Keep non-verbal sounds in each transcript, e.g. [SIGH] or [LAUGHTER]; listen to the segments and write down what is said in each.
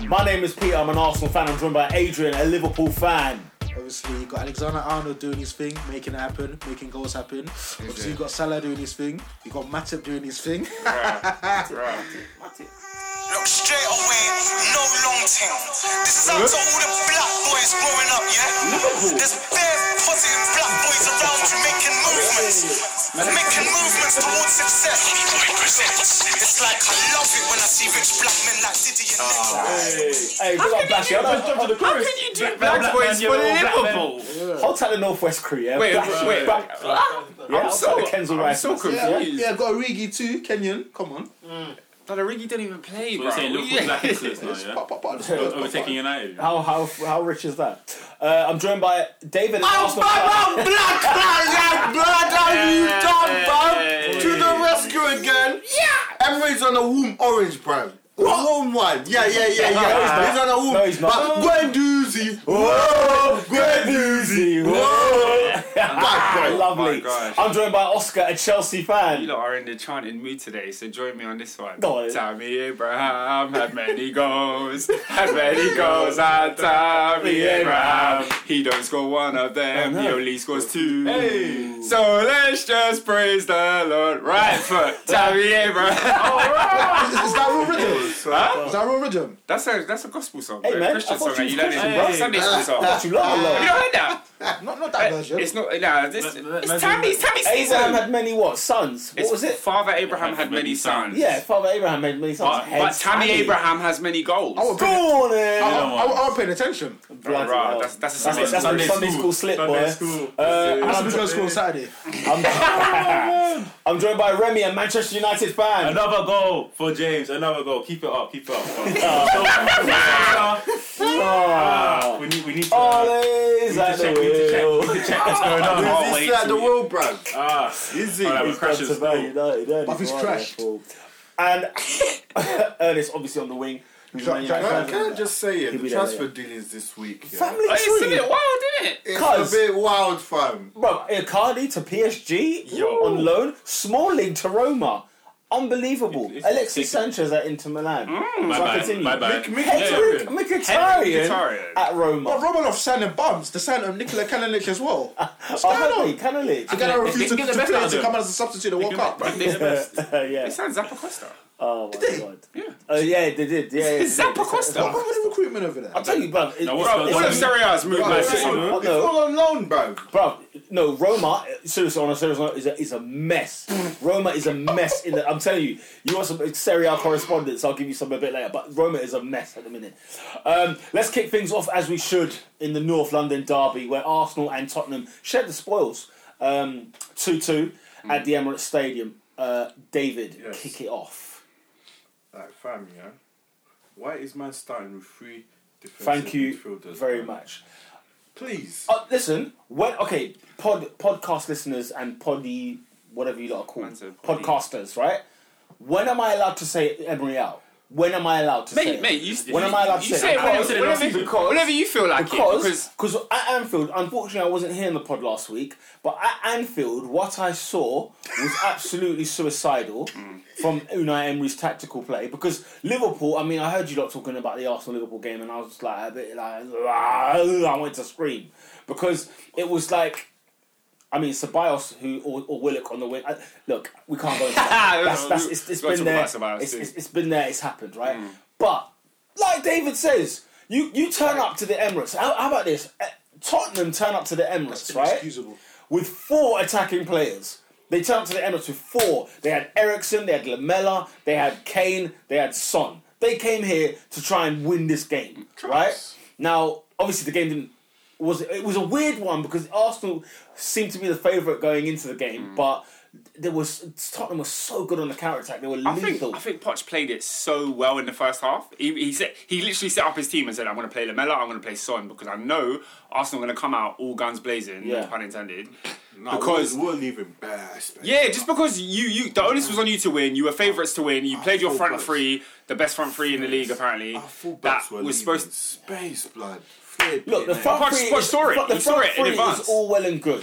Peter. I'm an Arsenal fan. I'm joined by Adrian, a Liverpool fan. Obviously, you've got Alexander Arnold doing his thing, making it happen, making goals happen. Obviously, you've got Salah doing his thing. You've got Matip doing his thing. Look straight away, no long tail. This is out to all the black boys growing up, yeah? There's bare positive black boys around you making movements. Making movements towards success. It's like I love it when I see rich black men like Diddy and Nick. Hey, big up Bashy. I'll jump to the How chorus. can you do black, Black boys man, you're for all black men? Liverpool. I'll tell the Northwest crew, yeah? Wait, Bashy, wait. Black- Yeah, I'm I'll so, tell the Kensal I'm Rice. so confused. yeah, yeah, I've got Origi too, Kenyan. Come on. That Origi didn't even play, So bro. you're saying Liverpool black and slits now, yeah? Pop, pop, pop, pop, pop, pop. Overtaking United. How, how, how rich is that? Uh, I'm joined by David. an Arsenal fan. black, black, black, you done, bruv? Hey. To the rescue again. Yeah. Emery's on a womb orange, bruv. Warm one, yeah, yeah, yeah, yeah. he's, on a womb. No, he's not. But Gwendouzi, whoa, Gwendouzi, whoa. Bad boy. Lovely. my gosh. I'm joined by Oscar, a Chelsea You fan. lot are in the chanting mood today, so join me on this one. Go on. Tommy Abraham had many goals, had many goals at Tommy Abraham. He don't score one of them, he only scores two. So let's just praise the Lord. Right foot, Tommy Abraham. Is, is that real rhythm? Huh? Is that real rhythm? That's a that's a gospel song, Hey, bro. man, I Christian thought song you that was you learned Christian, it. bro. from Sunday school [LAUGHS] song. That you love Have a you lot. not heard that? Not, not that version. It's not. Nah, this, Ma- ma- it's imagine- Tammy's Tammy's Abraham season. had many what? Sons? What It's was it? Father Abraham had many sons. Yeah, Father Abraham made many sons. But- Oh, But Hence Tammy Abraham has many goals. I would Go on then. I, don't I, want- I was paying attention. Bloody Rah, hell. that's- that's a that's, Sunday that's school. a Sunday school slip, Sunday boy. school. Uh, I'm I'm, going to school on Saturday. I'm- I'm joined by Remy, a Manchester United fan. Another goal for James. Another goal. Keep it up. Keep it up. So- Ah. Oh. we need. We need to. Always at the check, we need to check, wheel. Oh, He's wait, still at the so- world, bruv. Ah, Is he? All right, we're He's gone crashing to Man still. United, ain't he? But he's Right, crashed. cool. And [LAUGHS] Ernest, obviously on the wing. who's a Man United Can, fan. can I just say it? He'll The be there transfer later. dealings this week. yeah. Family Oh, it's a tree. bit wild, isn't it? It's Cuz. a bit wild, fam. Bro, Icardi to PSG Yo. on loan, small league to Roma. Unbelievable. It- it's Alexis taken. Sanchez at Inter Milan. Hmm, so bye I bye. continue. Bye bye. Mk- Yeah, Henrik yeah. Mkhitaryan Mkhitaryan. at But Roma. Romanov signing bums. They signed um, Nikola Kalinic as well. What's Oh, going on? Henrik, [LAUGHS] Canalic. The guy that refused to, get the to, best out play of to them. come as a substitute to World Cup. They- they- They yeah. signed Zappa Costa. Oh my god. Yeah. Oh yeah, they did. Yeah, yeah. Zappa Costa. What happened to recruitment over there? I'll tell you, bruv. it- Now, what's bruv, going it's- One of on? Serie A's moved by It's City. all- it's no. all on loan, bruv. Bro, no, Roma, seriously, on a serious note, is a, is a mess. Roma is a mess. In the, I'm telling you, you want some Serie A correspondence, I'll give you some a bit later, but Roma is a mess at the minute. Um, let's kick things off as we should in the North London derby, where Arsenal and Tottenham shared the spoils 2 2 at the Emirates Stadium. Uh, David, Yes. kick it off. Like, fam, yeah. Why is man starting with three defensive Thank you midfielders, very man? much. Please. Uh, listen, when okay, pod podcast listeners and poddy whatever you lot are called, Man's a poddy. podcasters, right? When am I allowed to say Emery out? When am I allowed to say Mate, it? mate, you, When you, am I allowed to you say say it? it I whenever, said it last whenever, season because- whenever you feel like it. because Because because at Anfield, unfortunately, I wasn't here in the pod last week. But at Anfield, what I saw [LAUGHS] was absolutely suicidal from Unai Emery's tactical play. Because Liverpool, I mean, I heard you lot talking about the Arsenal Liverpool game, and I was like a bit like "Ah," I wanted to scream because it was like. I mean, Ceballos who or, or Willock on the wing. I, look, we can't go. [LAUGHS] Into that. that's, that's, it's, it's We've got been to there. talk about Ceballos Hmm. It's- soon. it's- it's been there. It's happened, right? But like David says, you, you turn up to the Emirates. How, how about this? Eh, Tottenham turn up to the Emirates, right? Excusable. With four attacking players. They turn up to the Emirates with four. They had Ericsson, they had Lamella, they had Kane, they had Son. They came here to try and win this game, right? Now, obviously, the game didn't. Was it was a weird one because Arsenal seemed to be the favourite going into the game, Mm. but there was Tottenham was so good on the counter attack. They were I think, lethal. I think Poch played it so well in the first half. He, he, set, he literally set up his team and said, I'm going to play Lamella, I'm going to play Son, because I know Arsenal are going to come out all guns blazing, Yeah. pun intended. Nah, because- we'll, we'll leave him bare. Yeah, just because you you the onus was on you to win, you were favourites to win, you played your full front blokes. three, the best front three in the league apparently. Our That fullbacks were was was supposed to space, blood. Fair Look, the play, front Poch- three, Poch is, saw it. the He front saw it in three advance. is all well and good,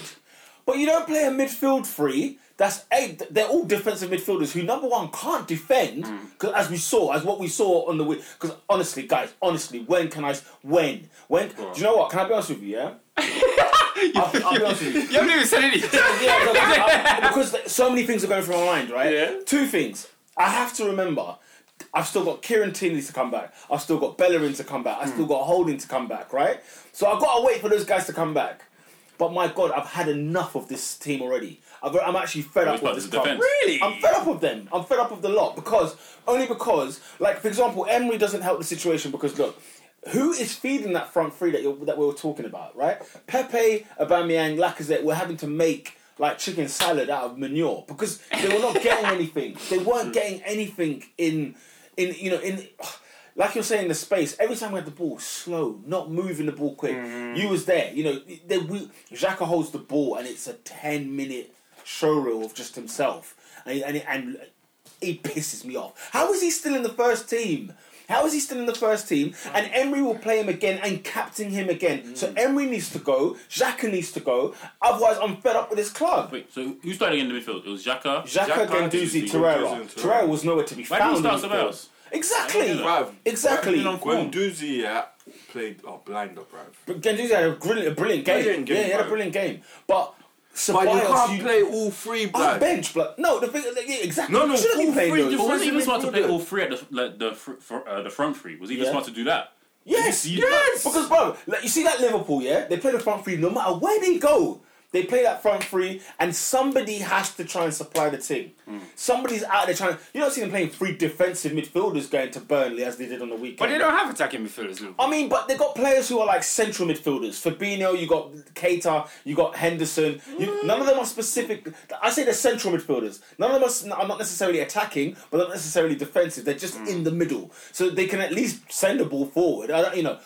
But you don't play a midfield three. That's eight. They're all defensive midfielders who number one can't defend Mm. because as we saw, as what we saw on the week. Because honestly, guys, honestly, when can I? s- When? When? Do you know what? Can I be honest with you? [LAUGHS] Yeah. I'll, I'll be honest with you. You haven't even said [LAUGHS] anything. [LAUGHS] Yeah, no, I- I- because th- so many things are going through my mind, right? Yeah. Two things. I have to remember. I've still got Kieran Tinley to come back. I've still got Bellerin to come back. I've Hmm. still got Holding to come back, right? So I've got to wait for those guys to come back. But my God, I've had enough of this team already. I've, I'm actually fed Oh, up it's with part this of the club. defense. Really? I'm fed up of them. I'm fed up of the lot because only because, like for example, Emery doesn't help the situation because look, who is feeding that front three that you're, that we were talking about, right? Pepe, Aubameyang, Lacazette were having to make like chicken salad out of manure because they were not getting anything. They weren't getting anything in in you know in. Like you're saying, the space. Every time we had the ball, slow, not moving the ball quick. You was there. You know, they, we, Xhaka holds the ball, and it's a ten minute showreel of just himself, and and, and he pisses me off. How is he still in the first team? How is he still in the first team? And Emery will play him again and captain him again. So Mm. Emery needs to go. Xhaka needs to go. Otherwise, I'm fed up with this club. Wait, so who started in the midfield? It was Xhaka. Xhaka, Guendouzi, Ganduzi, Torreira. Guendouzi, Torreira. Torreira was nowhere to be Why didn't found. he in start the somewhere field. else? Exactly. Bruv. Exactly. Why didn't he When Doozy yeah, played a blind up, bruv. But Guendouzi had a brilliant, a brilliant game. Brilliant game, yeah, he had a bro. brilliant game. But But you Ceballos, can't you, play all three, on bruv. bench, but no, the thing, yeah, exactly. No, no, shouldn't be all playing three those. But wasn't he even smart Defensive to play midfielder. all three at the like, the fr- fr- uh, the front three? Was he even Yeah. smart to do that? Yes, You see- yes. Because bro, like, you see that Liverpool, yeah, they play the front three. No matter where they go, they play that front three, and somebody has to try and supply the team. Hmm. Somebody's out there trying. You don't see them playing three defensive midfielders going to Burnley as they did on the weekend. But they don't have attacking midfielders, Liverpool. I mean, but they got players who are like central midfielders. Fabinho, you got Keita, you got Henderson. You, none of them are specific. I say they're central midfielders. None of them are, s- are not necessarily attacking, but not necessarily defensive. They're Hmm. just in the middle, so they can at least send the ball forward. I don't, you know,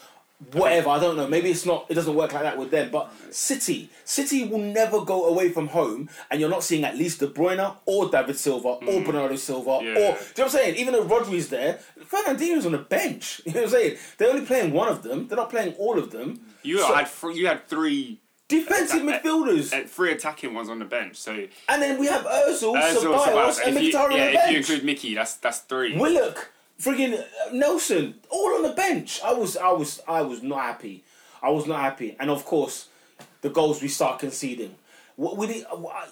whatever. I don't know. Maybe it's not. It doesn't work like that with them. But City, City will never go away from home, and you're not seeing at least De Bruyne or David Silva Mm. or Bernardo Silva or. Do you know what I'm saying? Even though Rodri's there, Fernandinho's on the bench. [LAUGHS] You know what I'm saying? They're only playing one of them. They're not playing all of them. you So- had three, you had three Defensive midfielders, uh, three attacking ones on the bench. So and then we have Özil, Ozil, Ceballos, Ceballos. and If you- Mkhitaryan on the yeah, if you bench. include Mickey, that's that's three. Willock, friggin' uh, Nelson, all on the bench. I was, I was, I was not happy. I was not happy, and of course, the goals we start conceding. What we did,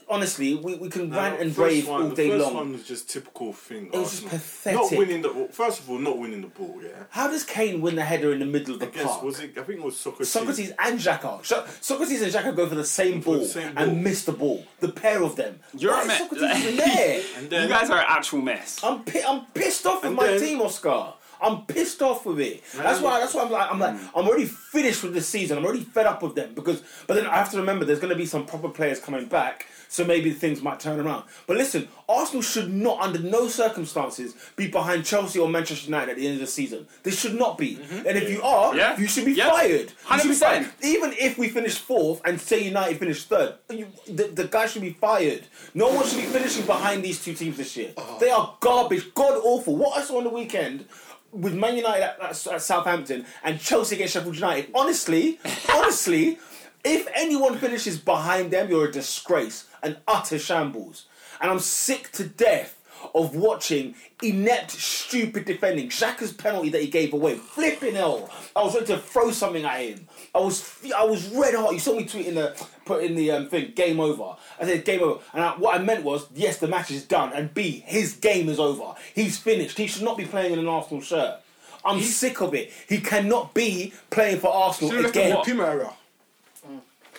honestly, we, we can rant and First rave one- all day The first long. one was just typical thing. was just Not pathetic. winning the ball. First of all, not winning the ball. Yeah. How does Kane win the header in the middle of the I guess park? was it? I think it was Socrates. Socrates and Xhaka. So- Socrates and Xhaka go for the same ball, same ball. and miss the ball. The pair of them. You're Why a is mess. Socrates [LAUGHS] even there? And You then guys are an actual mess. I'm pi- I'm pissed off with And my then- team, Oscar. I'm pissed off with it. That's why. That's why I'm like. I'm like. Mm. I'm already finished with this season. I'm already fed up with them because. But then I have to remember there's going to be some proper players coming back, so maybe things might turn around. But listen, Arsenal should not, under no circumstances, be behind Chelsea or Manchester United at the end of the season. They should not be. Mm-hmm. And if you are, Yeah. you should be Yeah. fired. You should be 100%. fired. Even if we finish fourth and say United finish third, you, the, the guy should be fired. No one should be finishing behind these two teams this year. They are garbage, god awful. What I saw on the weekend with Man United at, at, at Southampton and Chelsea against Sheffield United, honestly, honestly, if anyone finishes behind them, you're a disgrace, an utter shambles. And I'm sick to death of watching inept, stupid defending. Xhaka's penalty that he gave away, flipping hell! I was ready to throw something at him. I was, f- I was red hot. You saw me tweeting the, put in the um, thing, game over. I said game over, and I, what I meant was, yes, the match is done, and B, his game is over. He's finished. He should not be playing in an Arsenal shirt. I'm sick of it. He cannot be playing for Should Arsenal have left again. him what? Puma era.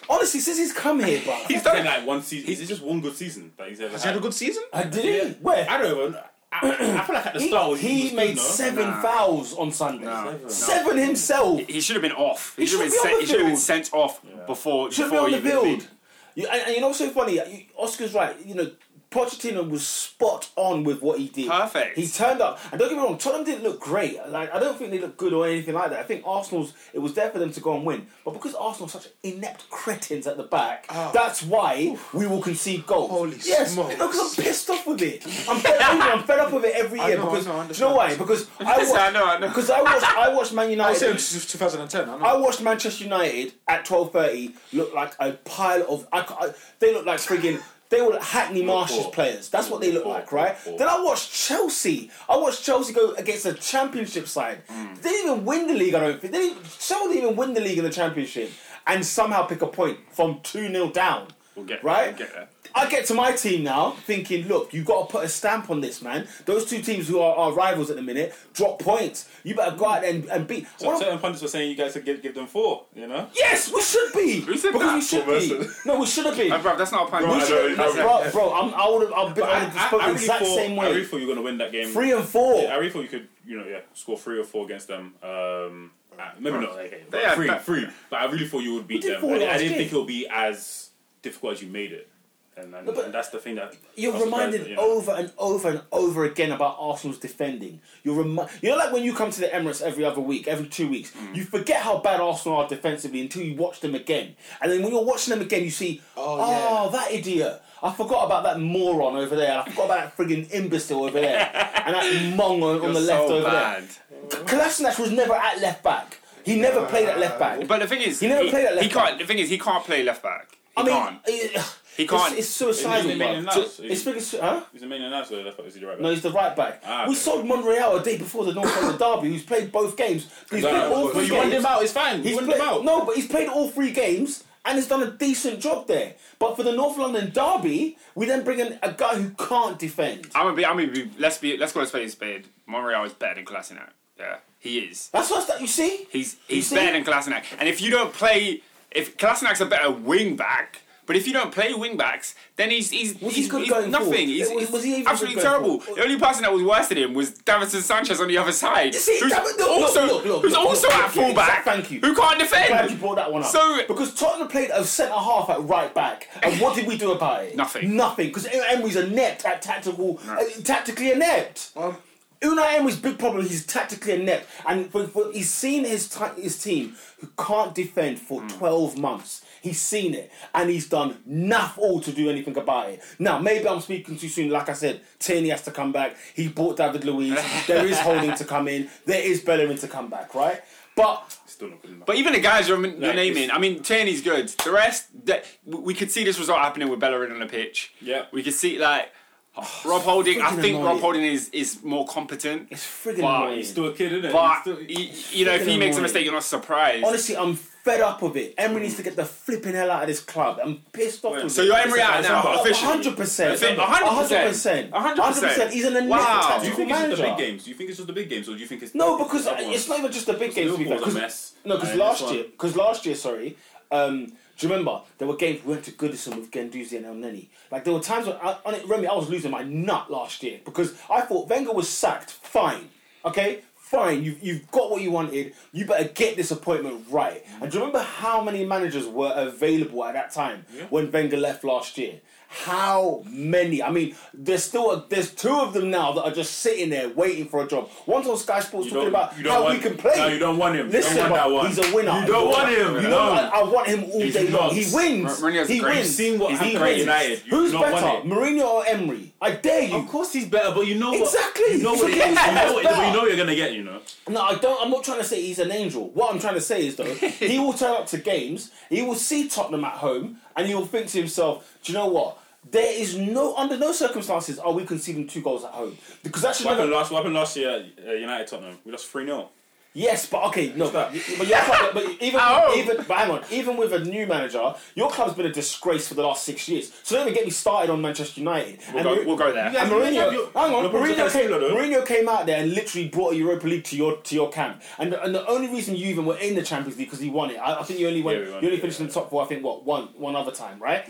Honestly, since he's come here, bro, [LAUGHS] He's It's been done. like one season. He's, it's just one good season that he's ever Has he had a had. good season? I did. he? Where? I don't even. [CLEARS THROAT] I, I feel like at the He, start was- was he good, made no? seven Nah. fouls on Sunday. Seven himself. He should have been off. He, He should have been should be on sent. the He should have been sent off field. before. Should be before on the he even field. You, and, and you know what's so funny? You- Oscar's right. You know, Pochettino was spot on with what he did. Perfect. He turned up. And don't get me wrong, Tottenham didn't look great. Like I don't think they looked good or anything like that. I think Arsenal's it was there for them to go and win. But because Arsenal are such inept cretins at the back, that's why we will concede goals. Oh. Holy yes, smokes. because I'm pissed off with it. I'm fed, I'm fed up with it every year know, I because know, I do you know why? [LAUGHS] Because I Yes, watched, I know, I know. Because I watched I watched Man I United. said this is 2010. I know. I watched Manchester United at twelve thirty look like a pile of. I, ca- I- they look like friggin' They were like Hackney Marshes poor. players. That's what they look Poor, like, poor, right? poor. Then I watched Chelsea. I watched Chelsea go against a Championship side. Mm. They didn't even win the league. I don't think they didn't. Chelsea didn't even win the league in the Championship, and somehow pick a point from two 0 down. We'll get there, right. we'll get there. I get to my team now thinking, look, you've got to put a stamp on this, man. Those two teams who are our rivals at the minute drop points. You better go out there and, and beat. One So of- certain pundits were saying you guys should give, give them four, you know? Yes, we should be. Who said because that? we should Well, be. that's No, we should have been. Uh, bruv, that's not a pun. Bro, You I should- don't- I listen, bro, bro, I'm, I would have. I've been. I, would have spoken the exact thought, same I way. really thought you were going to win that game. Three and four. Yeah, I really thought you could, you know, yeah, score three or four against them. Um, uh, maybe not. Okay, but had three, that- three. But I really thought you would beat did them. four I, didn't- I last didn't game. think it'll be as difficult as you made it. And, and, but and that's the thing that You're I'm surprised reminded that, you know. over and over and over again about Arsenal's defending. You're remi- you know, like when you come to the Emirates every other week, every two weeks, Mm. you forget how bad Arsenal are defensively until you watch them again. And then when you're watching them again, you see, oh, that idiot. I forgot about that moron over there. I forgot about that frigging imbecile [LAUGHS] over there. and that mong on, on you're the left so over there. bad. Kolasinac was never at left back. He never played at left back. But the thing is, He never played at left he can't. The thing is, he can't play left back. He I mean, can't. it- He can't. It's, it's suicidal. Isn't he making bruv. nuts? It's freaking. su- Huh? He's the main announcer, so that's what is he the right back? No, he's the right back. Ah, we okay. sold Monreal a day before the North [COUGHS] London derby. Who's played both games. He's No, played no, all but three you games. wanted him out, it's fine. You He's wanted him played- out. No, but he's played all three games and has done a decent job there. But for the North London derby, we then bring in a guy who can't defend. Ah. I'm gonna be. I'm gonna be. Let's be. Let's go to spade a spade. Monreal is better than Kolasinac. Yeah, he is. That's what's that. You see? He's You he's see? better than Kolasinac. And if you don't play, if Kolasinac's a better wing back, but if you don't play wing backs, then he's he's Was he he's, good he's going nothing. forward? He's, Was- he's was he even good absolutely going terrible. forward? The only person that was worse than him was Davinson Sanchez on the other side, You see, who's Davi- look, also look, look, look, who's look, also look, at look, yeah, fullback. exact- thank you. Who can't Glad you defend. brought that one up. So- because Tottenham played a centre half at right back, and what did we do about it? Nothing. Nothing. Because Emery's inept at tactical, uh, tactically inept. Unai Emery's big problem. He's tactically inept, and for, for- he's seen his ti- his team who can't defend for Hmm. twelve months. He's seen it, and he's done nothing all to do anything about it. Now, maybe I'm speaking too soon. Like I said, Tierney has to come back. He bought [LAUGHS] David Luiz. there is Holding to come in. There is Bellerin to come back. Right, but Still not good enough. But even the guys you're, you're Like, naming, it's- I mean, Tierney's good. The rest, that we we could see this result happening with Bellerin on the pitch. Yeah. we could see like Rob Holding. I freaking think Rob annoying. Holding is is more competent. it's friggin' But annoying. he's still a kid, isn't But Still, he, you know, if he freaking makes annoying. a mistake, you're not surprised. Honestly, I'm fed up of it. Emery needs to get the flipping hell out of this club. I'm pissed off with so it. you're Emery out now, officially. Hundred percent. 100%. Hundred percent. 100%. He's an Wow. wow. do you tactical think it's just manager. the big games? Do you think it's just the big games, or do you think it's No, because everyone? it's not even just the big games. to be fair. Liverpool's a 'Cause- mess. No, because And last this one- year, because last year, sorry, um, do you remember there were games we went to Goodison with Genduzi and El Neni? Like there were times when I, on it, Remy, I was losing my nut last year because I thought Wenger was sacked. Fine, okay. Fine, you've, you've got what you wanted. You better get this appointment right. And do you remember how many managers were available at that time when Wenger left last year? How many? I mean, there's still a, there's two of them now that are just sitting there waiting for a job. One's on Sky Sports You talking don't- about you don't how want- we can play. No, you don't want him. You Listen, don't want but that one. he's a winner. You don't want him. You know, No. I, I want him all He's day long. not. He wins. Mourinho's he great. You've wins. seen what He happened at wins. United. You Who's do not better, want it. Mourinho or Emery? I dare you. Of course he's better, but you know what? Exactly. You know what? Forget you know, that's what better. you know you're gonna get. You know. No, I don't. I'm not trying to say he's an angel. What I'm trying to [LAUGHS] say is though, he will turn up to games. He will see Tottenham at home, and he will think to himself, "Do you know what?" There is no under no circumstances are we conceding two goals at home because that should What happened never. last? What happened last year? At uh, United Tottenham. We lost three 0 Yes, but okay, no, but, but your club, but even Ow. even but hang on, even with a new manager, your club's been a disgrace for the last six years. So don't even get me started on Manchester United. We'll go- we'll go there. And You guys- you guys have Mourinho, your- hang on, your problems Mourinho with came, Casemiro, though. Mourinho came out there and literally brought a Europa League to your to your camp. And and the only reason you even were in the Champions League because he won it. I, I think you only went, Yeah, we won you only it, finished in yeah. the top four. I think what one one other time, right?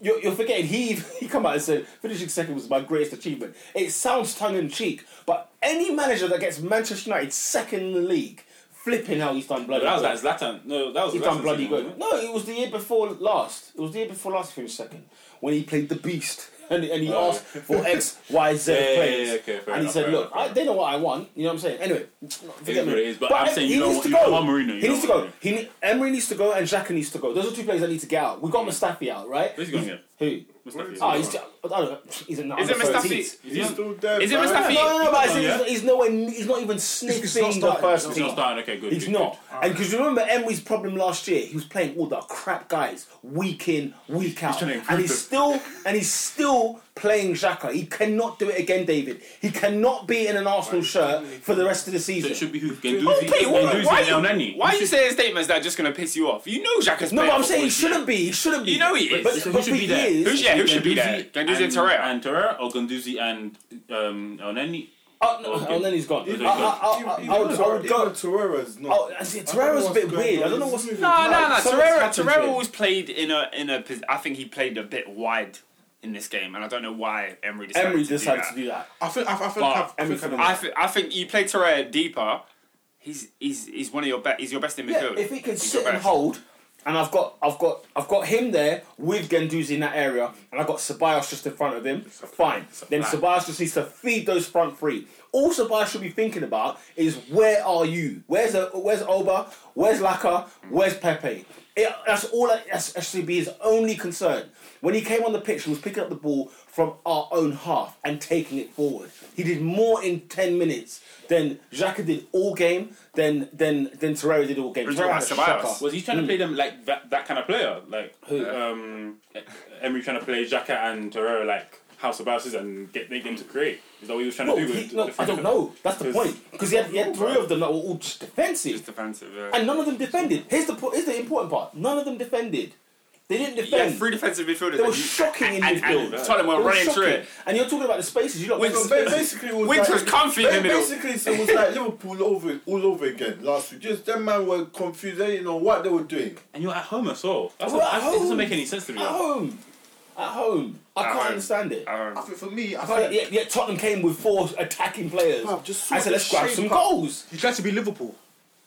You're, you're forgetting he [LAUGHS] he come out and said finishing second was my greatest achievement. It sounds tongue in cheek, but any manager that gets Manchester United second in the league, flipping how he's done bloody. But that was good. like Zlatan. No, that was. He's Zlatan's done bloody team, wasn't good. No, it was the year before last. It was the year before last he finished second when he played the Beast. [LAUGHS] and, and he asked for X, [LAUGHS] Y, Z Oh. Yeah, yeah, yeah, players. okay, fair and he enough, said, fair "Look, enough, fair I, they know what I want." You know what I'm saying? Anyway, what forget me. it is, but I'm saying he you know needs what- to you go. know what Mourinho, you he know needs to what go. He ne- Emery needs to go, and Xhaka needs to go. Those are two players that need to get out. We got Mustafi out, right? Where's he going again? Who? Mustafi. Oh, he's, I don't know. He's in the Is it under 13s. Mustafi? He's still there. Is it man. No, Mustafi? no, no, but done, yeah? he's, he's nowhere. He's not even He's not sniffing the starting. first He's team. not starting. Okay, good. He's good, not. good. And because you remember Emery's problem last year, he was playing all the crap guys week in, week out, trying to and improve he's still and he's still playing Xhaka. He cannot do it again, David. He cannot be in an Arsenal shirt for the rest of the So season. it should be who? Oh, Genduzi, Pete, why- Genduzi, why and you- El Nani. Why are you saying statements that are just going to piss you off? You know Xhaka's no, playing but I'm for saying he Borussia. shouldn't be. He shouldn't be. You know he is. But, So who but should for be there? years- Who's- yeah, who should be Guendouzi there? Guendouzi and Torreira. And Torreira or Genduzi and um, El Nani? Oh, no, Okay. oh, then he's gone. I, Even- I, I, I, I would, I would Even go. Torreira's not. Oh, and see, Torreira's a bit weird. I don't know what's- No, no, no. something's Torreira, happened to Torreira him. always played in a in a. pos- I think he played a bit wide in this game, and I don't know why Emery decided, Emery to, decided do to do that. I think I, I think But- I've, I think I've, that. I, th- I think you play Torreira deeper. He's he's he's one of your best. He's your best in Yeah, midfield. if he can He's sit your and best. hold, and I've got, I've got, I've got him there with Genduzi in that area, and I've got Ceballos just in front of him. Fine. Then Ceballos just needs to feed those front three. All Ceballos should be thinking about is where are you? Where's uh, where's Oba? Where's Laka? Where's Pepe? It, that's all. That, that's actually be his only concern. When he came on the pitch, he was picking up the ball from our own half and taking it forward. He did more in ten minutes than Xhaka did all game. Than than than Torreira did all game. We're talking about Torreira had a Ceballos. shocker. Was he trying to play them like that, that kind of player? Like um, Emery trying to play Xhaka and Torreira like House of Bouses and get make them to create. Is that what he was trying No, to do? he- with no, the I don't know. That's the Because- point. Because he had, he had three of them that were all just He's defensive, defensive. uh, Yeah. and none of them defended. Here's the po- here's the important part. None of them defended. They didn't He had defend. three defensive midfielders. they and were you- shocking in and, midfield. And, Tottenham were They were running through shocking. it. And you're talking about the spaces. You lot. Winks- got So ba- basically, it was Winks like, was comfy in ba- the middle. Basically, so it was like Liverpool over all over again last week. Just them man were confused. They didn't know what they were doing. And you're at home as well. That's We're what- at that's- it doesn't home. make any sense to me. at home. At home. I can't home. understand it. Um, I think for me, I But think yeah, yeah, Tottenham came with four attacking players. Bruv, just I sort said, the let's grab shape some up." goals. he's glad to be Liverpool.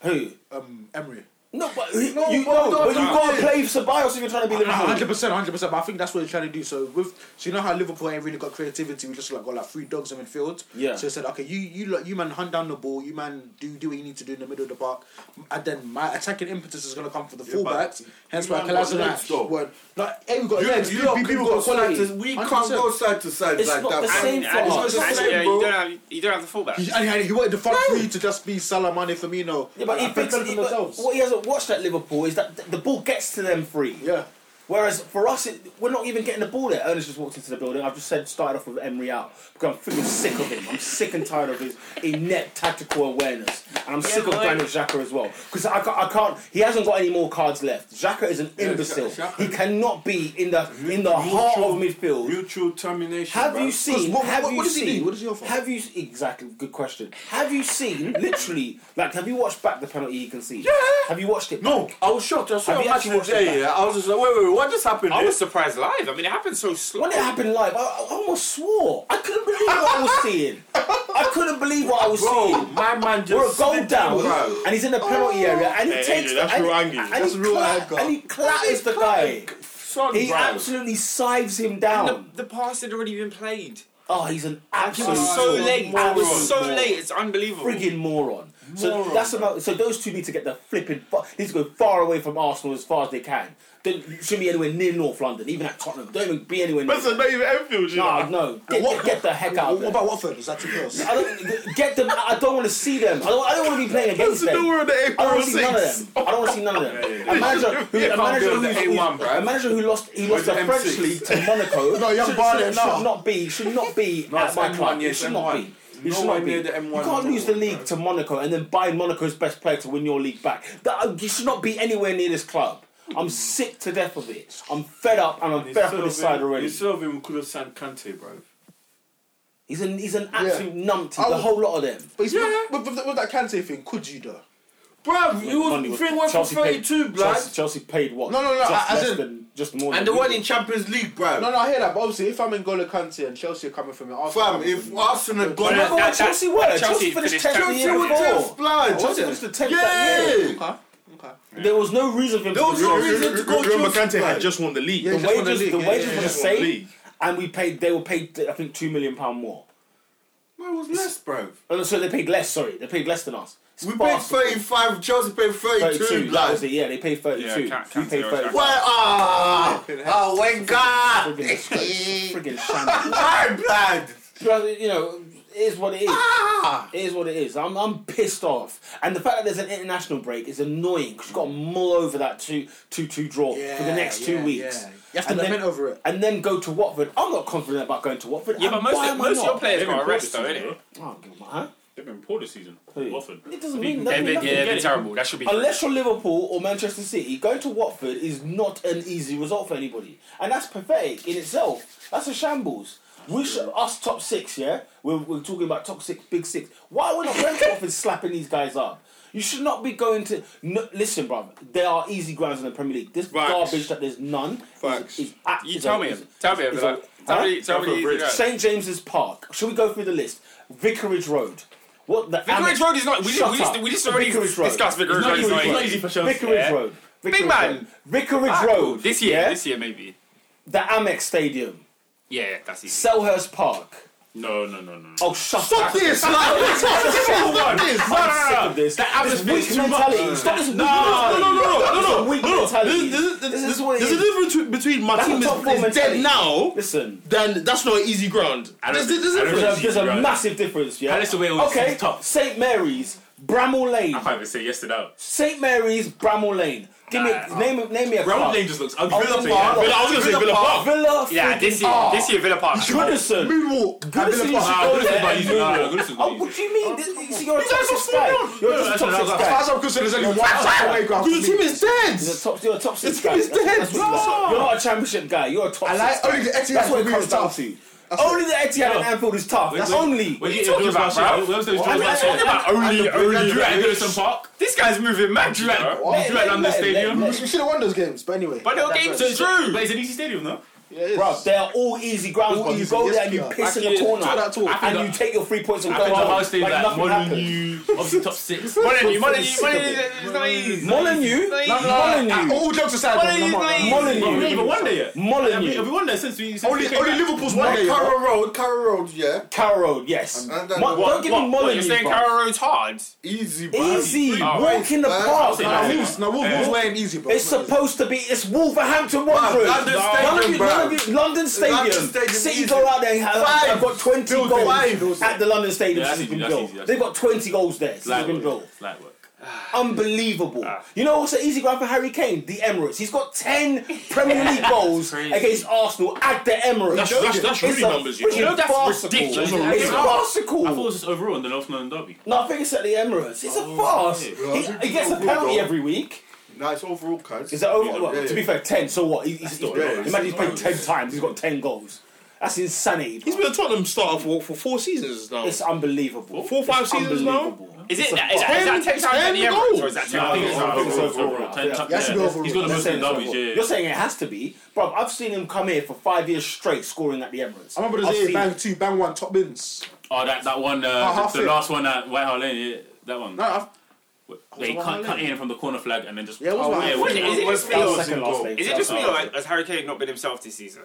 Who? Um, Emery. No, but he- No, you but know, no, but you no, can't no. play Ceballos if you're trying to be Liverpool. Hundred percent, hundred percent. But I think that's what they're trying to do. So with, so you know how Liverpool ain't really got creativity. We just like got like three dogs in midfield. Yeah. So they said, okay, you you lot, you man hunt down the ball. You man do do what you need to do in the middle of the park, and then my attacking impetus is gonna come from the but fullbacks. Hence you why man got legs, though. Kalazanac were like, hey, we got you, legs. you we- lot, we- we people got go side speed. to, we 100%. can't go side to side It's like not that. the man. same and, for and, us. and, Same, yeah, bro. you don't have you don't have the fullback. He, and he- he wanted the front three to just be Salamani Firmino. Yeah, but and he thinks, Pepe he- for but themselves. what he hasn't watched at Liverpool is that th- the ball gets to them free. Yeah. Whereas for us, it, we're not even getting the ball there. Ernest just walked into the building. I've just said started off with Emery out because I'm freaking sick of him. I'm sick and tired of his inept tactical awareness, and I'm sick of but- Granit Xhaka as well because I, ca- I can't. He hasn't got any more cards left. Xhaka is an imbecile. Xhaka- He cannot be in the in the Mutual- heart of midfield. Mutual termination. Have bruv. you seen? what- have what- you what does he seen? do? What does he offer? Have you exactly? Good question. Have you seen? literally, like, have you watched back the penalty he conceded? Yeah. Have you watched it? No, I was shocked. I Have saw a you match actually today. watched it? yeah. I was just like, wait, wait, what just happened? I here? was surprised live. I mean, it happened so slow. When it happened live, I, I almost swore. I couldn't believe what I was seeing. I couldn't believe what I was Bro, seeing. my man We're a just goal slipped down, through. and he's in the penalty area, and he Hey, takes Andrew, the that's and, real he- angle. And, That's he real cla- angle. and he clatters the guy. Son, He bro. absolutely sives him down. the, the pass had already been played. oh, he's an It absolute was so late. It was so moron. late. It's unbelievable. friggin' moron. So that's about. So those two need to get the flipping. Fu- need to go far away from Arsenal as far as they can. They shouldn't be anywhere near North London, even at Tottenham. Don't even be anywhere near. not even Enfield. You Nah, no, get, What- get the heck out. What, of there. about Watford? Is that too close? I don't get them. I don't want to see them. I don't. I don't want to be playing against them. I don't want to see none of them. I don't want to see none of [LAUGHS] them. A manager who, a manager build the who's, A1, who's, bruv. a manager who lost, he lost the the French M6. league to [LAUGHS] Monaco. No, young should, Barney, should, no. should not be. Should not be at it's my M1, club. It yes, should M1. not be. You should Nowhere not be. near the M1 you can't level, lose the league to Monaco and then buy Monaco's best player to win your league back. That, you should not be anywhere near this club. I'm sick to death of it. I'm fed up and I'm fed up with this side already. Instead of him, we could have signed Kante, bro. He's an he's an absolute numpty. I The would- whole lot of them. But he's, with, with, with that Kante thing, could you though? Bruv, it Money was was- thing went for Chelsea paid- 32, blood. Chelsea, Chelsea paid what? No, no, no, Just I- as less in- than just more. And the than one in Champions League, bruv. No, no, I hear that. But obviously, if I'm in Golo Kante and Chelsea are coming from it, Arsenal Fam, coming if from it. Arsenal had gone that- Remember when that- Chelsea were? Chelsea, Chelsea finished finished tenth the tenth. year Chelsea were tenth, before. blood. Chelsea Chelsea finished the tenth that year. yeah. okay, okay. There was no reason for him There was to no be- reason to go Remember, Chelsea, Kante had blood. just won the league. Yeah, The just won the wages, league, the yeah, wages yeah, were yeah. the Just won the same, league. and we paid. They were paid, I think, two million pound more. Mine was less, bro. Oh, no, so they paid less. Sorry, they paid less than us. We paid Sparse. 35, Chelsea paid 32. 32. That like, was it. Yeah, they paid thirty-two. Yeah, can't- we can't paid do it. thirty. Why? Ah! oh my god! Friggin' disgrace. [LAUGHS] Friggin' shambles. My blood! But, you know, it is what it is. Ah! It is what it is. I'm, I'm pissed off, and the fact that there's an international break is annoying because you've got to mull over that two two two draw for the next two yeah, weeks, yeah. You have to And then- lament over it. and then go to Watford. I'm not confident about going to Watford. Yeah, and but most, why of, am I most of not? your players They've been got a poor rest, this though, season, innit? bro. I don't give a huh? They've been poor this season. Who? Watford. It doesn't mean They've nothing, been, nothing. yeah, they've been terrible. That should be. Unless you're Liverpool or Manchester City, going to Watford is not an easy result for anybody, and that's pathetic in itself. That's a shambles. Wish us top six, yeah. We're, we're talking about top six, big six. Why are we not going to Watford slapping these guys up? You should not be going to. No, listen, brother. There are easy grounds in the Premier League. This Facts. garbage that there's none. Facts. Is, is, a- You is tell a- me is- him. Tell me him. is like, a- Tell huh? me. Tell me. Bridge. yeah. St James's Park. Should we go through the list? Vicarage Road. What the Vicarage ama- Road is not. We Shut just, we up. just, we just already Vicarage Road. discussed Vicarage It's not Road. is easy- not it's not easy. easy for Chelsea. Vicarage Yeah. Road. Vicarage Big man. Road. Vicarage Road. This year, yeah? this year maybe. The Amex Stadium. Yeah, yeah, that's easy. Selhurst Park. No, no, no, no. Oh, shut up. this! Like, this is I'm sick of That this. This atmosphere is weak too much. mentality. Stop this weak no, mentality. no, no, This no, is a weak no, no. mentality. This- this- This is what it There's a is. difference between- between my That's team a is, top four is mentality. dead now, Listen. then that's not easy ground. I don't There's, there's, a think- I don't There's difference. a, there's a Right. massive difference, yeah? Palace away always okay, seems tough. St. Mary's, Bramall Lane. I Uh-huh. can't even say yes to that. St. Mary's, Bramall Lane. Give me, Nah. name, name me a Brown club. Lane just looks Oh, ugly. Villa Yeah. Park. Villa- I was gonna say Villa Park. Villa Yeah, freaking this year, Park. [LAUGHS] this year Villa Park. Goodison. Moonwalk. Goodison, you should go Goodison's there not and easy. do Nah, that. Goodison's not Oh, easy. what do you mean? This- you see, You're a top guys are six small. guy. You're just a No, top six that's- guy. I'm concerned, there's only Because the team is dead. You're a top, you're a top six This guy. team is That's- dead. that's what you are. You're not a championship guy. You're a top like- six guy. only the Etihad That's what for it me comes is down tough. to. Only the Etihad and Anfield is tough. That's only. When What are you you talking about, bro? When was those What are draws you last talking year? about? Only, only Drew you at at Goodison. Goodison Park. This guy's moving mad. Drew at Bro. Drew at London Stadium. We should have won those games, but anyway. But no That's games right. are true. But it's an easy stadium, no? Yeah, it is. Bro, they are all easy grounds. All but you easy, go yes, there and you yeah. piss in Actually, the corner, try that too. I think and you that- take your three points and I go think the whole home stadium like like nothing happened. Molyneux, obviously top six. Molyneux, Molyneux, Molyneux, it's not easy. Molyneux, Molyneux, All jokes aside, What are you come on, doing? But Molyneux, we didn't even won there yet. Have we, have Molyneux, we won there since we? Since we Only, came only back? Liverpool's one Like game. Carrow Road, Carrow Road, yeah. Carrow Road, yes. And Mo- then- What- Don't give me What, you're Molyneux. saying bro. Carrow Road's hard? Easy, bro. Easy, Oh, walk in the man. park. I'll Now say Wolves, now Wolves, Wolves wearing easy, bro. It's supposed to be. It's Wolverhampton Wanderers. London none of Stadium, you, bro. none of you, London Stadium. London Stadium City easy. go out there and have, Five. have got 20 Building. goals Five. at the London Stadium Yeah, that's easy, since it's been that's built. easy, that's They've got 20 goals there since it's been Light built. work. Light work. Unbelievable. You know what's an easy ground for Harry Kane? The Emirates. He's got 10 Premier League goals crazy. against Arsenal at the Emirates. That's- that's- that's It's really a numbers, you know. freaking You know, that's farcical. ridiculous. It's Yeah. farcical. I thought it was just overall in the North London derby. no, I think it's at the Emirates. It's Oh, a farce. He, he gets a Overall penalty goal. every week. Nice overall, cuz. Is that over? well, yeah, to yeah. be fair, ten. So what? He- He's, he's, not- yeah, imagine he's it's played not- ten times. He's got ten goals. That's insanity. He's been a Tottenham starter for, for four seasons now. it's unbelievable. Four, five It's seasons now? unbelievable. Is it? Is that, is that ten times at the Ten Emirates, or goals. is that ten No, I think it's times? I think it's overall. It's overall. overall. Ten Yeah. top- Yeah, it should be yeah. overall. He's got the You're most in saying, the it's derbies. overall. yeah, You're Yeah. saying it has to be, bro. I've seen him come here for five years straight, scoring at the Emirates. I remember I've those days, seen bang it. two, bang one, top bins. Oh, that that one. Uh, half the it. last one at White Hart Lane. Yeah, that one. No, I've, They it White Hart cut, cut Lane? in from the corner flag and then just. yeah, it was Oh, one. yeah, What wait, is it just me That was or- second last name. Is it just me or has Harry Kane not been himself this season?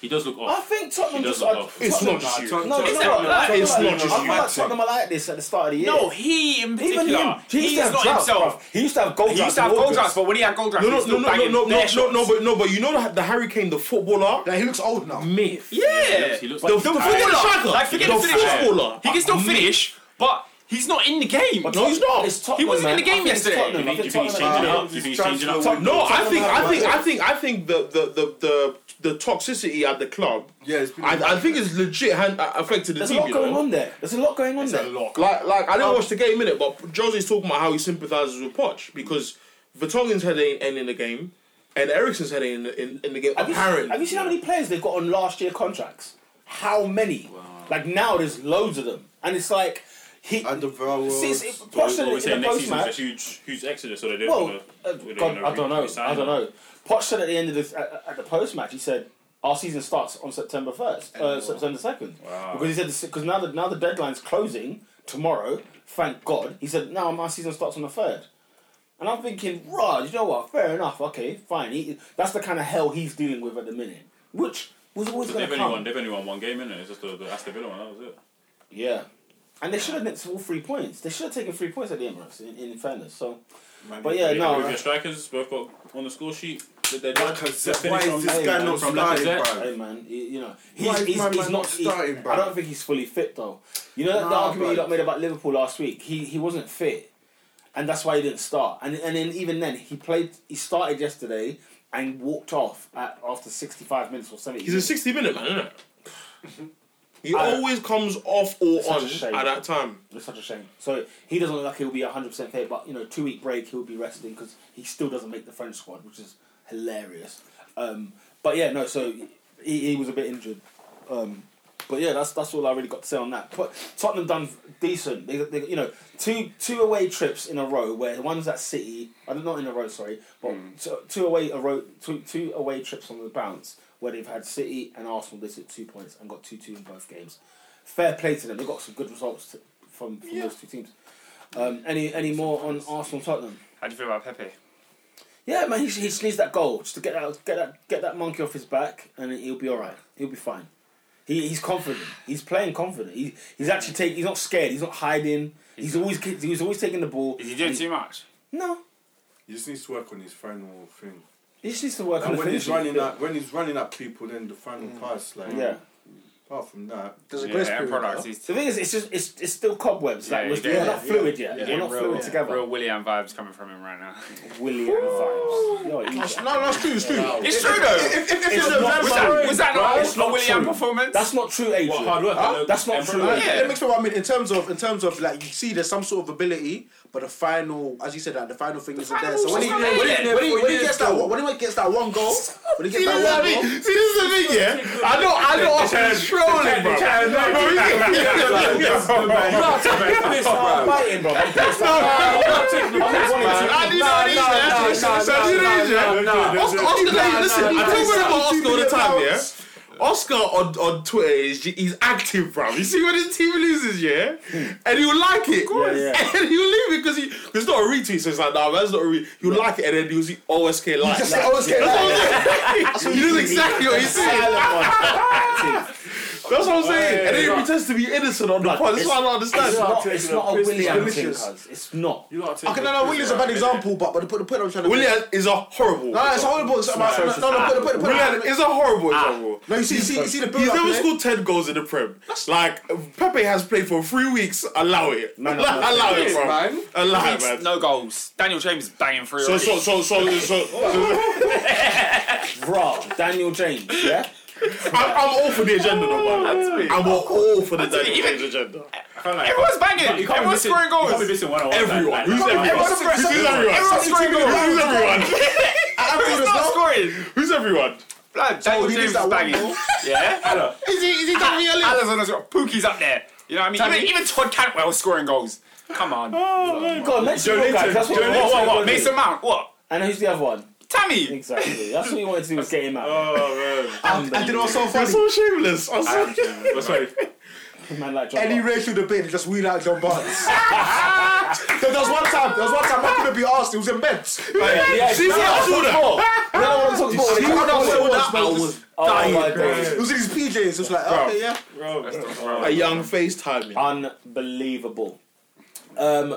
He does look I off. think Tottenham He just. does Are, look off. It's Tottenham- not just you. No, no, no, It's no, not like- Tottenham- it's not I just feel you. like Tottenham are like this at the start of the year. No, he in particular. even him. He used he's to have not droughts, himself. bruv. He used to have goal He used to have droughts in goal droughts, August. but when he had goal droughts, No, he no, was no, still no, no, banging no, their no, no, shots. no, but no, but you know the, the Hurricane, the footballer. Like, he looks old now. myth. Yeah. He looks The, the off. footballer. Footballer. Like, forget the the finisher. footballer. He can still finish, but he's not in the game. No, he's not. It's Tottenham, He wasn't man. in the game I think it's yesterday. Tottenham. I Do you think think he's Tottenham- changing it up? Do you think he's changing it up? No, I think, I think, I think, I think the the the the, the toxicity at the club. Yeah, it's been- I, I think it's legit hand, uh, affected the There's a team. lot you going know? on Uh, there. There's a lot going on there. Like, like I didn't watch the game minute, but Jose's talking about how he sympathises with Poch because Vertonghen's head ain't end in the game, and Ericsson's head ain't in, in, in the game. Have you, apparently, have you seen how many players they've got on last year contracts? How many? Like now, there's loads of them, and it's like he. And the Vowels. See, it's- it- Well, Poch said we're it saying in the next season's a post-match. huge, huge exodus, so they don't Well, want uh, God, I don't know. I don't know. Poch said at the end of the at, at the post match, he said our season starts on September first, uh, September second, Wow. because he said because now the now the deadline's closing tomorrow. Thank God, he said now my season starts on the third. And I'm thinking, Rod, you know what? Fair enough. Okay, fine. He, that's the kind of hell he's dealing with at the minute, which was always going They've to only, won, come. they've only won one game, innit? It's just the, the Aston Villa one, that was it. Yeah. And they should have nicked all three points. They should have taken three points at the Emirates, in, in fairness. So, but yeah, But yeah, no. uh, with your strikers, both got on the score sheet. Did they Why is this guy not from starting, Lacazette. bro? Hey man, he- you know Why he's, is he's, my he's man not not starting, he- bro? I don't think he's fully fit though. You know that the Nah, argument you bro. lot made about Liverpool last week. He he wasn't fit, and that's why he didn't start. And and then even then he played. He started yesterday and walked off at, after sixty five minutes or seventy. He's a 60 minute man, isn't it? [LAUGHS] He I- always comes off or Such a on shame. at that time. It's such a shame. So he doesn't look like he'll be hundred percent fit, but you know two week break he'll be resting because he still doesn't make the French squad, which is hilarious. Um, but yeah, no. So he, he was a bit injured. Um, But yeah, that's that's all I really got to say on that. But Tottenham done decent. They, they, you know, two two away trips in a row where one's at City. I don't not in a row, sorry, but two, two away a row two two away trips on the bounce where they've had City and Arsenal. They took two points and got two two in both games. Fair play to them. They got some good results to, from, from those two teams. Um, any any more on Arsenal Tottenham? How do you feel about Pepe? Yeah, man, he, he just needs that goal just to get that get that get that monkey off his back, and he'll be all right. He'll be fine. He, he's confident. He's playing confident. He, he's actually taking. He's not scared. He's not hiding. He's always he's always taking the ball. Is he doing too much? No, He just needs to work on his final thing. he just needs to work on And the when he's finishing. running up, when he's running up people, then the final pass, like Mm. Yeah. Apart from that, There's a Yeah, grace end period. products. though. He's The thing is, it's just it's, it's still cobwebs. Yeah, like we're, you get we're it. not fluid yet. Yeah, we're not real- fluid yeah. together. real Willian vibes coming from him right now. Willian vibes. Yo, you- No, that's true, it's true. It's true though. It's not was, true. that, was that not It's a not William true. performance? that's not true, Adrian. What, hard work? Huh? That's not Emperor? true. Uh, Adrian. yeah, it makes me what I mean in terms of in terms of like you see there's some sort of ability, but the final, as you said, like, the final thing isn't there. So when he, final when was he, not there. when he, when he Yeah. gets that one- when he gets that one goal, when he See, gets that one goal, this is the thing, yeah. I know, I know, I'm trolling, bro. That's not. Oscar, Oscar, listen, I talk about Oscar all the time, yeah. Oscar on, on Twitter is he's active, bro. You see when his team loses, yeah, and he'll like it, Hmm. Yeah, yeah. and he'll leave it because he cause it's not a retweet, so it's like, nah, that's not a retweet. He'll like it, and then he'll see OSK like. That's always get that. He knows exactly what he's saying. [LAUGHS] That's what I'm saying. And then he yeah. pretends to be innocent on the pod. That's what I don't It's understand. not, it's not a William thing, delicious. cuz. It's not. Okay, no, no, William's a bad example, but but the point the point I'm trying to make. Willian is a horrible. No, no, it's horrible. It's, no, no, no, no, put, put, put, Willian is a horrible example. no, you see, you see, you see the build He's up. never scored ten goals in the Prem. Like Pepe has played for three weeks. Allow it. No, no, no. allow it, Yes, bro. man. Allow it, man. No goals. Daniel James banging through. So, so, so, so, so, Bruh, Daniel James, yeah? I'm, I'm all for the agenda, though, man. big. I'm all for the Daniel even- James agenda. Everyone's banging. Everyone's scoring goals. Everyone, Everyone. who's everyone? Everyone's Who's everyone? everyone's scoring goals. Who's everyone? Everyone's not scoring. Who's everyone? Blood, Daniel he James needs is that one banging. goal. Yeah. Is he, is he done real? Allen's on the score. Pookie's up there. You know what I mean? Even, even Todd Cantwell's scoring goals. Come on. God, mention your guy, 'cause that's what we what, what, what? wanted to Oh, Mason do. Mount. What? And who's the other one? Tammy. Exactly. That's what we wanted to do was get him out. Oh, And and you know what's so That's funny? so shameless. I'm so man. That's right. Man like John any Barnes. racial debate, they just wheel out John Barnes. [LAUGHS] there, there was one time, there was one time I couldn't be asked, it was in Benz. Yeah, yeah, See, see, I saw that. You know what I'm talking about? You know what it was, "Oh, I man? Oh was my It days. was in his PJs, it was like, okay, yeah. a young FaceTime. Unbelievable. Um,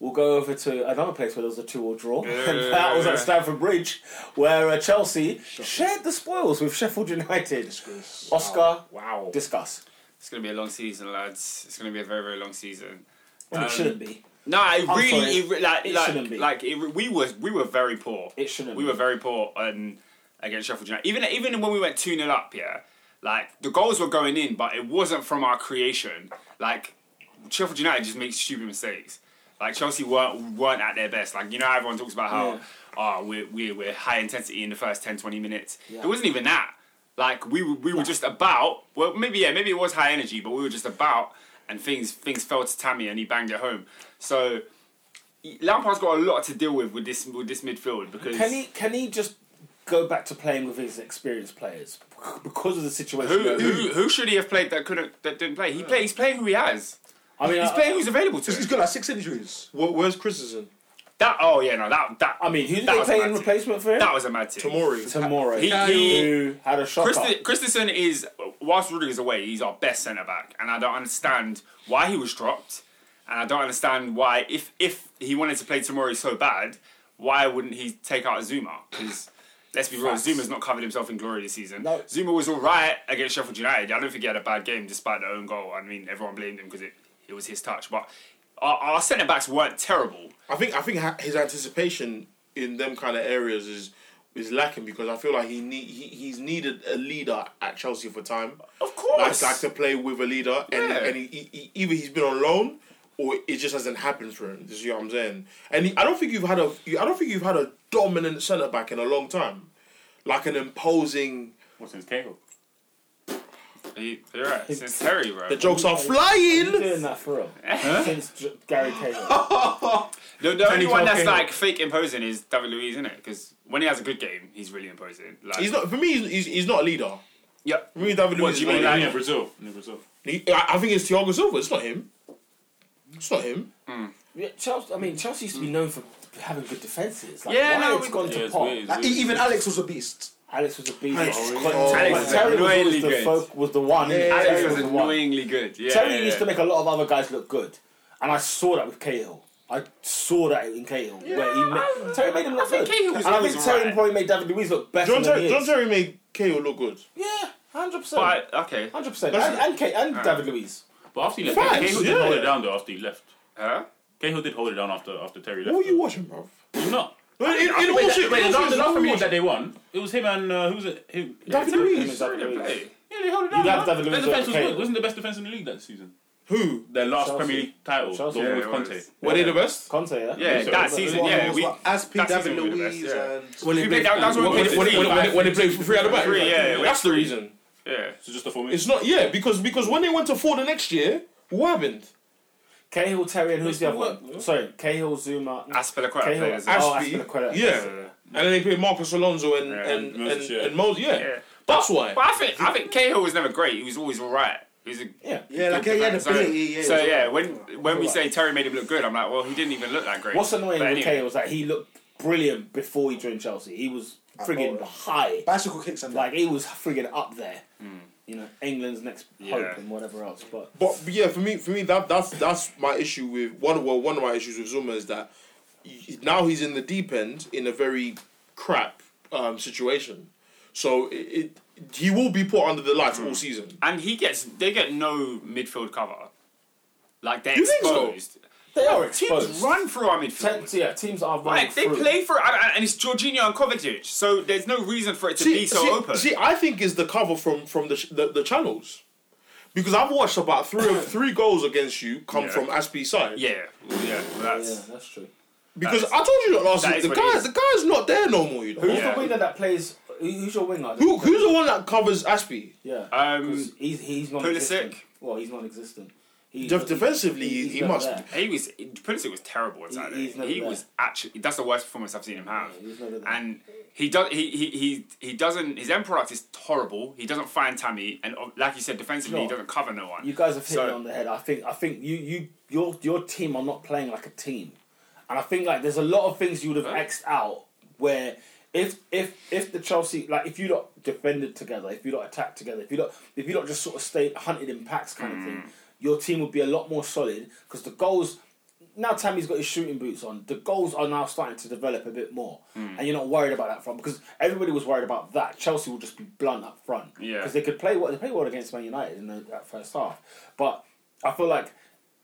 we'll go over to another place where there was a two-all draw. [LAUGHS] and that was at Stamford Bridge, where uh, Chelsea shared the spoils with Sheffield United. Oscar, Wow. discuss. It's going to be a long season, lads. It's going to be a very, very long season. Well, it shouldn't Um, be. No, it I'm sorry. really, it, re- like, It shouldn't like, be. like it, re- we was we were very poor. It shouldn't We be. were very poor and against Sheffield United. Even even when we went two 0 up, yeah, like the goals were going in, but it wasn't from our creation. Like Sheffield United just makes stupid mistakes. Like Chelsea weren't weren't at their best. Like you know, how everyone talks about how Yeah. oh, we're, we're we're high intensity in the first 10, 20 minutes. Yeah. It wasn't even that. Like we were- we were just about well maybe yeah maybe it was high energy but we were just about and things things fell to Tammy and he banged it home. So Lampard's got a lot to deal with with this with this midfield because Can he can he just go back to playing with his experienced players because of the situation? who, that- who who should he have played that couldn't that didn't play? He play he's playing who he has. I mean, He's I- playing who's available to He's him. got like six injuries. Wh- Where's Christensen? That oh yeah no that that I mean, who did That they was play in mad. replacement for him? that was a mad team. Tomori. Tomorrow. He- he- who had a shot. Christi- Christensen is whilst Rudiger's away, he's our best centre back, and I don't understand why he was dropped, and I don't understand why if if he wanted to play Tomori so bad, why wouldn't he take out Zuma? Because let's be real, Zuma's not covered himself in glory this season. No. Zuma was all right against Sheffield United. I don't think he had a bad game despite the own goal. I mean, everyone blamed him because it, it was his touch, but our, our centre backs weren't terrible. I think I think ha- his anticipation in them kind of areas is is lacking because I feel like he need he, he's needed a leader at Chelsea for time. Of course. Like, like to play with a leader, and Yeah. and he, he, he- either he's been on loan or it just hasn't happened for him. You see what I'm saying? And he, I don't think you've had a you- I don't think you've had a dominant centre back in a long time, like an imposing. What's his cable? Are you, are you right? Since Terry, bro. [LAUGHS] The jokes are He's flying. doing that for real since J- Gary Cahill. The, the only one that's Parker. like fake imposing is David Luiz, isn't it? Because when he has a good game, he's really imposing. Like, He's not for me. He's, he's, he's not a leader. Yeah. For me, David What Luiz do you is mean, not a like- Yeah, Brazil. Yeah, Brazil. leader. He- I I think it's Thiago Silva. It's not him. It's not him. Yeah, Chelsea. I mean, Chelsea used to be known for having good defenses. Like, Yeah, why no, it's we- gone Yeah, to it's pot. weird, it's Like, weird. e- even Alex was a beast. Alex was a beast. Oh, Terry Alex was is always annoyingly the good. folk was the one. Terry Alex was was the one. annoyingly good. Yeah, Terry yeah, used to yeah. make a lot of other guys look good, and I saw that with Cahill. I saw that in Cahill where he ma- Terry made him look think good, Cahill was and I always think Terry alright. probably made David Luiz look better. John than Terry, he John is. Terry made Cahill look good. Yeah, hundred percent, But okay, hundred percent, That's and and, Kay- and David Luiz. But after he left, Facts, Cahill did yeah. hold it down though. After he left, huh? Cahill did hold it down after after Terry left. What are you watching, bro? You're not. In, in, Wait, in all that- shit, wait, in all the shit, last who time was- that they won, it was him and uh, who was it? Who? David Him and Luiz. David Really Luiz. play. Yeah, they held it You'd down. have Their David Luiz defense was over Cahill. good. Wasn't the best defense in the league that season? Who? Their last Chelsea. Premier League title, Chelsea. the Yeah, one with it Conte. was. Were they the best? Conte, yeah, Yeah, that season. Yeah, we. as P. that David season we were the Luiz best, yeah. and E." When We played that- that's when we when, played when, three, when, like, when, when they played for three at the back. Three, yeah, yeah. That's the reason. Yeah. So just the formation. It's not yeah because because when they went to four the next year, what happened? Cahill, Terry, and who's the other what- one? Sorry, Cahill, Zuma, Aspilicueta Cahill, players. Aspi- Oh, Aspie. Aspilicueta. yeah, and then they played Marcus Alonso and Yeah, and and Moses, and, yeah. and Moses. Yeah, Yeah. that's why. But I think I think Cahill was never great. He was always all right. He was a Yeah. yeah, like yeah, he had so, ability. Yeah, so he was yeah, alright. when when we say Terry made him look good, I'm like, well, he didn't even look that great. What's annoying But with anyway. Cahill was that he looked brilliant before he joined Chelsea. He was friggin' high. bicycle kicks and Like, he was friggin' up there. You know, England's next Yeah. hope and whatever else. But But but yeah, for me, for me, that that's that's my issue with one. Well, one of my issues with Zuma is that he- now he's in the deep end in a very crap um, situation. So it, it he will be put under the lights Hmm. all season. and he gets they get no midfield cover. Like they're You think so? exposed. they are Teams exposed. run through our midfield. Te- so yeah, teams are running Like they through. play for and and it's Jorginho and Kovacic, so there's no reason for it to be so see, open. see, I think is the cover from from the sh- the, the channels because I've watched about three [LAUGHS] of three goals against you come Yeah. from Aspie's side. yeah, well, yeah, well, Yeah, that's that's true. because I told you that last that week. is The what it guy is. the guy's not there no more. You know Who's Yeah. the winger that plays? who- Who's your winger? who who's the one that covers Aspie? Yeah. Um, 'Cause he's, he's non-existent. Pulisic? Well, he's non-existent. He's, Def- defensively, he's he not must- there. he was Pulisic was terrible at Saturday. he's never he there. was actually that's the worst performance I've seen him have. Yeah, he's never there. and he does he, he he he doesn't his end product is horrible. He doesn't find Tammy, and uh, like you said, defensively he No. doesn't cover no one. You guys have hit So- it on the head. I think I think you you your your team are not playing like a team, and I think like there's a lot of things you would have xed out where if if if the Chelsea like if you lot defended together, if you lot attacked together, if you lot if you lot just sort of stayed hunted in packs kind of thing, your team would be a lot more solid because the goals. Now Tammy's got his shooting boots on. The goals are now starting to develop a bit more, and you're not worried about that front because everybody was worried about that. Chelsea will just be blunt up front Yeah. because they could play well. They played well against Man United in the, that first half, but I feel like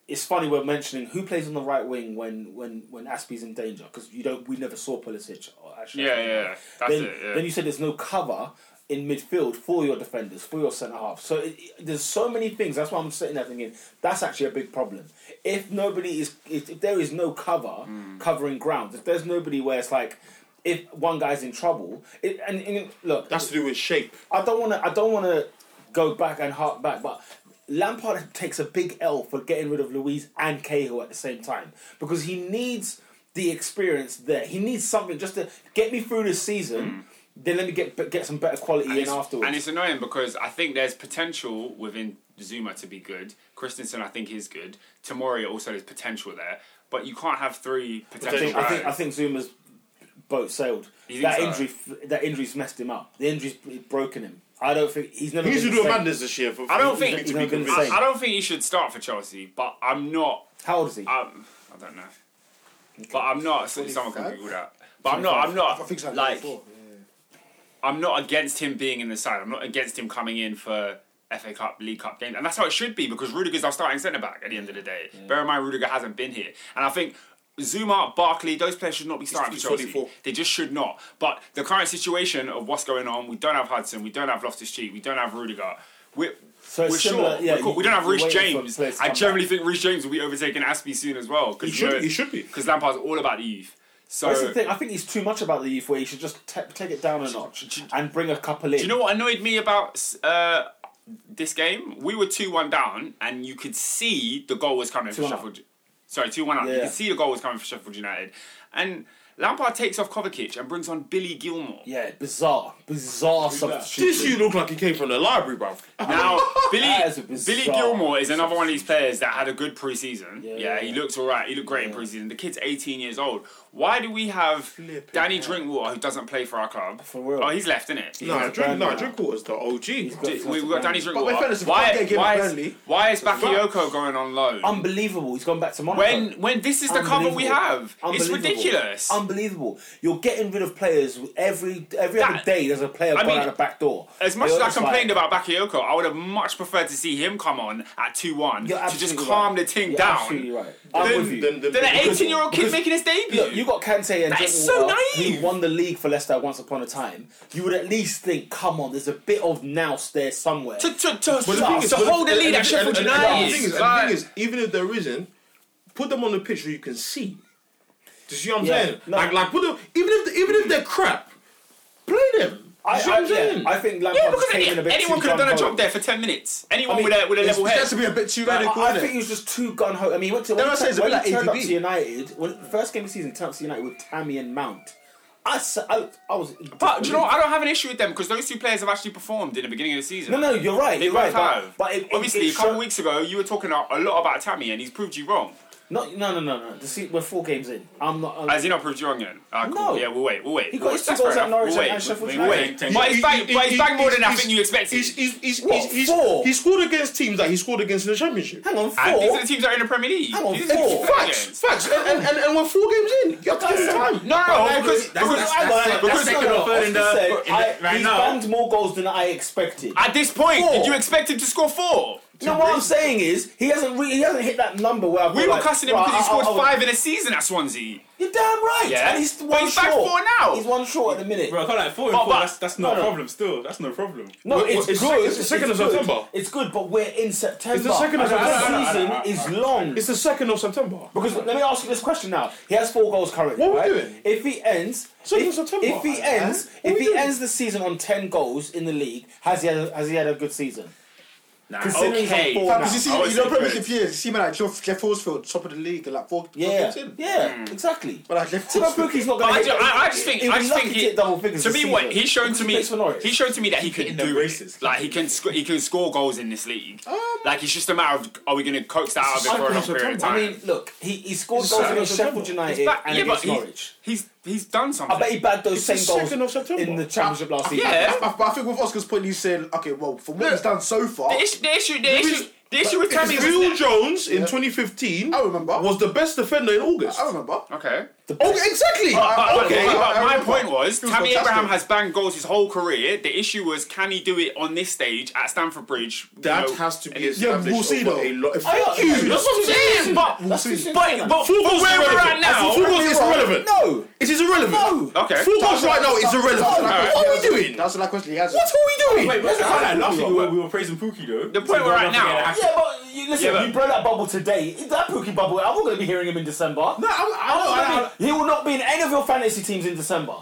it's funny we're mentioning who plays on the right wing when when when Aspie's in danger because you don't we never saw Pulisic or actually. yeah, yeah, yeah, that's Then, it. Yeah. then you said there's no cover in midfield for your defenders, for your centre half. So it, it- there's so many things. That's why I'm sitting there thinking that's actually a big problem. If nobody is, if, if there is no cover Hmm. covering ground, if there's nobody where it's like, if one guy's in trouble, it, and, and look, That's to do with shape. I don't want to. I don't want to go back and hark back, but Lampard takes a big L for getting rid of Louise and Cahill at the same time because he needs the experience there. He needs something just to get me through this season. Then let me get get some better quality in it's- afterwards. And it's annoying because I think there's potential within Zuma to be good. Christensen, I think, is good. Tomori also there's potential there. but you can't have three I potential think, I guys. think I think Zuma's boat sailed. You think That so? injury, that injury's messed him up. The injury's broken him. I don't think he's never. He needs to been do a the same. madness this year. For, I don't for think- me He's to never be been the convinced. same. I, I don't think he should start for Chelsea, but I'm not. How old is he? Um, I don't know. But I'm not. So someone can 25? Google that. But I'm not. I'm not. I think it's like, like 24, I'm not against him being in the side. I'm not against him coming in for FA Cup, League Cup games, and that's how it should be because Rudiger's our starting centre back at the end of the day. Bear in mind, Rudiger hasn't been here, and I think. Zuma, Barkley, those players should not be starting for he's Chelsea. 24. They just should not. But the current situation of what's going on, we don't have Hudson, we don't have Loftus Cheek, we don't have Rudiger. We're, So we're it's similar- short. yeah, we're cool. you- we don't have you're Rich waiting for James. players to I come generally think Rich James will be overtaking Aspie soon as well. He should, he should be. Because Lampard's all about the youth. So That's the thing. I think he's too much about the youth. Where he should just ta- take it down a notch and bring a couple in. Do you know what annoyed me about uh, this game? We were 2 1 down, and you could see the goal was coming for 2-1 up. Sheffield. Sorry, 2 1 up. You Yeah. could see the goal was coming for Sheffield United. And Lampard takes off Kovacic and brings on Billy Gilmore. Yeah, bizarre, bizarre This substitution. you look like he came from the library, bruv. [LAUGHS] Now, Billy, That is a bizarre Billy Gilmore is another one of these players that had a good preseason. Yeah, Yeah, he yeah. looked all right. He looked great in preseason. The kid's 18 years old. Why do we have Danny Drinkwater, who doesn't play for our club? For real. Oh, he's left, innit? He's No, a drink, brand no, now. drink water's the OG. We- We've got Danny Drinkwater. wait, fellas, if why, we can't get a game why, at is, Burnley, why is Bakayoko going on loan? Unbelievable. He's gone back to Monaco. when when this is the cover we have, it's Unbelievable. ridiculous. Unbelievable. You're getting rid of players every every other That- day. There's a player I gone mean, out the back door. as much You're as I just like- complained about Bakayoko, I would have much preferred to see him come on at two one You're to just absolutely calm right. the team You're Absolutely down. right. I'm Then- with you. Then, then, Then an because- eighteen year old kid because- making his debut. Look, you got Kante and That is so Drinkwater, naive. who won the league for Leicester once upon a time. You would at least think, come on, there's a bit of nous there somewhere. to to, to, But to is- hold the and lead and at Sheffield and- and- and The thing is, United. and the Like, thing is, even if there isn't, put them on the pitch where you can see. Do you see what I'm Yeah. saying? No. Like, like put them. Even if the, even if they're crap, play them. I, Do you see what I, I'm yeah, saying? I think Lampard Yeah, because came in a bit anyone too could have done a gung-ho. job there for ten minutes. Anyone I mean, with a with a It's, level it head. has to be a bit too I, radical. I innit? think he was just too gun ho. I mean, he went to when, No, I he, say it's a when bit he like turned up E ADB. to United, when first game of the season, he turned up to United with Tammy and Mount. I, s- I, I was. But do you know, what? I don't have an issue with them because those two players have actually performed in the beginning of the season. No, no, you're right. They You're both right. have. But, but it, it- Obviously, it a couple showed- weeks ago, you were talking a a lot about Tammy, and he's proved you wrong. No, no, no, no, no. The se- we're four games in. I'm not. I'm, Has he not proved you wrong yet? Ah, cool. No. Yeah, we'll wait. We'll wait. He got We'll- his two that's goals fair at enough. Norwich We'll and wait. Sheffield We'll United. wait. But he's back. But he's back more than I he's- think you expected. He's, he's, he's, What, he's, he's, four? he scored against teams that he scored against in the championship. hang on, four. And these are the teams that are in the Premier League. Hang on, These are the four. teams that are Facts, against. facts, and, and, and, and we're four games in. You have to give it time. No, no, because because- that's- that's- that's- because- that's second or third in the- in the- I, right he's now. banged more goals than I expected. at this point, did Four. you expect him to score four? no, what I'm saying is he hasn't re- he hasn't hit that number where I We feel were like, cussing him right, because he I- I- scored I was- five in a season at Swansea. You're damn right. Yeah. and he's But one he's short. back four now. He's one short at the minute. Bro, I can't like four and But- four. but- that's that's not no, a no. problem. Still, that's no problem. No, it's, it's good. second- it's the second of good. September. It's good, but we're in September. It's the second of And September. The season is long. It's the second of September. Because let me ask you this question now. He has four goals currently. What are we right? doing? If he ends, So if, it's September. if he Huh? ends, What are if we he doing? ends the season on ten goals in the league, has he had a, has he had a good season? Considering he's on okay. four Fam, now. you see, I you was know, Premier surprised. League years, you see, man, like Jeff, Jeff Horsfield, top of the league, like four, four Yeah, games in. yeah, exactly. But like Jeff So that Horsfield, Brookie's not But going I to. ju- I- I just think- I just think he- double figures. To this me, season. what he's shown to me, Because he plays for Norwich. he showed to me that he can do it. braces. Like he can, sc- he can score goals in this league. like it's just a matter of are we going to coax that out of him for a long period of time? I mean, look, he, he scored goals against Sheffield United But- and yeah, but against he- Norwich. he's he's done something. I bet he bagged those same the second of goals September. in the Championship last season. yeah. [LAUGHS] but, but I think with Oscar's point, he's saying, okay, well, from what he's done so far, The issue, the issue, the issue, the issue with it's Tammy was Phil Jones in 2015 I remember. was the best defender in August. I remember. okay. Oh, exactly. But, but- okay, but I- I uh, my remember. point was, He Tammy was fantastic. Abraham has banged goals his whole career. The issue was, can he do it on this stage at Stamford Bridge? You That know, has to be Yeah, established we'll see over though. a lot. I- Thank you. I- That's what I'm saying. But, but, We'll see. but, but Four goals where we're at irrelevant. now, Four goals is irrelevant. No, It is irrelevant. no. okay. Four goals right now is That's irrelevant. the last What are we question he doing? hasn't. That's the last question he has. What are we doing? Wait, but I can't lie. Last week Pookie, we but- were, we were praising Pookie though. The point we're at now- Yeah, but you, listen, Yeah, but- you blow that bubble today. That Pookie bubble, I'm not going to be hearing him in December. No, I'm, I- not gonna be- He will not be in any of your fantasy teams in December.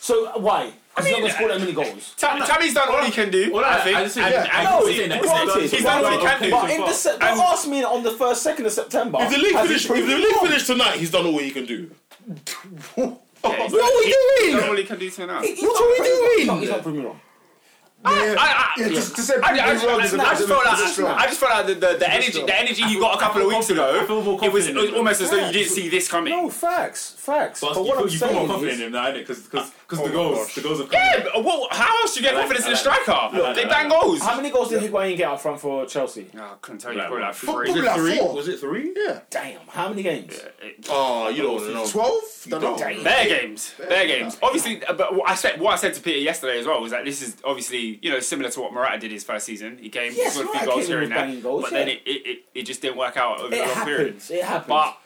So why? He's not going to score uh, that many goals. Ta- Tammy's done all he can do. Well, I I- think. I just think- and, yeah, and- I No, he's saying that he's granted, done- he's done all he can do. But in so far. December, And- ask me on the first, second of September. If the league has he finish, if proved the me league wrong? finish tonight, he's done all he can do. Yeah, he's What are we he's doing? done all he can do to now. He's What not are we proved- he's not- doing? He's not proved me wrong. Yeah, I- I- yeah, just, just say I, Big I, I, Ben's wrong just- is a- I is just a- felt like is a strong. I just felt like the, the, the energy the energy you got a couple of weeks ago I feel more it was, it confident was in him. almost as though you didn't see this coming. No, facts, facts. But, you what feel- I'm you feel more saying confident is, in him now, innit? Because because Oh the my goals gosh. the goals have come. Yeah, but well, how else do you get I like- confidence I in a like- striker? Look, they I bang like- goals. how many goals did Higuain get up front for Chelsea? No, I couldn't tell you. Like, Probably like Fuck, three. probably like four. Was it three? Yeah, Damn, how many games? Ah, Oh, you don't want to know. 12? You Don't know. don't. Their games, their games. Obviously, uh, but what I said what I said to Peter yesterday as well was that this is obviously you know similar to what Morata did his first season. He came Yes, scored a few Morata goals came here in and with there, banging goals, but then yeah. it, it, it, it just didn't work out over the It long period. happens. It happens. But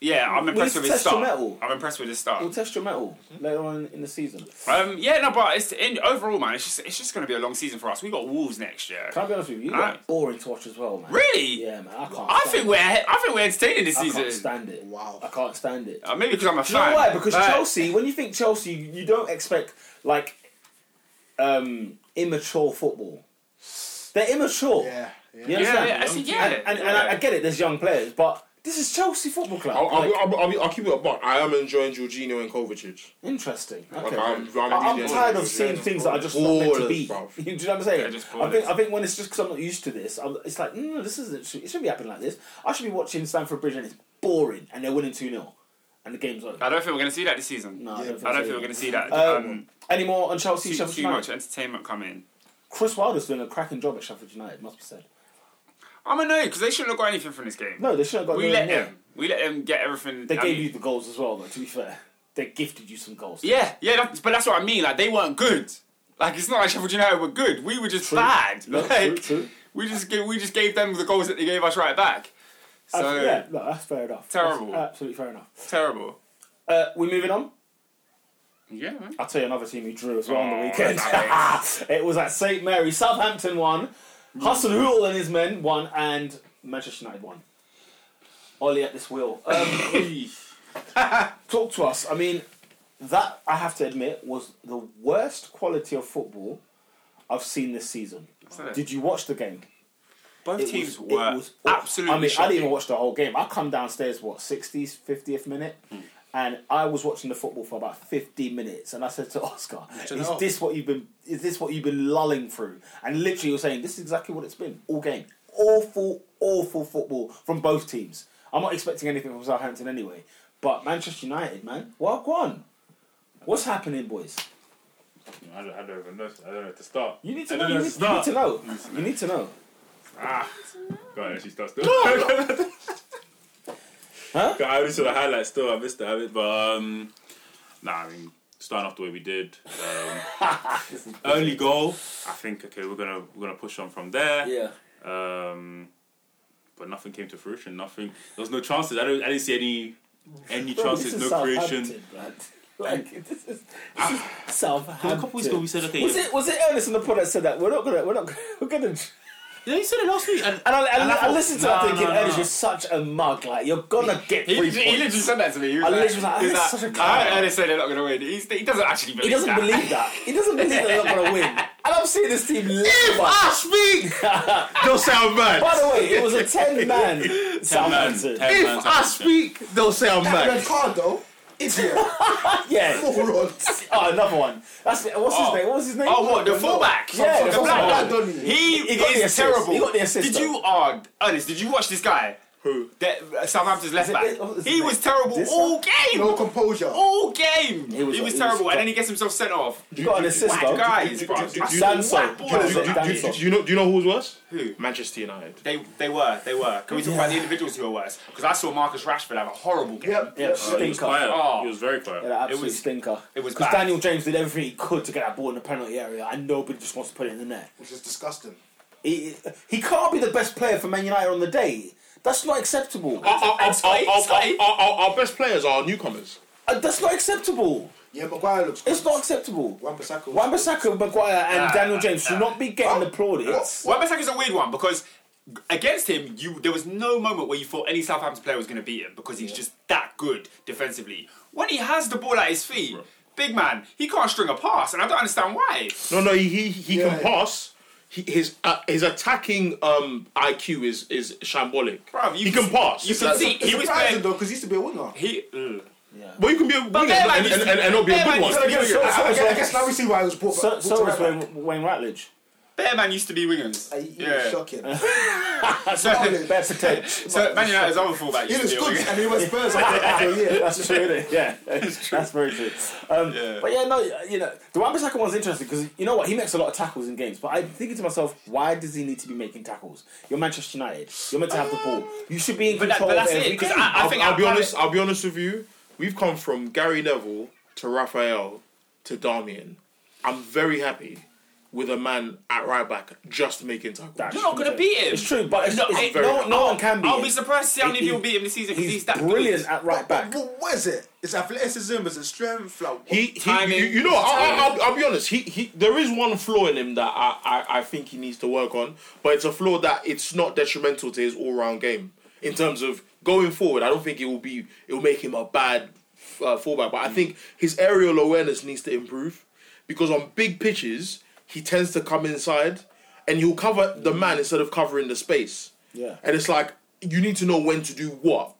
yeah, I'm impressed need with to his test your start. mettle. I'm impressed with his start. we'll test your metal later on in the season. Um, yeah, no, but it's in overall, man. It's just it's just going to be a long season for us. We got Wolves next year. Can I be honest with you? You Alright. got boring to watch as well, man. Really? Yeah, man. I can't. I stand think it. we're I think we're entertaining this I can't season. stand it. Wow. I can't stand it. Uh, maybe because I'm a You know fan. why? Because Like, Chelsea, when you think Chelsea, you don't expect like um immature football. They're immature. Yeah, You yeah. Yeah, understand? yeah, I see, yeah. And, and, and I, I get it. There's young players, but this is Chelsea Football Club. I'll, I'll, Like, I'll, I'll, be- I'll keep it a buck. I am enjoying Jorginho and Kovacic. interesting. Like, Okay. I'm, I'm, I- I'm really tired of enjoying seeing Jorginho. things that are just not meant to Ballers, be. [LAUGHS] bruv. you know what I'm saying? Yeah, just I think ballers. I think when it's just because I'm not used to this, I'm, it's like no, no, this isn't. It shouldn't be happening like this. I should be watching Stamford Bridge and it's boring, and they're winning two 0 and the game's on. I don't think we're going to see that this season. No, I I don't don't think, think so we're either. going to see that. Um, Um, Any more on Chelsea? too, Sheffield too United? much entertainment coming. Chris Wilder's doing a cracking job at Sheffield United, must be said. I'm annoyed because they shouldn't have got anything from this game. No, they should have got. we no let more. them. We let them get everything. They I gave mean- you the goals as well, though. To be fair, they gifted you some goals. Yeah, yeah, that's, but that's what I mean. Like they weren't good. Like it's not like Sheffield United were good. We were just bad. No, like true, true. we just gave, we just gave them the goals that they gave us right back. So Absolutely, yeah, no, that's fair enough. Terrible. That's absolutely fair enough. terrible. Uh, we're moving on. Yeah, man. I'll tell you another team who drew as well on the weekend. nice. [LAUGHS] it was at St Mary. Southampton won. Hassan Hool and his men won, and Manchester United won. Ollie at this wheel. Um, [LAUGHS] talk to us. I mean, that I have to admit was the worst quality of football I've seen this season. it? Did you watch the game? Both It teams was- it were was awful. absolutely. I mean, I shocking. didn't even watch the whole game. I come downstairs, what, 60th, 50th minute? Hmm. And I was watching the football for about 15 minutes. And I said to [LAUGHS] Oscar, Turn it is off." this what you've been, is this what you've been lulling through? And literally you're saying, this is exactly what it's been all game. Awful, awful football from both teams. I'm not expecting anything from Southampton anyway. But Manchester United, man, well, go on. What's happening, boys? I don't, I don't even know. I don't know where to start. You need to I know. don't You where need, you need to know. Mm. You need to know. Ah, God, she starts. [LAUGHS] Huh? I only saw the highlights. Still, I missed it. I missed, but um, nah. I mean, starting off the way we did. [LAUGHS] Um, early goal. I think okay, we're gonna we're gonna push on from there. Yeah. Um, but nothing came to fruition. Nothing. There was no chances. I don't. I didn't see any [LAUGHS] any chances. no creation. ah, Like this is, this is Southampton. A couple weeks ago, we said okay. was yeah. it was it Ernest in the pod that said that we're not gonna we're not gonna, [LAUGHS] we're gonna and Yeah, you said it last week. And, I, I, And I I thought, listened to no, that thinking no, no. Ernest you're such a mug like you're gonna get He, three he points. literally said that to me. He was I like, literally was like, he "This is such a I clown." heard him say they're not going to win. He's, he doesn't actually believe he doesn't that. believe that. He doesn't believe that they're not [LAUGHS] gonna win. And I'm seeing this team If live. I [LAUGHS] speak, Don't sound mad. By the way, it was a ten [LAUGHS] man Southampton. Ten man, if I Southampton. speak, don't sound red mad. card though. Idiot. [LAUGHS] Yeah. Morons. Oh, another one. That's it. what's Oh. his name? What's his name? Oh, what? The fullback? Yeah, the the black fullback. one. He, He got the is assist. terrible. He got the assist, Did though. you, oh, Ernest, did you watch this guy? Who? That, uh, Southampton's left it back. this- oh, is He it was this terrible one? all game. No composure. all game. He He was, was- he was- terrible, and then he gets himself sent off. He got an assist Whack though. guys, bro. do- do- That's do- some do- whack do- ballers. Do, do, do- do- do you know? Do you know who was worse? Who? Manchester United. They, they were, they were. Can we talk about the individuals who were worse? Because I saw Marcus Rashford have a horrible game. Yep. Yeah, He was stinker. quiet. Oh. He was very quiet. Yeah, that absolute It was- stinker. it was because bad. Daniel James did everything he could to get that ball in the penalty area, and nobody just wants to put it in the net. Which is disgusting. He, he can't be the best player for Man United on the day. That's not acceptable. Uh, Our, our, our, Scotty, our- Scotty. our- our- our best players are newcomers. Uh, That's not acceptable. Yeah, Maguire looks It's not acceptable. Wan-Bissaka was- Wan-Bissaka, Maguire, and Nah, Daniel James should nah. not be getting applauded. Well, Bissaka is a weird one because against him, you there was no moment where you thought any Southampton player was going to beat him because he's just that good defensively. When he has the ball at his feet, big man, he can't string a pass, and I don't understand why. No, no, he he, he Yeah. can pass. He, his uh, his attacking um, IQ is is shambolic. Bruv, you he can pass. You can see It's he was surprising playing. though, because he used to be a winner. He, ugh. but you can be a winner Bearman and, used and, to- and, and not be a Bearman good one. used to be I, a- I, I guess now we see why he was brought So, brought so to was right back. [LAUGHS] Wayne, Wayne Ratledge. Bear Man used to be wingers. Uh, yeah. shocking. so, Bare potential. so Man United's other fullback He used to looks be a good, winger. and he [LAUGHS] was Spurs after a year. That's true, isn't it? Yeah, [LAUGHS] that's true. That's very true. Um, Yeah. But yeah, no, you know, the Wan-Bissaka one's interesting because you know what? He makes a lot of tackles in games, but I'm thinking to myself, why does he need to be making tackles? You're Manchester United. You're meant to have the ball. You should be in But, that, control. but of that's every it. Because game. I, I I'll, think I'll be I'd- honest. I'll be honest with you. We've come from Gary Neville to Raphael to Darmian. I'm very happy with a man at right back just making tackles. That's You're not gonna beat him. It's true, but it's, No, no, it's, it- no, no one can be. I'll be surprised to see how many He- people beat him this season because He's, he's, that good. brilliant at But, right back. but what is it? It's athleticism, it's a strength. Like, He, he you, Timing. you know, I, I, I'll, I'll be honest. He, he, there is one flaw in him that I, I, I think he needs to work on, but it's a flaw that it's not detrimental to his all-round game in terms of going forward. I don't think it will be. It will make him a bad uh, fullback, but I think his aerial awareness needs to improve because on big pitches he tends to come inside and he'll cover the man instead of covering the space. Yeah. And it's like you need to know when to do what.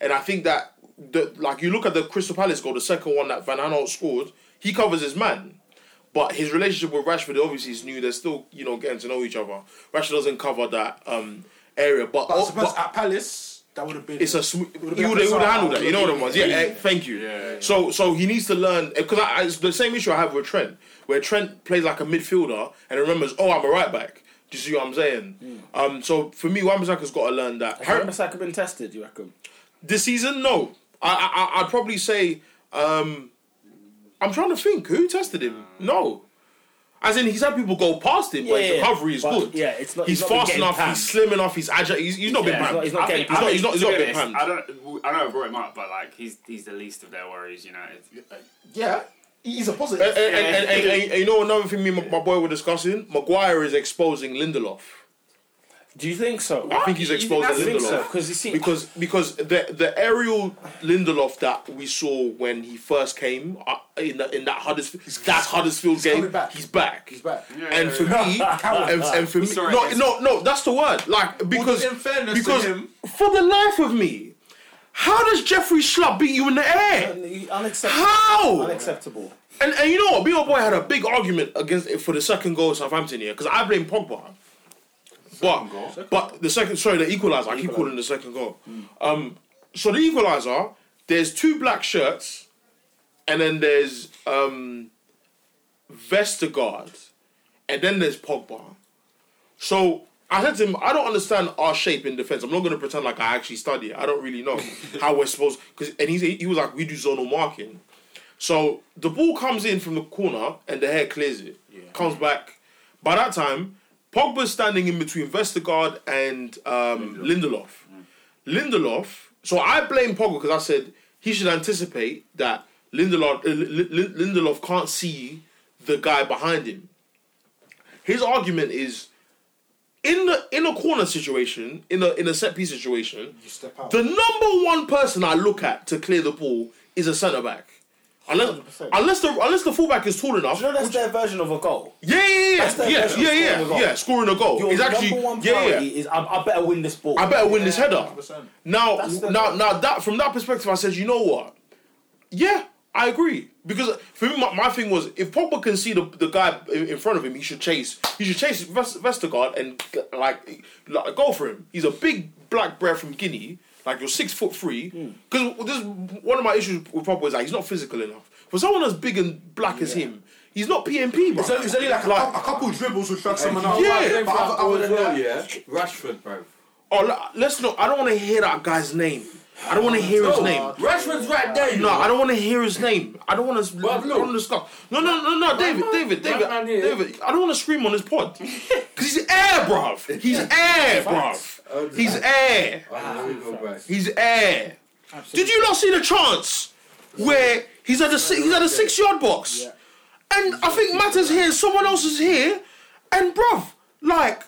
And I think that the like you look at the Crystal Palace goal, the second one that Van Aanholt scored, he covers his man. But his relationship with Rashford obviously is new. They're still, you know, getting to know each other. Rashford doesn't cover that um, area, but, I oh, suppose but at Palace, that would have been. it's a sm- he would been have like handled Salah. that. You know what it was? Yeah. eh, thank you. So so he needs to learn because I, I- it's the same issue I have with Trent, where Trent plays like a midfielder and remembers, oh, I'm a right back. Do you see what I'm saying? Um, so for me, Wan-Bissaka's got to learn that. Has Har- Wan-Bissaka been tested? You reckon? this season, no. I, I I'd probably say um, I'm trying to think who tested him. No, as in he's had people go past him, but Yeah, his recovery is but good. yeah, it's not- He's, he's not been fast getting enough. panned. He's slim enough. He's agile. He's, he's not Yeah, been he's panned. not, he's not I getting. think- He's not- he's not- he's to not be been honest, panned. I don't. I know I brought him up, but like he's he's the least of their worries. United. Yeah, he's a Uh, positive. And, and, and, and, and, and you know another thing me and my boy were discussing? Maguire is exposing Lindelof. Do you think so? I think he's exposing I think Lindelof. so because you see, because because the the aerial Lindelof that we saw when he first came uh, in the, in that Huddersfield that Huddersfield game coming back. he's back He's back. and [LAUGHS] for me and, and for me saw it no against- no no that's the word like because in fairness to because him- for the life of me how does Jeffrey Schlupp beat you in the air unacceptable. how Unacceptable. and, and you know what? Bill Boy had a big argument against for the second goal of Southampton here because I blame Pogba. But but the second sorry the equalizer I keep calling it the second goal. Um, so the equalizer there's two black shirts, and then there's um, Vestergaard, and then there's Pogba. So I said to him, I don't understand our shape in defense. I'm not going to pretend like I actually study it. I don't really know how we're supposed. Cause, and he he was like, we do zonal marking. So the ball comes in from the corner and the hair clears it. Comes back. By that time, Pogba's standing in between Vestergaard and um, Lindelof. Lindelof. So I blame Pogba because I said he should anticipate that Lindelof uh, Lin- Lin- Lindelof can't see the guy behind him. His argument is in the in a corner situation, in a in a set piece situation, step out. the number one person I look at to clear the ball is a centre back. Unless, 100%. unless the unless the fullback is tall enough, You know that's their version of a goal. yeah, yeah, yeah, their yeah, version yeah, of yeah, scoring a goal. yeah, scoring a goal. Your it's actually number one yeah, priority yeah. is I, I better win this ball. I better win this header. 100%. Now, That's the- now, now that from that perspective, I said, you know what? Yeah, I agree because for me, my, my thing was if Pogba can see the, the guy in, in front of him, he should chase. He should chase Ves- Vestergaard and like, like go for him. He's a big black bear from Guinea. Like you're six foot three. Hmm. Because this one of my issues with Pogba is that he's not physical enough. For someone as big and black as him, he's not PMP, bro. It's only, it's only like, a, cou- a couple dribbles would drag someone out. Yeah. Like, But but other- other than that- yeah. Rashford, bro. Oh, la- let's not. I don't want to hear that guy's name. I don't want to hear his name. Rashford's right there. You No, know. I don't want to hear his name. I don't want to. Well, I don't want to discuss. No, no, no, no, David, David, David, man here. David. I don't want to scream on [LAUGHS] his pod because he's air, bruv. He's air, Oh, bruv. He's air. Ah, here we go, bro. He's air. Did you not see the chance where he's at the si- he's at a six yard box, and I think Matters here, someone else is here, and bruv, like,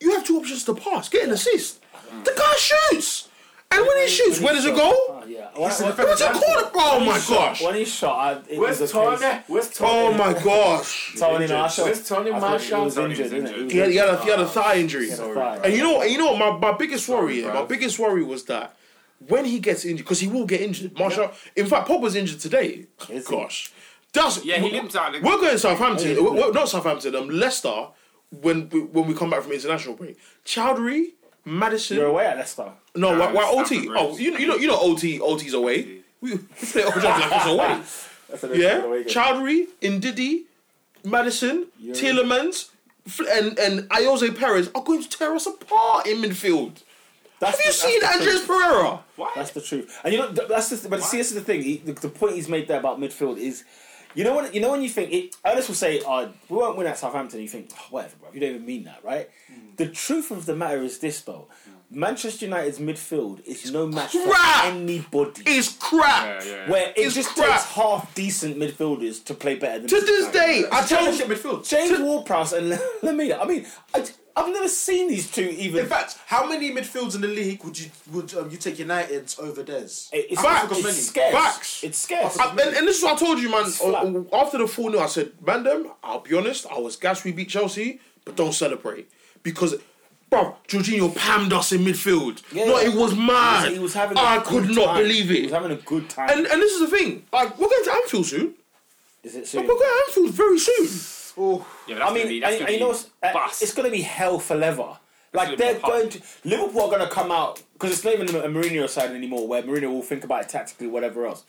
you have two options to pass, get an assist. The guy shoots, and when he shoots, where does it go? Oh, yeah. When, when, It was a corner. Oh my gosh. when he shot, I, it Where's was a case- Tony? Where's Oh Tony? my gosh. Tony Marshall. Where's Tony I thought He Marshall? was Tony was injured, isn't injured. he? He He was had, he had, a, he had a thigh injury. injured. Fine. And you know, and you know, my, my biggest worry, Sorry, my bro. biggest worry was that when he gets injured, because he will get injured. Marshall, in fact, Pogba's injured today. Is he? Gosh, that's Yeah, he we- limped out. We're going Southampton. We're, we're- not Southampton. Um, Leicester when we, when we come back from international break. Chowdhury, Madison. You're away at Leicester. no, why, why it's OT? Stamford Oh, Bridge. you know, you know, you know OT. OT's away. We we play Old Trafford like it's away. That's a Yeah, Chowdhury, Ndidi, Madison, Tielemans, Fl- and and Iose Perez are going to tear us apart in midfield. That's Have you the- that's seen the truth. Andres Pereira? That's the truth. And you know, th- that's the th- but see, this is the thing. He, the, the point he's made there about midfield is, you know, when you know when you think it, Ernest will say, uh, "We won't win at Southampton." You think, oh, whatever, bro. You don't even mean that, right? Mm. The truth of the matter is this, though. Manchester United's midfield is no match crap! for anybody. It's crap. Yeah, yeah. where it it's just crap. takes half decent midfielders to play better than To this day, I tell Championship midfield. James Ward-Prowse and [LAUGHS] Lamina. I mean, I, have never seen these two even. In fact, how many midfields in the league would you would um, you take United's over [LAUGHS] theirs? It- it's, Facts. it's scarce. Facts. Oh, It's scarce. I- and, and this is what I told you, man. flat. Uh, After the 4 0, I said, man, them, I'll be honest, I was gassed we beat Chelsea, but don't celebrate. Because, bro, Jorginho pammed us in midfield. Yeah, no, yeah. it was mad. He was having. a I good could not time. believe He was it. having a good time. And, and this is the thing, like, we're going to Anfield soon. is it soon? We're going to Anfield very soon. Yeah, I mean, and, and you know, what's- uh, it's going to be hell for leather. Like gonna be they're hot. going to Liverpool are going to come out because it's not even a Mourinho side anymore, where Mourinho will think about it tactically, whatever else.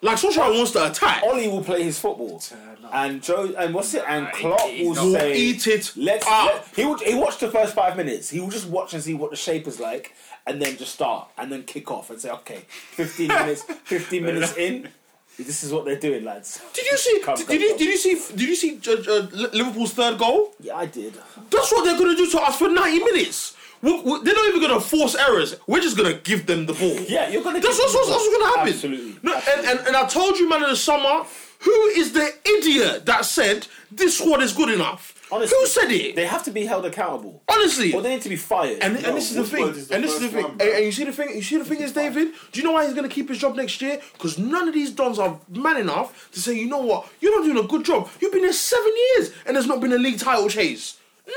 Like, Solskjaer wants to attack. Ollie will play his football, and Joe and what's it? And he- Klopp he's will not- We'll say, eat it Let's. up. Let, he would. He watched the first five minutes. He will just watch and see what the shape is like, and then just start and then kick off and say, okay, [LAUGHS] fifteen minutes. Fifteen minutes in, this is what they're doing, lads. Did you see? Come, did, come, you come. did you see? Did you see uh, uh, Li- Liverpool's third goal? Yeah, I did. That's what they're gonna do to us for ninety minutes. we we they're not even gonna force errors. We're just gonna give them the ball. Yeah, you're gonna. That's get- what's, what's, what's gonna happen. Absolutely. No, absolutely. And, and, and I told you, man, in the summer, who is the idiot that said this squad is good enough? Honestly. who said it? they have to be held accountable. Honestly. Or they need to be fired. And, and this is the thing. Woodward is the and this is the first thing. one, and, bro. and you see the thing. You see the thing is, David. Do you know why he's going to keep his job next year? Because none of these dons are man enough to say, you know what, you're not doing a good job. You've been there seven years, and there's not been a league title chase. None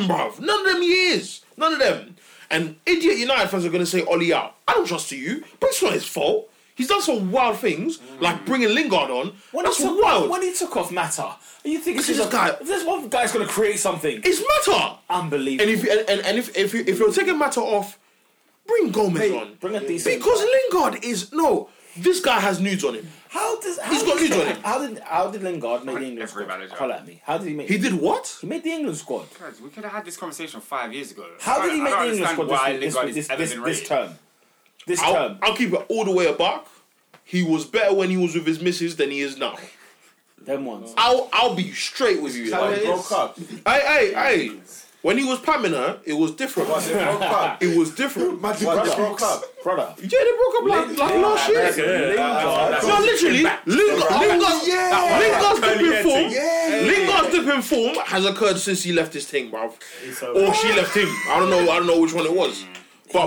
of them, bruv. None of them years. None of them. And idiot United fans are going to say Ollie out. I don't trust you, but it's not his fault. He's done some wild things, like bringing Lingard on. when That's he took, wild. When he took off Matter, and you think Look at this this guy. If there's one guy's going to create something, it's matter. unbelievable. And if and, and, and if, if you- if you're taking matter off, bring Gomez on. Bring a decent. Because Lingard is no. This guy has nudes on him. how does how He's did, got nudes on him. How did how did Lingard make the England every squad? manager. Holler at me. How did he make? He did what? He made the England squad. Guys, we could have had this conversation five years ago. How I- did he I make don't the England understand squad why this, Lingard this, is this, ever this, been this rated. term? This I'll, term. I'll keep it all the way back. He was better when he was with his missus than he is now. Them ones. I'll I'll be straight with you. How Like, it is? Broke up. hey hey hey. When he was pamming her, it was different. What, they broke up? It was different. What, they broke up? Brother. Yeah, they broke up like, like last year. No, literally, Lingard, Lingard, Yeah. Lingard's dip in form. Yeah. Lingard's dip in form has occurred since he left his thing, bruv. Or she left him. I don't know. I don't know which one it was. But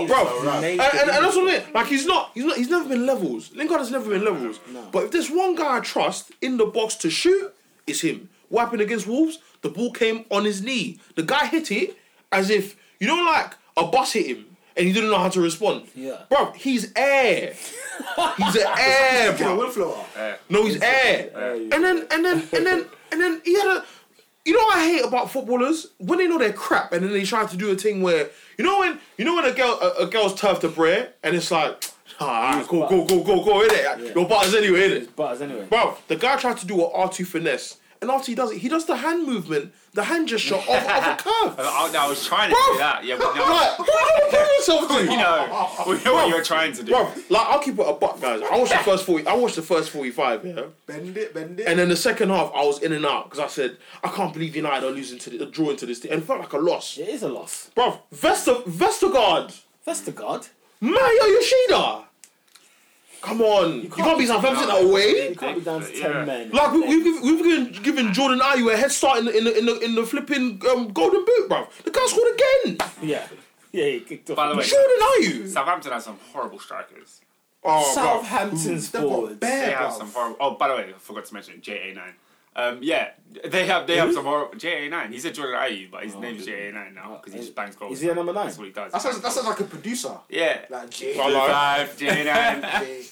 Mm. He's bruv, so right. and, and, and that's what I'm saying. Like he's not, he's not, he's never been levels. Lingard has never been levels. But if there's one guy I trust in the box to shoot, it's him. Wiping against Wolves, the ball came on his knee. The guy hit it as if you know, like a bus hit him and he didn't know how to respond. Yeah. bruv, he's [LAUGHS] air. he's an air, Yeah, bro. Will Flower. No, he's air. And then and then and then and then he had a. You know what I hate about footballers when they know they're crap and then they try to do a thing where you know when you know when a girl a, a girl's turf to bread and it's like ah go go go go go in it your butters anyway in it. But as anyway. Bro, the guy tried to do an R two finesse and after he does it he does the hand movement the hand gesture of, of [LAUGHS] a I, curve. I- I was trying to Bro, do that. Yeah, but no. [LAUGHS] like, what are you doing yourself [LAUGHS] to? You know, we know what you were trying to do. Bro, like I'll keep it a buck, guys. [LAUGHS] I watched the first forty. I watched the first forty-five. Yeah. Bend it, bend it. And then the second half, I was in and out because I said, I can't believe United are losing to the, drawing to this thing. And it felt like a loss. It is a loss. Bruv, Vester, Vestergaard, Vestergaard. Mario Yoshida. Come on. You can't, be Southampton away. You can't be down to Yeah. ten men. Like, we, we've, given- we've given, given Jordan Ayew a head start in the, in the, in the, in the flipping um, golden boot, bruv. The guy scored again. Yeah. Yeah, he kicked off. By the way, Jordan Ayew. Southampton has some horrible strikers. Oh, bruv. Southampton's They've got forwards. bare They have bruv. some horrible. Oh, by the way, I forgot to mention JA9. Um, yeah, they have they have some horrible JA9. He's a Jordan Ayew, but his name's JA9 now because he just bangs goals. Oh, Is he a number nine? That's what he does. That sounds, that sounds like a producer. yeah. Like Jay. I like- Five, JA9. Jay.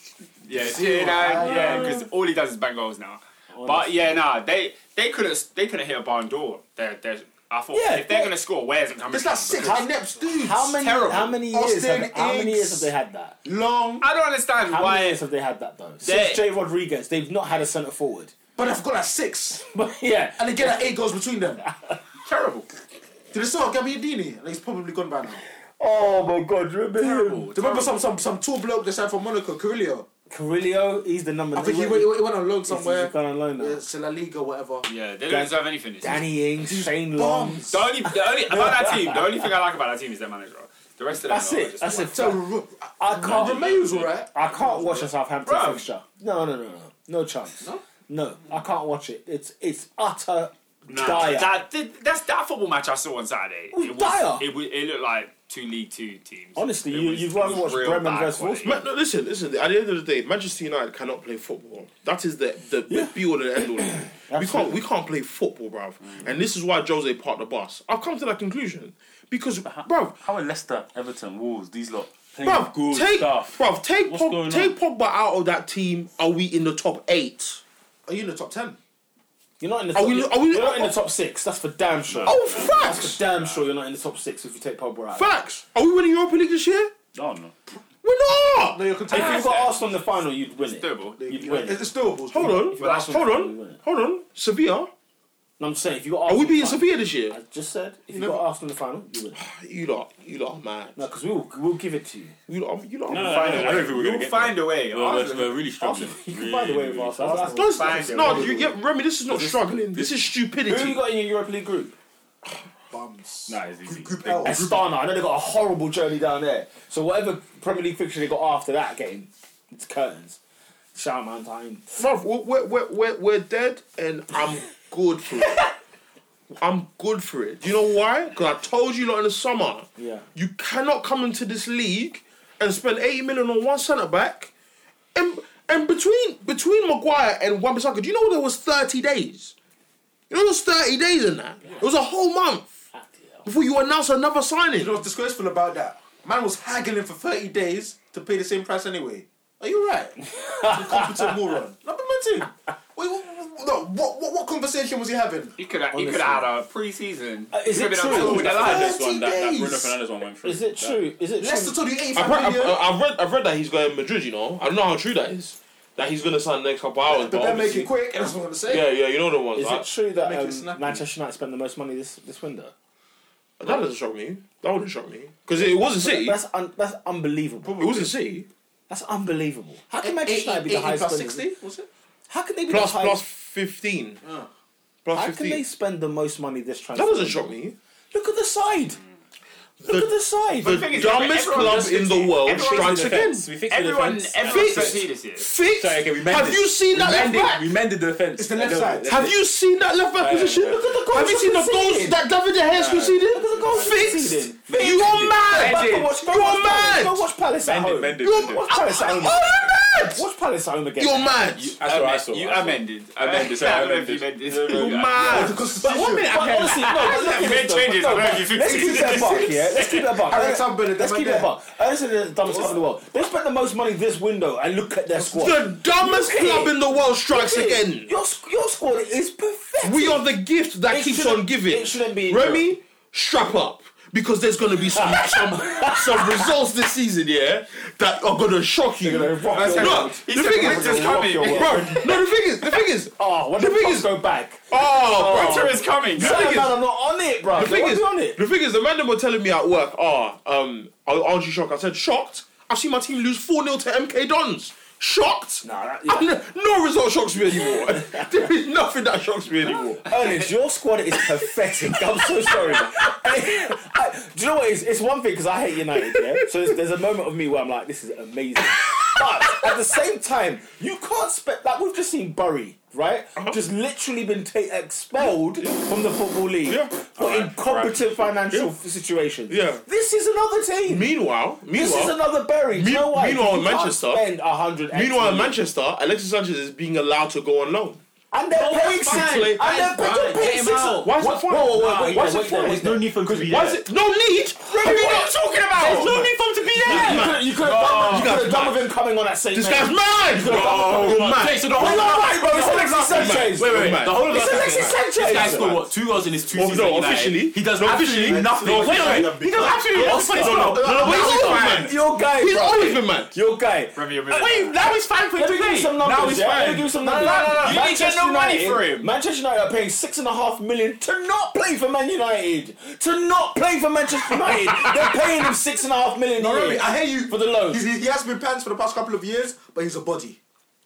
Yeah, JA9. Yeah, because all he does is bang goals now. But yeah, nah, they they couldn't they couldn't hit a barn door. Their their I thought Yeah, if they're yeah. gonna score, where's it coming? It's from? like six Because neps dudes. How many? terrible. How many years? Austin Have, how many years Hicks. have they had that? long? I don't understand How many why. years have they had that though? They- Since Jay Rodriguez, they've not had a centre forward. [LAUGHS] But I've got like six, But yeah, and again, like eight goals between them. Terrible. Did you saw Gabbiadini? Like, he's probably gone by now. Oh my god, remember him? Do you remember some some some tall bloke they signed from Monaco, Carrillo? Carrillo, he's the number I think he nine. went, he went on loan somewhere. He's gone on loan now. It's La Liga, whatever. Yeah, they don't deserve anything. this season. Danny Ings, Shane Long. Bombs. The only, the only about that team, the only thing I like about that team is their manager. The rest of them, That's are it. just That's one. it. So, So Ro- I can't. Romeo's alright. I can't watch a Southampton Bruv. fixture. No, no, no, no, no chance. No? no, I can't watch it. It's it's utter Nah, dire. That, that, that's that football match I saw on Saturday. was dire. It, was, it looked like two League Two teams. Honestly, It you- was- you'd it rather was watch real Bremen bad versus quality. Wolfsburg. Ma- no, listen, listen. At the end of the day, Manchester United cannot play football. That is the the, the Yeah. be all and end all. we can't Absolutely. we can't play football, bruv. And this is why Jose parked the bus. I've come to that conclusion because, bruv, How are Leicester, Everton, Wolves, these lot playing bruv, good take stuff? bruv, take What's going Pog, on? take Pogba out of that team. Are we in the top eight? Are you in the top ten? You're not in the Are top. we- are we- you're not in are- the top six. That's for damn sure. Oh, That's facts, for damn sure you're not in the top six if you take Pogba out. facts. Are we winning Europa League this year? No, no. We're not. No, you're If contending. you got Arsenal in the final, you'd win [LAUGHS] it. Doable. You'd win it. It's doable. Hold on, If you're Arsenal hold in the final, you'd win on, it. hold on. Sevilla, No, I'm saying if you got are Arsenal, we in the beating final- Sevilla this year? I just said if you got Arsenal in the final, you win. it. You lot, you lot are mad. No, because we'll we'll give it to you. You lot, you lot are No, no, mad. no, I don't think we're gonna You'll get. find a way. there. We're, we're, Arsenal- we're really struggling. Arsenal, [LAUGHS] you can find a way with Arsenal. That's- No, it's- Fine, it's- yeah, no, probably. you get Remy. This is not struggling. This is that's- Who you stupidity. got in your Europa League group? Bums. Nah, it's easy. Group They- L. Astana. I know they got a horrible journey down there. So whatever Premier League fixture they got after that game, it's curtains. Shout man time. Bruv, we're, we're, we're, we're dead, and I'm good for [LAUGHS] it. I'm good for it. Do you know why? Because I told you lot in the summer. Yeah. You cannot come into this league and spend 80 million on one centre back. And and between between Maguire and Wan-Bissaka, do you know there was 30 days? You know there was 30 days in that. It was a whole month before you announced another signing. You know what's disgraceful about that? Man was haggling for 30 days to pay the same price anyway. Are you right? Incompetent moron. Not the man too. Wait, what, what, no, what, what, what conversation was he having? You could have, you could have had a pre-season. Uh, is You it could've been true? on top of the ladder. This one, that, that Bruno Fernandes one went through. Is it That- true? Is it Leicester true? told you 85 I've read, I've, million. I've read, I've read that he's going Madrid. You know, I don't know how true that is. That he's going to sign the next couple hours. but then make obviously- it quick. That's what I'm going to say. Yeah, yeah, you know the ones. Is I- it true Make it that um, snappy. Manchester United spent the most money this this window? that doesn't shock me. That wouldn't shock me because it wasn't City. It That's un- that's unbelievable. wasn't City. That's unbelievable. How can Manchester 80, United be the 80 highest plus spenders? 60, was it? How can they be Plus, the plus highest? fifteen. Oh. Plus how can fifteen. they spend the most money this transfer? That doesn't window? shock me. Look at the side. Look The- at the side. The thing is, dumbest everyone club does in the fifteen. world Everyone strikes does again. Defense. We fixed Everyone, the defense. everyone's Fixed. thirty this year. Fix. Sorry, okay, we mended. Have you seen that we left mended, back? We mended the defense. It's the left side. Have you seen that left back Yeah, position? yeah. Look at the goals. Have you I've seen the goals conceded. that David De Gea conceded? Look at the goals Fixed. conceded. You are Back mad. and watch- go You're watch Palace. mad. Go watch Palace at Mended, home. mended, You're- mended. Watch Palace at home. Oh, you're mad. Watch Palace at home again. You're mad. That's what I Amen- saw. You I saw. amended. [LAUGHS] Amended, sorry, I don't know if you amended. amended. [LAUGHS] You're You mad. But one minute, but honestly, no, but let's keep made it changes. I don't no, know but if you Let's fixed keep it. [LAUGHS] it a buck, yeah? Let's keep it a buck. Harry Let's- Campbell, Let's the keep man it a there. buck. Ernest is the dumbest club in the world. They spent the most money this window, and look at their squad. The dumbest Look at club it. in the world strikes Look at it. again. Your, squ- your squad is pathetic. We are the gift that It keeps shouldn't- on giving. it shouldn't be in Remy, strap up. Because there's going to [LAUGHS] be some, some some results this season, yeah, that are going to shock you. They're gonna rock your No, world. the said thing is, winter's coming. Rock your bro, no, the thing is, the thing [LAUGHS] is, oh, Oh, when the The thing fuck is- oh, go back. bro, Winter is coming. That thing is- man are not on it, bro. the thing is, on it. the thing is, the man that were telling me at work, ah, um, aren't you shocked? I said, shocked. I've seen my team lose 4 0 to MK Dons. Shocked? Nah, that- I'm n- no result shocks me anymore. there is nothing that shocks me anymore. [LAUGHS] Ernest, your squad is pathetic. I'm so sorry. man. I, I- do you know what? It's, it's one thing because I hate United, yeah? So there's, there's a moment of me where I'm like, this is amazing. But at the same time, you can't spend, like, we've just seen Bury, right? Uh-huh. Just literally been ta- expelled from the Football League Yeah. for incompetent financial f situations. Yeah. This is another team. Meanwhile, meanwhile, this is another Bury. Do you Me- know why? meanwhile in You can't Manchester- Spend 100 Meanwhile, in Manchester, Alexis Sanchez is being allowed to go on loan. And they're paying it's six. And fine. they're It's they're fine. paying six. Why is it fine? Whoa, whoa, whoa, Nah, wait, why wait, is it wait, fine? wait, There's no need for him to be Why there. is it no need? What are you talking about? There's no need for him to be You could you could have done, with- you could've done with him coming on that same. This night. guy's mad! You're mad. Okay, so the whole You're of right, bro. It's Alexis You're mad. Sanchez. Wait, wait, wait. the whole of It's last Alexis season, this guy Sanchez. scored what two goals in his two Well, seasons. no, at United. officially. he does No, absolutely officially. nothing. No, wait, wait, officially. He does absolutely nothing. No, no, no, no, he's always mad. Your guy, He's bro. always been mad. Your guy. Wait, now he's fine for Let me give you today. some numbers. Now he's yeah? Let me fine. give you some No, numbers. no, no, no. You Manchester Manchester United, United- Manchester United are paying six and a half million to not play for Man United. To not play for Manchester [LAUGHS] United, they're paying him six and a half million. No, a Robbie, year I hear you. for the loan. He's, he has been pants for the past couple of years, but he's a body.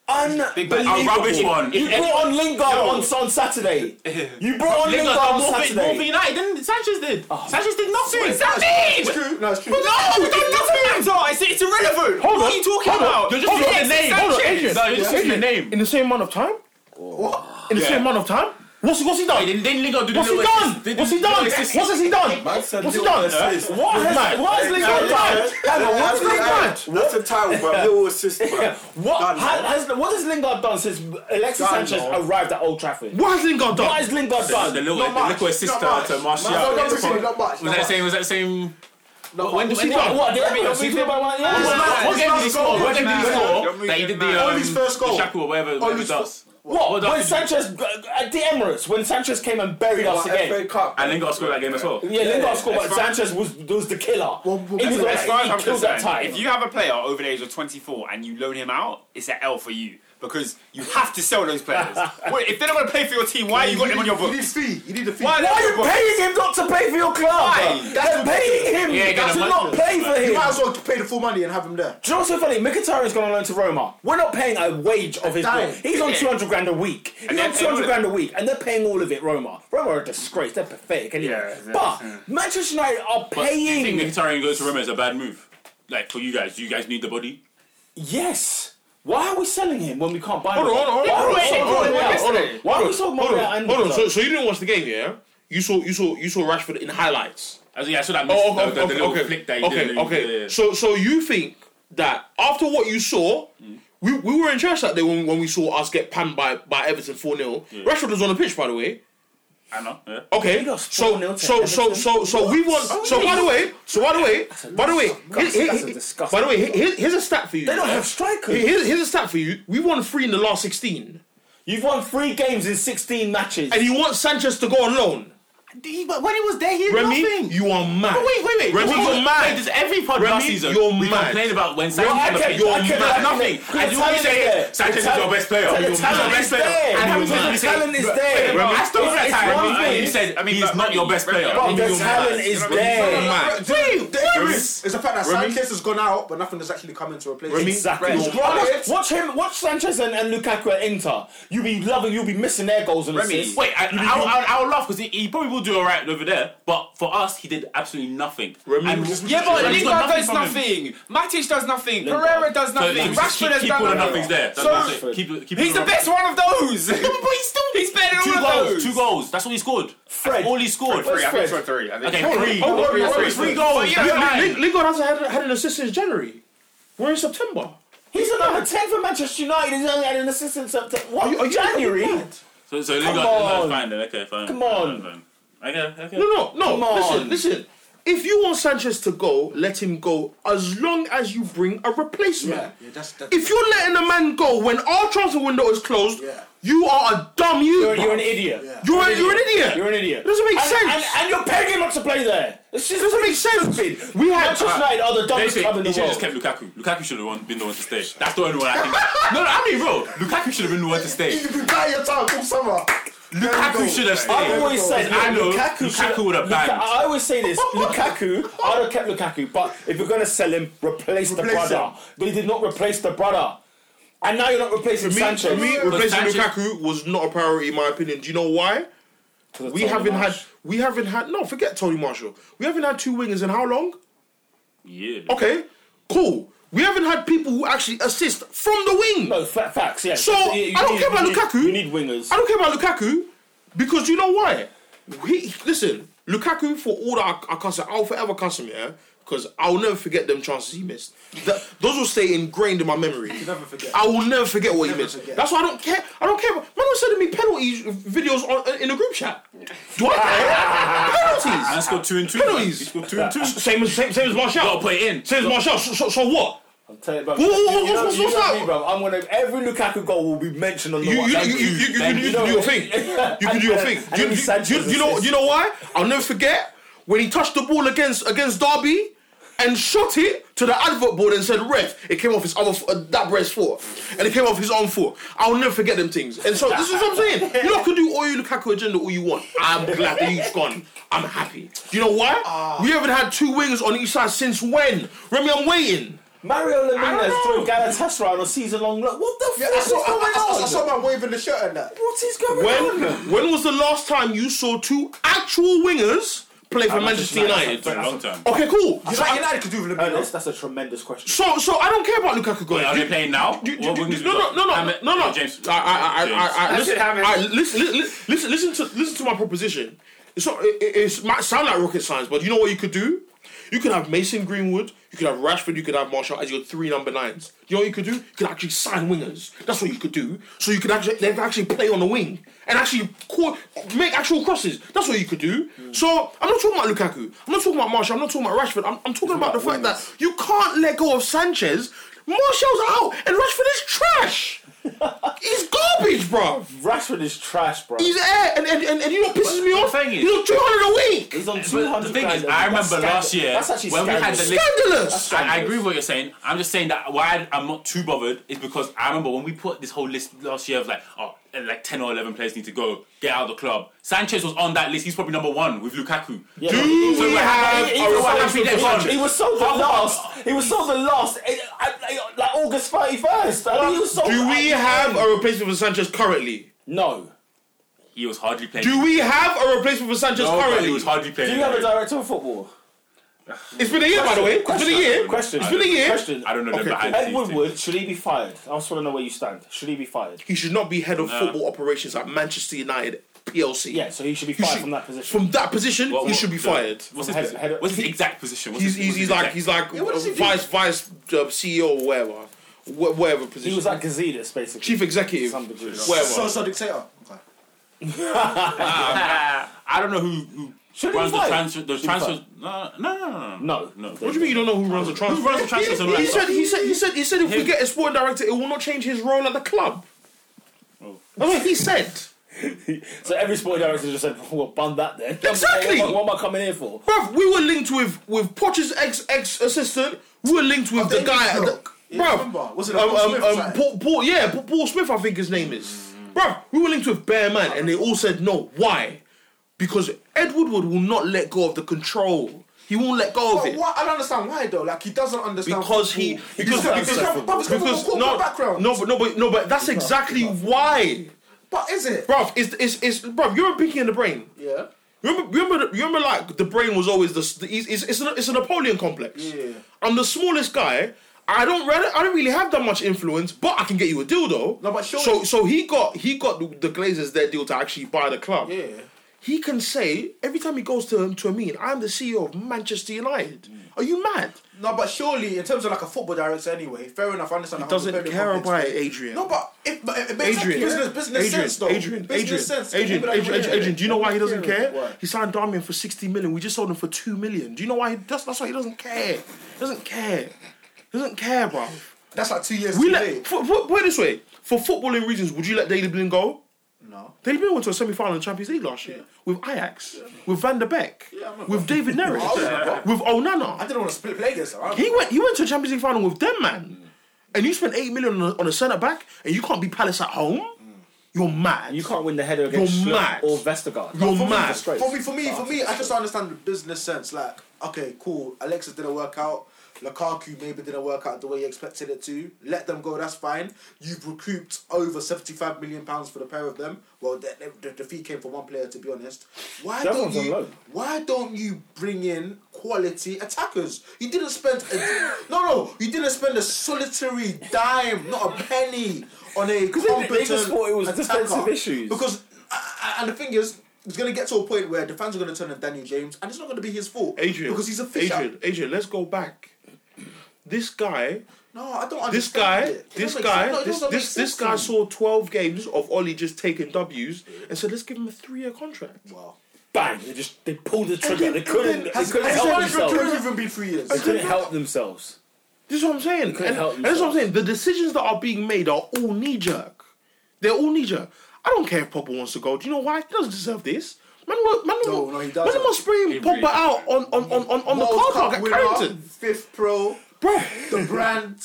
Unbelievable. a rubbish one. You brought on Lingard on, on Saturday. You brought on Lingard on more for Saturday. United than Sanchez did. Sanchez did nothing. It's true. No, it's true. Oh, No, it doesn't matter. It's, it's irrelevant. Hold what on, are you talking hold on. about? You're just using Alexis the name. Hold on, Sanchez. Adrian. No, you're just using the Adrian, name. In the same amount of time? In the same amount of time? What's, what's he done? They didn't, they didn't link up to What's he done? They didn't What's he do done? the What assist. has he done? What's he done? What has What has Lingard done? Hang on, What's Lingard Lingard done? That's a title, bro. Little assist, bro. What Done, ha- bro. has what has Lingard done since Alexis Done, Sanchez bro. arrived at Old Trafford? What has Lingard What done? has Lingard The done? little, Not the much, little assist not to, to much. Martial. No, no, It's really, fine. not much, Was not that the much. same? Was that the same? When did he done? What? They haven't What beat him by one. What game did he score? What game did he You're score? moving That he did mad. the um, Oli's first goal. the shackle or whatever. whatever he Oli's does. What? What When does- Sanchez at the Emirates, when Sanchez came and buried us Like again. FA Cup. And Lingard scored that game as well. Yeah, Lingard scored, but Sanchez was was the killer. He was Listen, the- as far as he I'm killed that concerned, time. if you have a player over the age of 24 and you loan him out, it's an L for you because you have to sell those [LAUGHS] players. Wait, if they don't want to play for your team, why you got them on your You need books? fee. You need a fee. Why, Why are you them on your books? paying him not to play for your club? Why? bruh? They're paying him Yeah, get to the money. not play for You him. might as well pay the full money and have him there. Do you know what's so funny? Mkhitaryan's going to loan to Roma. We're not paying a wage of his dime. bill. He's on Yeah. 200 grand a week. He's they're on paying 200 all grand a week, and they're paying all of it, Roma. Roma are a disgrace. They're pathetic anyway. Yeah, but Manchester United are But do you [LAUGHS] think paying. Mkhitaryan goes to Roma is a bad move? Like for you guys, do you guys need the body? Yes. Why are we selling him when we can't buy Hold him? on, hold on, Why are hold we on, selling hold on, him hold now? on, hold on. Why are we selling Hold Maguire on, and hold on. So, Lingard? so you didn't watch the game, yeah? You saw, you saw, you saw Rashford in highlights. As in, yeah, I saw that miss, Oh, okay, the, the, okay, the little okay. flick that he okay, did. uh, okay. Yeah. So, so you think that after what you saw, Mm. we, we were in church that day when, when we saw us get panned by, by Everton 4 0. Rashford was on the pitch, by the way. I know. Yeah. Okay, lost so 4-0 to so so Everton. Oh, so so we won. So by the way, so by the way, by the way, disgust- here- here- that's a disgust. by the way, here- here- here's a stat for you. They don't yeah? have strikers. Here- Here's, here's a stat for you. We won three in the last sixteen, You've won three games in 16 matches. and you want Sanchez to go on loan. But when he was there, he did Remy, nothing. you are mad. Wait, wait, wait. Remy, Wait, you're wait, wait, mad. There's every podcast Remy, season you're we mad. complain about when Well, I Sanchez kept- is I You're mad. kept that Nothing. because And the you always talent is say there. Sanchez is your best player. The You're talent best is player. there. And how The many times we say- talent is But- there. but I still It's- that it's one time. thing. You said I mean, He's he's not your best player. But the talent is there. Right, do- the difference is the fact that Sanchez has gone out, but nothing has actually come in to replace him. Exactly. Remy, Bro, watch- Remy, watch him. Watch Sanchez and, and Lukaku at Inter. You'll be loving. You'll be missing their goals and assists. Wait, I, I'll, I'll, I'll laugh because he, he probably will do all right over there, but for us, he did absolutely nothing. Remy And- was just- Yeah, but Remy's Lingard got does from him. nothing. Matic does nothing. Lingard. Pereira does So, nothing. just Rashford keep, has keep all the done nothing's nothing. there. That's So- what I'm saying. keep, keep He's all the best one of [LAUGHS] those. He's better Two than all of goals, those. two goals. That's all he scored. Fred. That's all he scored. Where's Three, I think two or Fred? three. I think Okay, three. Oh, Three, oh, three, oh, Three three. goals. But yeah, You're Ling- lying. Ling- Lingard hasn't had, had an assist since January. We're in September. He's a number ten for Manchester United. He's only had an assist in September. What? Are you- are you- January? are you mad? So, so Lingard, Come on. Lingard's fine then. Okay, fine. Come on. Fine, fine. Okay, okay. No, no, no. Come on. Listen, listen. If you want Sanchez to go, let him go as long as you bring a replacement. Yeah, yeah, that's- that's- if you're letting a man go when our transfer window is closed, Yeah. you are a dumb you. You're, bruv. you're an idiot. Yeah. You're, a- you're an idiot. You're an idiot. It doesn't make and, sense. And, and you're paying him not to play there. It's just doesn't make sense. stupid. We had- Manchester United are the They dumbest should, club in he the should just world. kept Lukaku. Lukaku should have won- been the one to stay. That's the only one I think. [LAUGHS] no, no, I mean, bro, Lukaku should have been the one to stay. You can cut your tongue from summer. Lukaku should have stayed. I've always said I know Lukaku, Lukaku should- would have Luka- banged. I always say this: Lukaku. I'd have kept Lukaku, but if you're going to sell him, replace, the Replace brother. They did not replace the brother, and now you're not replacing For me, Sanchez. for me, Because replacing Sanchez- Lukaku was not a priority in my opinion. Do you know why? of We Tony haven't Marsh. had we haven't had no forget Tony Marshall. We haven't had two wingers in how long? Yeah. Okay, cool. We haven't had people who actually assist from the wing. No, fa- facts, yeah. So, You- you I don't need- care about you need- Lukaku. You need wingers. I don't care about Lukaku because you know why? He, listen, Lukaku, for all that I, I cuss him, I'll forever cuss him, yeah? Because I'll never forget them chances he missed. That, those will stay ingrained in my memory. never forget. I will never forget what he never missed. forget. That's why I don't care. I don't care. [LAUGHS] uh, Man was sending me penalty videos on, in the group chat. Do I care? Penalties. just got two and two. He's Penalties. got two and two. Same as same, same as Martial. Gotta put it in. Same as Martial. So, so, so what? I'm telling you, bro. Whoa, whoa, whoa, you know, what's- you what's know that? me, bro. I'm gonna every Lukaku goal will be mentioned on the You one. you Thank you you, you, you, Thank can, you you can do your know, thing. [LAUGHS] You can do your thing. And Do you, then do, Sanchez you, do you know assists. you know why? I'll never forget when he touched the ball against against Derby. And shot it to the advert board and said ref. It came off his other f- uh, that breast foot, and it came off his own foot. I'll never forget them things. And so this is what I'm saying. You lot can do all your Lukaku agenda all you want. I'm glad that he's gone. I'm happy. Do you know why? we haven't had two wings on each side since when? Remy, I'm waiting. Mario Lemina through Galatasaray on a season-long look. What the fuck is saw- going I, I, I on? saw man waving the shirt and that. What is going on? When when was the last time you saw two actual wingers play for Manchester United? a long time. Okay, cool. You know, United could do with Ernest, Lamina. That's a tremendous question. So so I don't care about Lukaku going. Are You- they playing now? you- you- What you- wingers we no, no, got? no, no, Hammett- no, no. James. I, I, I, I, I, That's listen, it, Hammett. I, listen, li- li- listen, listen to listen to my proposition. It's not. It, it it's, might sound like rocket science, but you know what you could do? You could have Mason Greenwood. You could have Rashford. You could have Marshall as your three number nines. You know what you could do? You could actually sign wingers. That's what you could do. So you could actually they could actually play on the wing and actually call, make actual crosses. That's what you could do. So I'm not talking about Lukaku. I'm not talking about Marshall. I'm not talking about Rashford. I'm, I'm talking about the fact that you can't let go of Sanchez. Marshall's out and Rashford is trash. He's garbage, bruv. Rashford is trash, bro. He's air, and and, and, and you know what pisses me off? thing is- you know, 200 a week. He's on two But the hundred. thing is, I remember last year That's actually when we had the scandalous. Lick- Scandalous. I, I agree with what you're saying. I'm just saying that why I'm not too bothered is because I remember when we put this whole list last year of like, oh, like 10 or 11 players need to go, get out of the club. Sanchez was on that list. He's probably number one with Lukaku. Yeah. Do He- we he- have he- he a was so- replacement he- for Sanchez? He was so the How- last. He was so the last. eh, I- I- Like August thirty first. He was so. Do we Oh, I- have a replacement for Sanchez currently? No. He was hardly playing. Do we have a replacement for Sanchez No, but he currently? was hardly playing. Do you have a director of football? It's been a year, by the way. It's been a year. Question. It's been a year. Question. I don't know them behind Ed the scenes. Woodward, should he be fired? I just want to know where you stand. Should he be fired? He should not be head of football operations at Manchester United PLC. Yeah, so he should be You fired should- from that position. From that position, What- he what- should be the- fired. What's From his, head- head- what's his exact position? What's He's, his, he's, what's he's his like exact- he's like what does he do? vice vice uh, CEO or whatever, Wh- whatever position. he was like Gazidis, basically. chief executive. Some degree. Whatever. So, so dictator. Okay. I don't know who, who Should he runs be the fired? transfer. The Should he be transfer. No, no, no, no, no. No. No. what do you mean you don't know who runs the transfer? Who runs the transfers and all He that said, stuff? he said, he said, he said, if we get a sport director, it will not change his role at the club. That's what he said. So every sporting director just said, well, bun that then. Exactly. What, what am I coming here for? Bruv, we were linked with with Potch's ex ex assistant. We were linked with the Oh, David guy. at The, Brooke. Yeah, bruv, remember. Was it a um, Paul Smith um, um, side? Paul, Paul, yeah, Paul, Paul Smith, I think his name is. Bruv, we were linked with Bear Man, and they all said no. Why? Because Ed Woodward will not let go of the control. He won't let go of But it. why, I don't understand why though. Like he doesn't understand Because he football. because doesn't because, understand football. because, He's got a no, football background. no but no but no but that's exactly why. but is it? Bruv, it's it's it's bruv, you're a pinky in the brain. Yeah. Remember, remember, the- remember, like the brain was always the, the it's, it's, it's, a, it's a Napoleon complex. Yeah. I'm the smallest guy. I don't really, I don't really have that much influence, but I can get you a deal though. No, but surely- so so he got he got the, the Glazers their deal to actually buy the club. Yeah. He can say every time he goes to to a meeting, I'm the CEO of Manchester United. Are you mad? No, but surely in terms of like a football director, anyway, fair enough. I understand. He doesn't care about it, Adrian. No, but it, but it it makes Adrian, Adrian, business business Adrian, sense though. Adrian, business Adrian, sense. Adrian, People Adrian, don't Adrian, care. Adrian, Do you know why he doesn't care? Why? He signed Darmian for sixty million. We just sold him for two million. Do you know why? He, that's that's why he doesn't care. He doesn't care. He doesn't care, bro. That's like two years We too let late. for, for, put it this way for footballing reasons. Would you let Daily Blind go? No. Daily Blind went to a semi-final in the Champions League last year with Ajax, with Van der Beek, with David Neres, with I Onana. didn't want to split play against her. I- He went he went to a Champions League final with them, man. And you spent eight million on a, on a centre back, and you can't be Palace at home. Mm. You're mad. You can't win the header against You're Schlupp mad. or Vestergaard. You're For me, mad. it's a disgrace. For me, for me, for me, I just don't understand the business sense. Like, okay, cool. Alexis didn't work out. Lukaku maybe didn't work out the way you expected it to. Let them go. That's fine. You've recouped over seventy-five million pounds for the pair of them. Well, the, the, the fee came from one player, to be honest. Why That don't one's on you? loan. Why don't you bring in quality attackers? You didn't spend. A, no, no, you didn't spend a solitary dime, not a penny, on a they- competent they just thought it was attacker. defensive issues. Because uh, and the thing is, it's gonna get to a point where the fans are gonna turn on Danny James, and it's not gonna be his fault. Adrian. because he's a fisher. Adrian, Adrian, let's go back. This guy, No, I don't understand. this guy, it. It this doesn't make guy, sense. No, it this doesn't this, make this sense guy to me. saw twelve games of Ollie just taking W's and said, let's give him a three-year contract. Wow. bang, they just they pulled the trigger. They couldn't. They couldn't It's help only good themselves. to even be three years. They couldn't help themselves. This is what I'm saying. couldn't And- help and this is what I'm saying. The decisions that are being made are all knee jerk. They're all knee jerk. I don't care if Pogba wants to go. Do you know why? He doesn't deserve this. Man, will- man, will- No, no, he man doesn't. must bring Pogba really out on, on, on, on, on the car park at Carrington. fifth pro, the [LAUGHS] brand,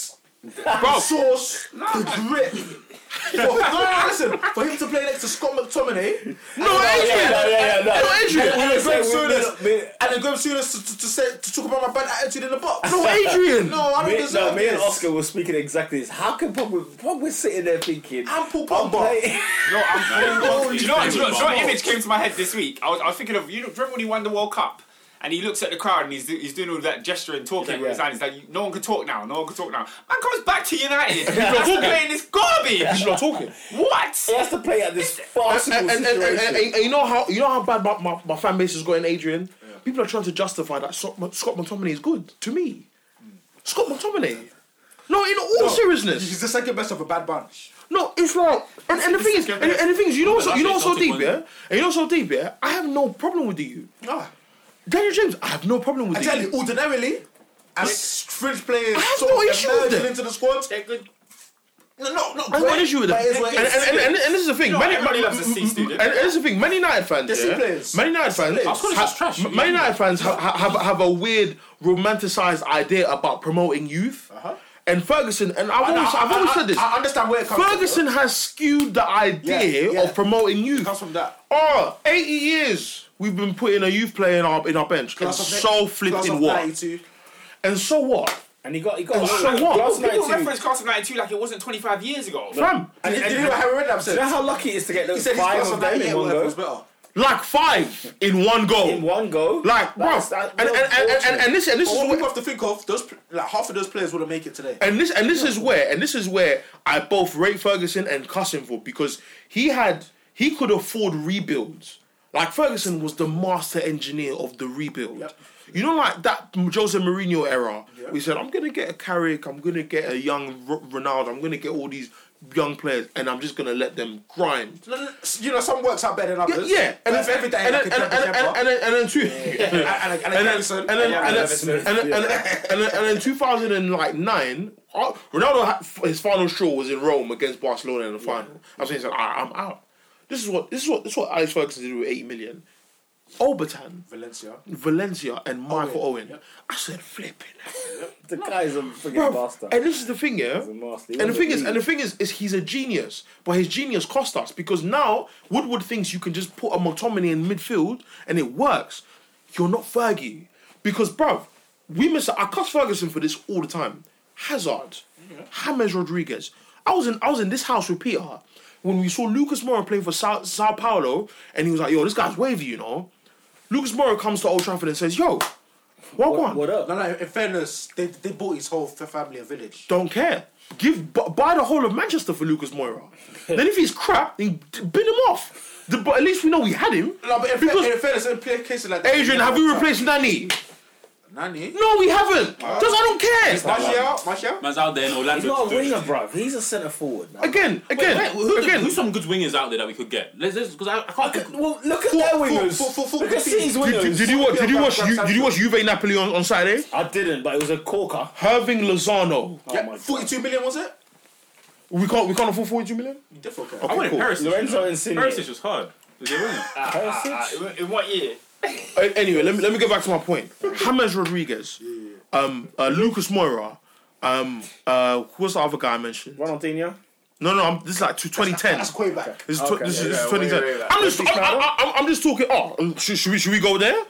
the sauce, the grit. For, no, no, listen. For him to play next to Scott McTominay, No, Adrian! No, Adrian! and Graham Souness, and then Graham Souness to, to, to say to talk about my bad attitude in the box. No, Adrian! no, I don't Me, no, deserve me and this. Oscar were speaking exactly this. How can Pogba, Pogba's sitting there thinking, I'm Paul I'm Pogba. playing- No, [LAUGHS] I'm Do you know what? Do you know, do you know what Bro. image came to my head this week? I was, I was thinking of you know, remember when he won the World Cup and he looks at the crowd and he's, do- he's doing all that gesture and talking with his hand. He's like, no one can talk now. No one can talk now. Man comes back to [LAUGHS] United. He's not playing this garbage. He's not talking. What? He has to play at this farcical and, and, and, and, situation. and- and you know how you know how bad my, my, my fan base is going, Adrian. People are trying to justify that Scott, Scott McTominay is good to me. Scott McTominay. No, in all [LAUGHS] seriousness, He's the second best of a bad bunch. no. It's like, and, and the thing is, and, and the thing is, you know, what's so, you know, what's so deep, yeah, and you know, what's so deep, yeah. I have no problem with you, Ah, Daniel James. I have no problem with I you. tell you, ordinarily, as fringe players, I have sort no of issue with emerging them. into the squad. No, no, no. I have no issue with them. But it's And, what and, it is. and, and, and this is the thing. Man- everybody Man- loves a C student. And, and this is the thing. Man United fans. C Yeah, players. Man United fans. I've got it as trash. have, Man United fans have, have, have a weird romanticized idea about promoting youth. Uh-huh. And Ferguson, and I've always, I've always said this. I understand where it comes Ferguson has skewed the idea Yeah, yeah. of promoting youth. from. It comes from that. Oh, 80 years we've been putting a youth player in our in our bench. Class and of- so class flipping of what? 92. And so what? And he got he got. so what? Glass People 92. People reference Class of 92 like it wasn't 25 years ago. Fam, And, Did and- you hear what Harry Redknapp do you know said? how lucky it is to He get those said his five class of of them in 98 one was go? better. like five in one goal. In one go? Like, bro, That's- that- and, and, and, and, and this and this But what is people have where, to think of, those pl- like half of those players wouldn't make it today. and this and this is where and this is where I both rate Ferguson and cuss him for because he had he could afford rebuilds. Like Ferguson was the master engineer of the rebuild. You know, like that Jose Mourinho era. We said, I'm gonna get a Carrick, I'm gonna get a young R- Ronaldo, I'm gonna get all these young players, and I'm just gonna let them grind. No, no, s- You know, some works out better than Yeah, others. yeah. and and if then every day and like then a and and Kemba Jabba, and- and- and then two, and a- and a and then Harrison, and then yeah, and yeah, then and then- and then- and then two thousand and like nine, uh, Ronaldo had, his final straw was in Rome against Barcelona in the final. I'm saying, he's like, "Ah, I'm out. This is what this is what this is what Alex Ferguson did with eight million. Obertan, Valencia. Valencia, and Michael Owen. I said, eh?" flipping, The guy's a freaking bro. bastard. And this is the thing, yeah. He's a master. He And the was a thing is, beast. and the thing is, is he's a genius, but his genius cost us because now Woodward thinks you can just put a McTominay in midfield and it works. You're not Fergie because, bruv, we miss. I cuss Ferguson for this all the time. Hazard, James Rodriguez. I was in. I was in this house with Peter when we saw Lucas Moura playing for Sao, Sao Paulo, and he was like, "Yo, this guy's wavy," you know. Lucas Moura comes to Old Trafford and says, "Yo, what, what, one? what up? No, no. In fairness, they they bought his whole f- family a village. Don't care. Give bu- buy the whole of Manchester for [LAUGHS] Lucas Moira. then if he's crap, then d- bin him off. The- but at least we know we had him. No, but in, Because- fair, in fairness, in play cases like that, Adrian, have we replaced Nani? Nani? No, we haven't. Because I don't care. Martial, Martial. Man's out there in Orlando. He's not a doing- winger, bro. He's a centre forward, man. Again, again, Wait, who, again. who's some good wingers out there that we could get? Let's because I, I can't. think- Well, look at their wingers. for- for- for- look at City's did, did- wingers. did you watch? Did you watch? Grab You, Sancho. did you watch Juve Napoli on, on Saturday? I didn't, but it was a corker. Irving Lozano. Oh my Yeah, God. forty-two million was it? We can't. We can't afford forty-two million. You did okay. Okay, Wait, cool. Perisic. Lorenzo Insigne. Perisic was hard. Was he a winger? Perisic? In what year? Uh, anyway, let me let me get back to my point. James Rodriguez, um, uh, Lucas Moira, um, uh, who was the other guy I mentioned? Ronaldinho. No, no, I'm, this is like to 2010. That's way back. This is, tw- Okay, this, yeah, is, this is yeah, 2010. way, way back. I'm just, I'm, I'm, I'm, I'm just talking. Oh, um, should, should we should we go there?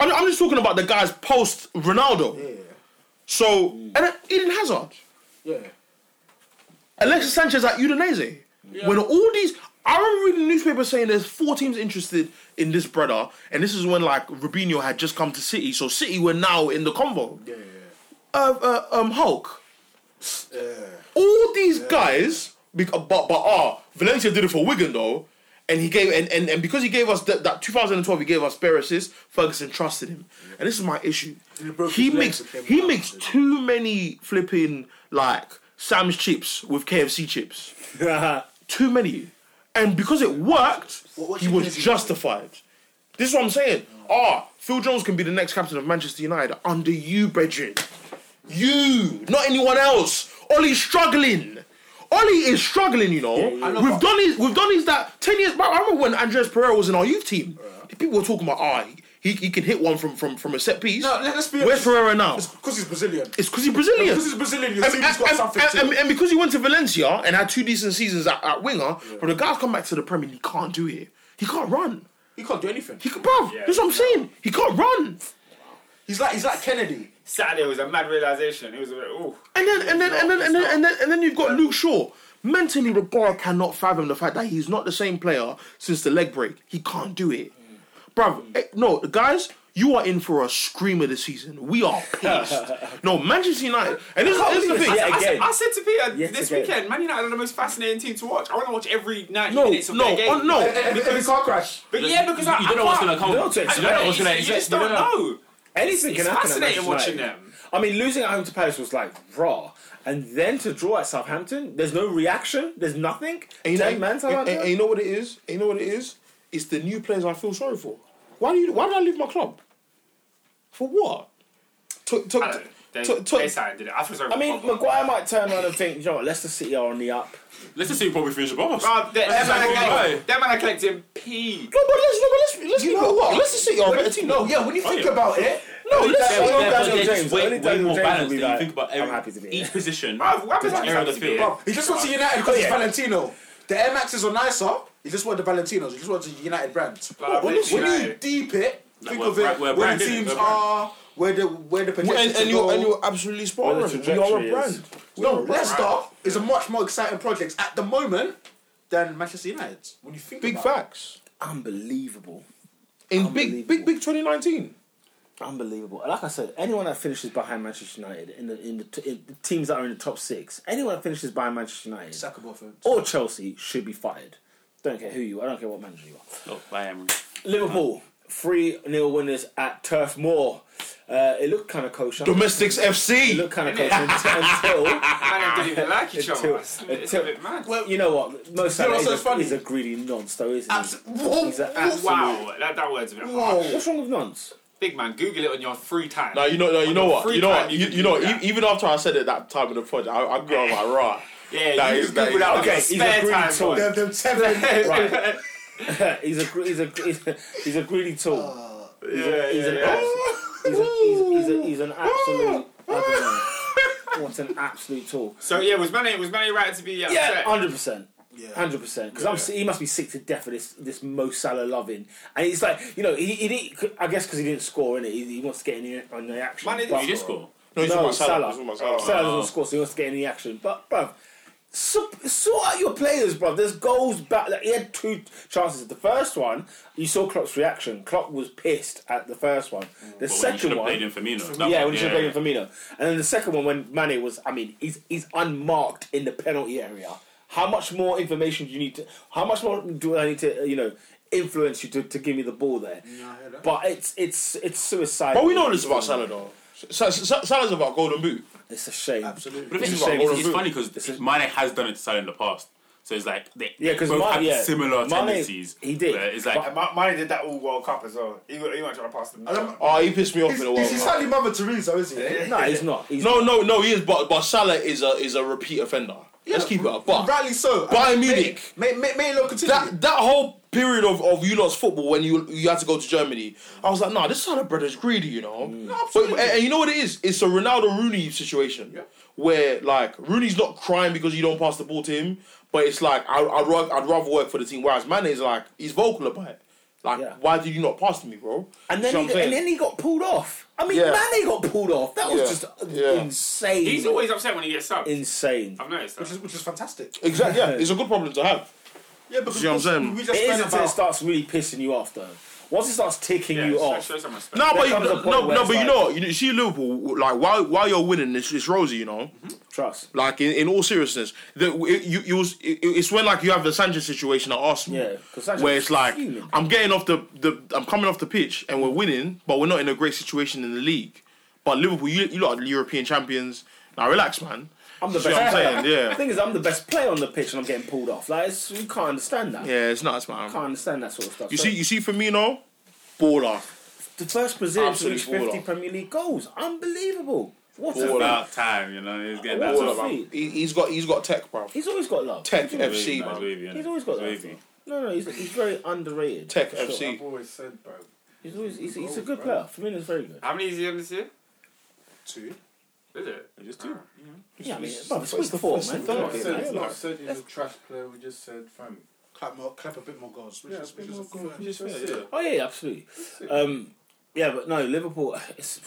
I'm, I'm just talking about the guys post Ronaldo. So and then Eden Hazard, Yeah. Alexis Sanchez at Udinese. When all these, I remember reading the newspaper saying there's four teams interested in this brother, and this is when like Rubinho had just come to City, so City were now in the combo. Yeah. Uh, uh, um, Hulk. Yeah. all these guys, bec- but but ah, Valencia did it for Wigan though, and he gave and and, and because he gave us that, that 2012, he gave us bare assists. Ferguson trusted him, and this is my issue. broke He his legs makes and came he down. makes too many flipping like Sam's chips with KFC chips, too many, and because it worked, What- what he chicken was is he? justified. This is what I'm saying. Oh. Ah, Phil Jones can be the next captain of Manchester United under you, Bedrin. You, not anyone else. Ollie's struggling. Ollie is struggling, you know. We've done his, we've done his that ten years. back. I remember when Andres Pereira was in our youth team. People were talking about ah, he, he can hit one from from from a set piece. No, let- let's be Where's honest. Pereira now? It's because he's Brazilian. It's because he's Brazilian. Because he's Brazilian, your And- team's got and- something and- to it. and- and because he went to Valencia and had two decent seasons at, at winger, but the guy's come back to the Premier League, he can't do it. He can't run. He can't do anything. He can, bruv, that's what I'm saying. He can't run. He's like he's like Kennedy. Saturday was a mad realization. It was a bit, ooh. And then and then and then and then and then, and then you've got Luke Shaw. Mentally, the guy cannot fathom the fact that he's not the same player since the leg break. He can't do it, bruv. eh, No, guys, you are in for a screamer this season. We are pissed. no, Manchester United, and this, this is the thing. Yeah, I, said, again. I said to Peter Yes, this again. weekend, Man United are the most fascinating team to watch. I want to watch every 90 No, minutes of no, their game. oh, no. Every car crash. But yeah, because you, I, you I don't know what's can't- gonna come. You don't know You don't know what's gonna. You just you don't know. Anything It's can happen. at fascinating Manchester watching United. them. I mean, losing at home to Paris was like raw, and then to draw at Southampton, there's no reaction, there's nothing. And you, know, Ten man and- and- and you know what it is? And you know what it is? It's the new players I feel sorry for. Why do you? Why did I leave my club? For what? To, to, I don't know. They, to- to- they signed, did it? I feel sorry I mean, Maguire might turn around and think, you know what, Leicester City are on the up. Let's just see who probably finish above us. Bruv, Uh, that, that, That's man, exactly I right. collect, that man I collect him P. no, but let's no, but let's let's You leave know it what? what? Let's just sit your better team. No, yeah. When you think about it, no, let's Daniel- They're- Daniel they're James, just only way, way Daniel more James balanced than will be you like, think about I'm every, happy to be each here. position. Bruv, what happens Different on area of the Saturday? field. Bro, he just went to United Oh, because it's Valentino. The Air Maxes are nicer. He just wanted the Valentinos. He just wanted the United brand. Like, when, you- when you United. deep it, think we're of it. brand- we're where brand, the innit? teams We're brand. are, where the where the And, projections and go. you're and you're absolutely spot Well, on. the We are trajectory a is- brand. no, Leicester is a much more exciting project at the moment than Manchester United. When you think Big about facts Unbelievable. in big big big 2019. Unbelievable. Like I said, anyone that finishes behind Manchester United in the in the, t- in the teams that are in the top six, anyone that finishes behind Manchester it, United sackable offense. or Chelsea should be fired. Don't care who you are. I don't care what manager you are. Look, I am. Liverpool three 0 winners at Turf Moor. Uh, it looked kind of kosher. Domestics It FC. looked kind of kosher until, Man, they didn't even like each other. until, [LAUGHS] It's until, it's a bit mad. Well, you know what? Mo Salah what's is, so a, funny? is a greedy nonce, though, isn't he? Abs- Oh. whoa, He's an whoa, absolute- Wow, that, that word's a bit harsh. whoa. What's wrong with nonce? Big man, Google it on your free time. Now you know, now, you On know your what, free you know time, what, you, can you know. do what, that. e- Even after I said it that time in the project, I, I grew up like rah. Yeah, That you is- can that Google is- that on Okay, your he's a spare greedy time. tool. boy. [LAUGHS] Them, them seven. [LAUGHS] Right. [LAUGHS] he's a gre- he's a he's a, he's a greedy tool. Oh. he's, a, he's, an [LAUGHS] abs- he's, a, he's, a, he's, a, [LAUGHS] he's an absolute. what an absolute tool. So yeah, was Manny was Manny right to be upset? hundred percent. Hundred percent, because I'm s- he must be sick to death of this this Mo Salah loving, and it's like you know he, he didn't, I guess because he didn't score in it, he, he wants to get in the, on the action. Man, he But- didn't You just score. No, he's No, talking about Salah. Salah. He's talking about Salah. Salah doesn't score, so he wants to get in the action. But bruv, so, sort out your players, bruv. There's goals back. Like, he had two chances. The first one, you saw Klopp's reaction. Klopp was pissed at the first one. But when The you should second have one, played in Firmino. That yeah, one, when he should have played in Firmino. And then the second one, when Mane was, I mean, he's he's unmarked in the penalty area. How much more information do you need to? How much more do I need to? uh, You know, influence you to, to give me the ball there. But it's it's it's suicide. But we know this about Salah though. Sa- Sa- Salah's about Golden Boot. It's a shame. Absolutely. But the thing is, This is it's, what it's Ronald funny because Mane has done it to Salah in the past. So it's like they, Yeah, 'cause they both Ma- have yeah. similar Mane- tendencies. he did. where It's like Ma- Manny did that all World Cup as well. He, he went trying to pass them. I'm- Oh, he pissed me off He's, in a while. he's slightly Mother Teresa, is he? No, he's not. He's No, no, no, he is. But but Salah is a is a repeat offender. Let's keep it up. But Rightly so. Bayern Munich. May, may, may it continue. That that whole period of of you lot's football when you you had to go to Germany, I was like, nah, this Salah brother's greedy, you know. Mm. but, and, and you know what it is? It's a Ronaldo Rooney situation where like Rooney's not crying because you don't pass the ball to him, but it's like I, I'd rather I'd rather work for the team. Whereas Mane is like he's vocal about it. Like, Yeah. why did you not pass to me, bro? And then, You know he, what I'm and saying? then he got pulled off. I mean, Yeah. Mane got pulled off. That was Yeah. just Yeah. insane. He's always upset when he gets subbed. insane. I've noticed that. which, is, which is fantastic. exactly, yeah, it's a good problem to have. Yeah, because See what I'm saying? we just It is spent until it about starts really pissing you off, though. Once it starts ticking yeah, you show- off, show some respect. No, There but you, comes a no, point no, where no, it's but you like- know, you know- you see Liverpool like while while you're winning, it's, it's rosy, you Mm-hmm. know. trust. Like in, in all seriousness, the, it, you, you was, it, it's when like you have the Sanchez situation at Arsenal, Yeah, 'cause Sanchez where it's like fuming. I'm getting off the, the I'm coming off the pitch and we're winning, but we're not in a great situation in the league. But Liverpool, you you lot are the European champions. Now relax, man. I'm the See best what player. I'm saying? Yeah. The [LAUGHS] thing is, I'm the best player on the pitch, and I'm getting pulled off. Like, it's, you can't understand that. Yeah, it's nuts, man. Can't understand that sort of stuff. You So- see, you see Firmino. Baller. The first Brazilian to Absolute reach 50 baller. Premier League goals. Unbelievable. What It's a feat. about time, you know. He's getting that. What sort a of- feat. He, he's got he's got tech, bro. He's always got love. Tech He's always- FC, No, it's man. wavy, innit? He's always got It's that. wavy. No, no, he's, he's very underrated. Tech for sure. FC. always said, bro. He's always he's, he's a good player. Firmino's very good. How many is he on this year? Two. Is it? It's Just two. Yeah, I mean, bro, it's week four, man. We've not Come on, said- man. we've not said he's a trash player. We just said, fam. Clap, more, clap a bit more goals. Which Yeah, is, it's been which is more a good. That's it. Oh yeah, yeah, absolutely. Um, yeah, but no, Liverpool. It's,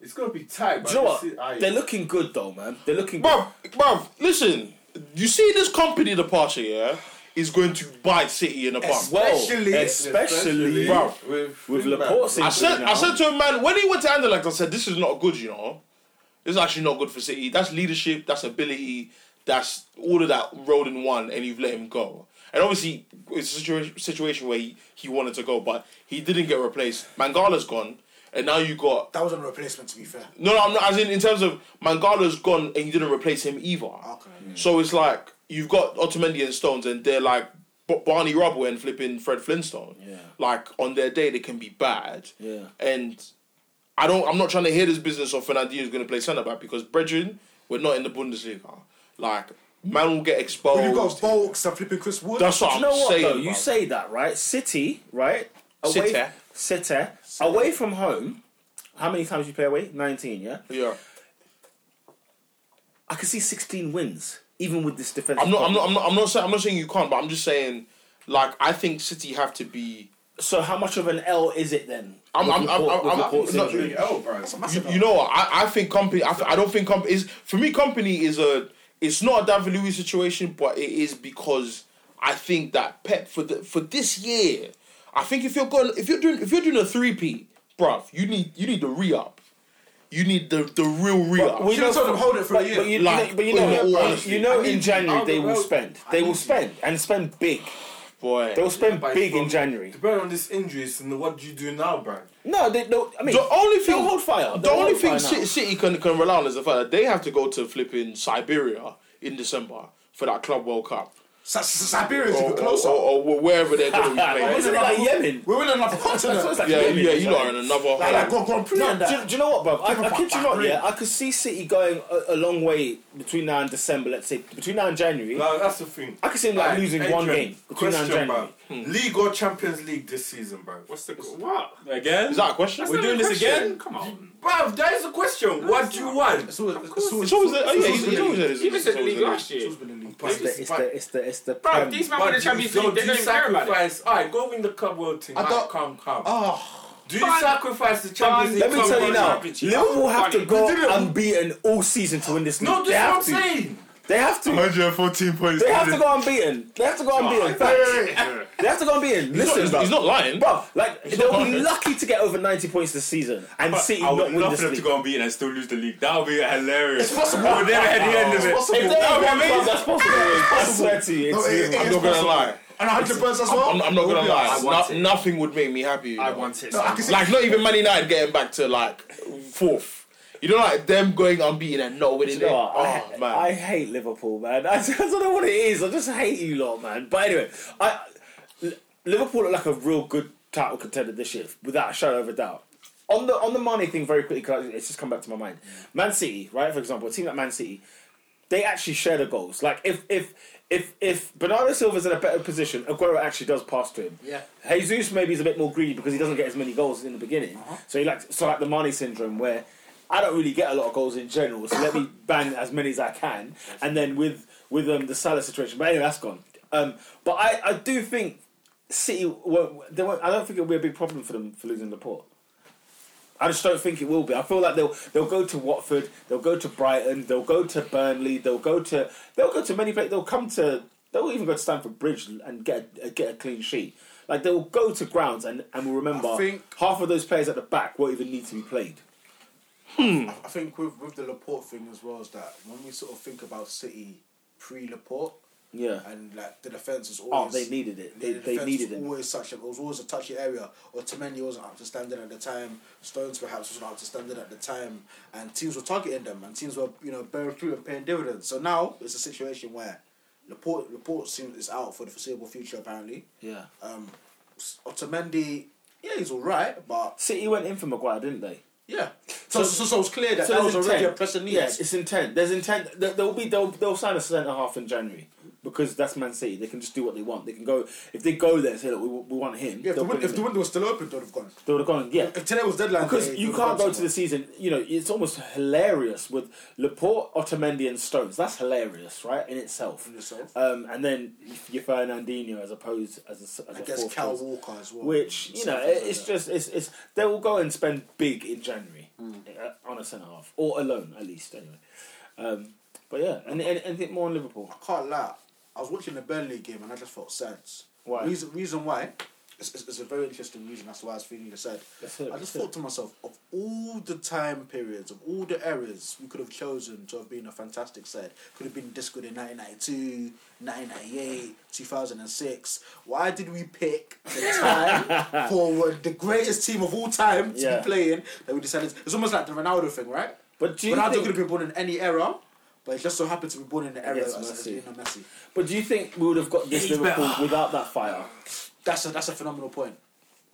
It's gonna be tight. but do you know I what? can see- aye. They're looking good though, man. They're looking. good. Bruv, bruv, listen. You see this company, the Pasha, yeah, is going to buy City in the bum. Well, Especially- Oh, especially, Bro. with with Lingard, Laporte. bro. I in said, there I now. said to a man when he went to Anderlecht, I said, "This is not good, you know. This is actually not good for City. That's leadership. That's ability. That's all of that rolled in one, and you've let him go. And obviously, it's a situa- situation where he, he wanted to go, but he didn't get replaced. Mangala's gone, and now you got That was on a replacement, to be fair. no, no. I'm not, as in in terms of Mangala's gone, and you didn't replace him either. Okay. Mm. So it's like you've got Otamendi and Stones, and they're like B- Barney Rubble and flipping Fred Flintstone. Yeah. Like on their day, they can be bad. Yeah. And I don't. I'm not trying to hear this business of Fernandinho is going to play centre back because brethren, we're not in the Bundesliga. Like man will get exposed. When you've got Volks and flipping Chris Wood. Oh. That's what Do I'm you know what saying. though? You bruv. say that right? City, right? Away, City, away from home. How many times you play away? Nineteen, yeah. yeah. I can see sixteen wins, even with this defense. I'm not. I'm not. I'm not. I'm not saying. I'm not saying you can't, but I'm just saying. Like I think City have to be. So how much of an L is it then? I'm. With I'm. I'm. Laporte- I'm. with I'm, Laporte's no, injury? Oh, bro. you, you know what? I, I think company. I, f- I don't think company is for me. Company is a. It's not a David Luiz situation, but it is because I think that Pep for the for this year. I think if you're going, if you're doing, if you're doing a three P, bruv, you need you need the re up. You need the the real re up. We Should have told them, hold it for a but, year. but you, Like, but you know, in all you know, honesty, I in need- January I'll they go will out. spend. I They need will to- spend and spend big. Boy, They will spend But big in from- January. Depending on this injuries and what do you do now, bro? No, they don't. I mean, The only thing- they'll hold fire. the They'll only hold thing fire City, now. City can can rely on is the fact that they have to go to flipping Siberia in December for that Club World Cup Sa- Sa- Siberia's even or, or, closer. or, or wherever [LAUGHS] they're going to be Isn't playing. it like Yemen? We're in another [LAUGHS] That's what continent. it's like Yeah, Yemen. yeah, you lot are in another. Like, like Grand- Grand Prix No, and do, you- that. do you know what, bro? I, I kid you not. Yeah, I could see City going a, a long way between now and December. Let's say between now and January. Now that's the thing. I could see them like Aye, losing one Adrian, game between now and Question, January. bro. League or Champions League this season, bro? What's the what? Again? Is that a question? We're doing this again? Come on. Bro, that is a question. What do you want? It's always, it's always, It's always there. Oh, yeah, he's, he's always there. Even said the league last year. always been in the league. It's the, it's the, it's the, it's the. Bro, Prem. these men won Um, But the do you, Champions League. do They you don't even care about it. sacrifice? Alright, go win the Club World Team. I Alright, thought- come, come. Oh, do you Fine. sacrifice the Champions Ah. Let League? me Club tell you World now, Championship? Liverpool have to Funny. go We did it. unbeaten all season to win this league. No, they have that's to. what I'm saying. They have to. 114 points. They have to go unbeaten. They have to go unbeaten. Facts. They have to go unbeaten. He's not- Listen, he's, bro. he's not lying. Bro, like they'll not be lying. lucky to get over ninety points this season and City I not would win love this for them to league. go unbeaten and still lose the league. That would be hilarious. It's possible. We're never at the end of it. If they That would be ain't amazing. won, that's possible. I swear to you, no, it's- it- it I'm is not gonna possible. lie. And 100 points as well? I'm, I'm not gonna lie. I want No- it. nothing would make me happy. you I know. want it. No, I can see Like not even Man United getting back to like fourth. You know, like them going unbeaten and not winning You it. know what? Oh I, man. I hate Liverpool, man. [LAUGHS] I, just- I don't know what it is. I just hate you lot, man. But anyway, I L- Liverpool look like a real good title contender this year, without a shadow of a doubt. On the on the money thing, very quickly, 'cause it's just come back to my mind. Man City, right? For example, a team like Man City, they actually share the goals. Like if if if if Bernardo Silva's in a better position, Aguero actually does pass to him. Yeah. Jesus maybe is a bit more greedy because he doesn't get as many goals in the beginning. So he like so like the Mane syndrome where I don't really get a lot of goals in general, so let me bang as many as I can. And then with with um, the Salah situation, but anyway, that's gone. Um, but I, I do think City won't, they won't. I don't think it'll be a big problem for them for losing the port. I just don't think it will be. I feel like they'll they'll go to Watford, they'll go to Brighton, they'll go to Burnley, they'll go to they'll go to many places. They'll come to they'll even go to Stamford Bridge and get a, get a clean sheet. Like they'll go to grounds and and will remember I think- half of those players at the back won't even need to be played. I think with, with the Laporte thing as well is that when we sort of think about City pre Laporte Yeah. and like the defense is Oh, always they needed it. They, the they defense needed was it. always such a, it was always a touchy area. Otamendi wasn't up to standard at the time. Stones perhaps wasn't up to standard at the time, and teams were targeting them, and teams were you know bearing fruit and paying dividends. So now it's a situation where Laporte Laporte seems is out for the foreseeable future apparently. Yeah. Um, S- Otamendi yeah, he's all right, but City went in for Maguire, didn't they? yeah. So, so, so it's clear that So that there's was already a intent. pressing need. Yes, it's intent. There's intent. There- There'll be they'll, they'll sign a centre half in January because that's Man City. They can just do what they want. They can go if they go there and say look we, we want him. Yeah, if, the, they'll win- bring if him the in. window was still open, they'd have gone. they would have gone yeah. If today was deadline, Because day, you they'd have can't gone go to the season, you know, it's almost hilarious with Laporte, Otamendi, and Stones. That's hilarious, right, in itself. In itself. Um, and then your Fernandinho as opposed as a, s- as a somewhere. I guess fourth Cal choice. Walker as well. Which you know, it- it's just it's, it's they will go and spend big in January uh, on a centre half or alone at least anyway. Um, but yeah, and, and anything more on Liverpool? I can't lie. I was watching the Burnley game and I just felt sad. Why? Reason, reason why? It's, it's, it's a very interesting reason. That's why I was feeling the sad. That's it, I just that's it. thought to myself, of all the time periods, of all the eras we could have chosen to have been a fantastic side, could have been this good in 1992, 1998, 2006. Why did we pick the [LAUGHS] time for the greatest team of all time to Yeah. be playing that we decided? It's almost like the Ronaldo thing, right? But do you Ronaldo think- could have been born in any era, but it just so happened to be born in the era Yes, as, as Messi. being a Messi. But do you think we would have got this He's Liverpool better. without that fire? That's a that's a phenomenal point.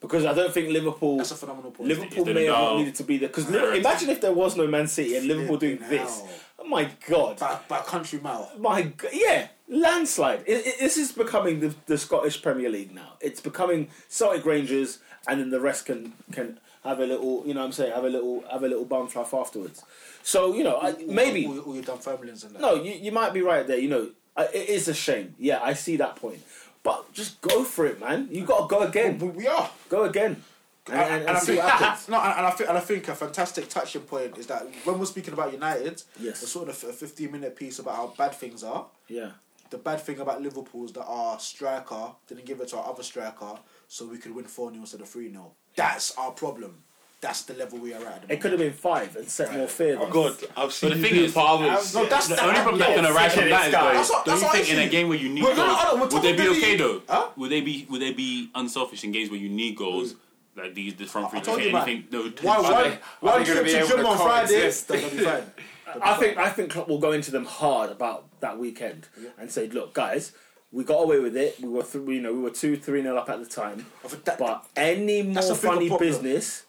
Because I don't think Liverpool. That's a phenomenal point. Liverpool They may have not know. needed to be there because imagine if there was no Man City and Liverpool doing Flipping this. hell. Oh my god! By, by a country mile. My god! Yeah, landslide. It, it, this is becoming the, the Scottish Premier League now. It's becoming Celtic Rangers, and then the rest can can have a little. You know, what I'm saying have a little have a little bum fluff afterwards. So you know, I, maybe All, all your dumb families and that. no, you, you might be right there. You know, I- it is a shame. Yeah, I see that point. But just go for it, man. You got to go again. But we are. Go again. And, and, and, I see think, what [LAUGHS] happens. no, and, and I think, and I think a fantastic touching point is that when we're speaking about United, Yes. the sort of a 15 minute piece about how bad things are. Yeah. The bad thing about Liverpool is that our striker didn't give it to our other striker, so we could win 4 0 instead of 3 0. That's our problem. That's the level we are at. at the It could have been five and set more fear. than- God, I've seen But the you thing do is- it for others. moment. no, that's The only problem that's going to arise from that is, though, That's what- don't that's you what think in I a see. game where you need We're goals, gonna- hold on, we're would they be talking okay really- though? Huh? Would they be would they be unselfish in games where you need goals? Like these, the front three I told to hit you, man. anything. They would Why, are why, they- why they gonna trip be to able gym to on Friday? coexist? That'll be fine. I think I think Klopp will go into them hard about that weekend and say, "Look, guys, we got away with it. We were th- you know we were two three nil up at the time, think that- but any more a bigger funny problem. business,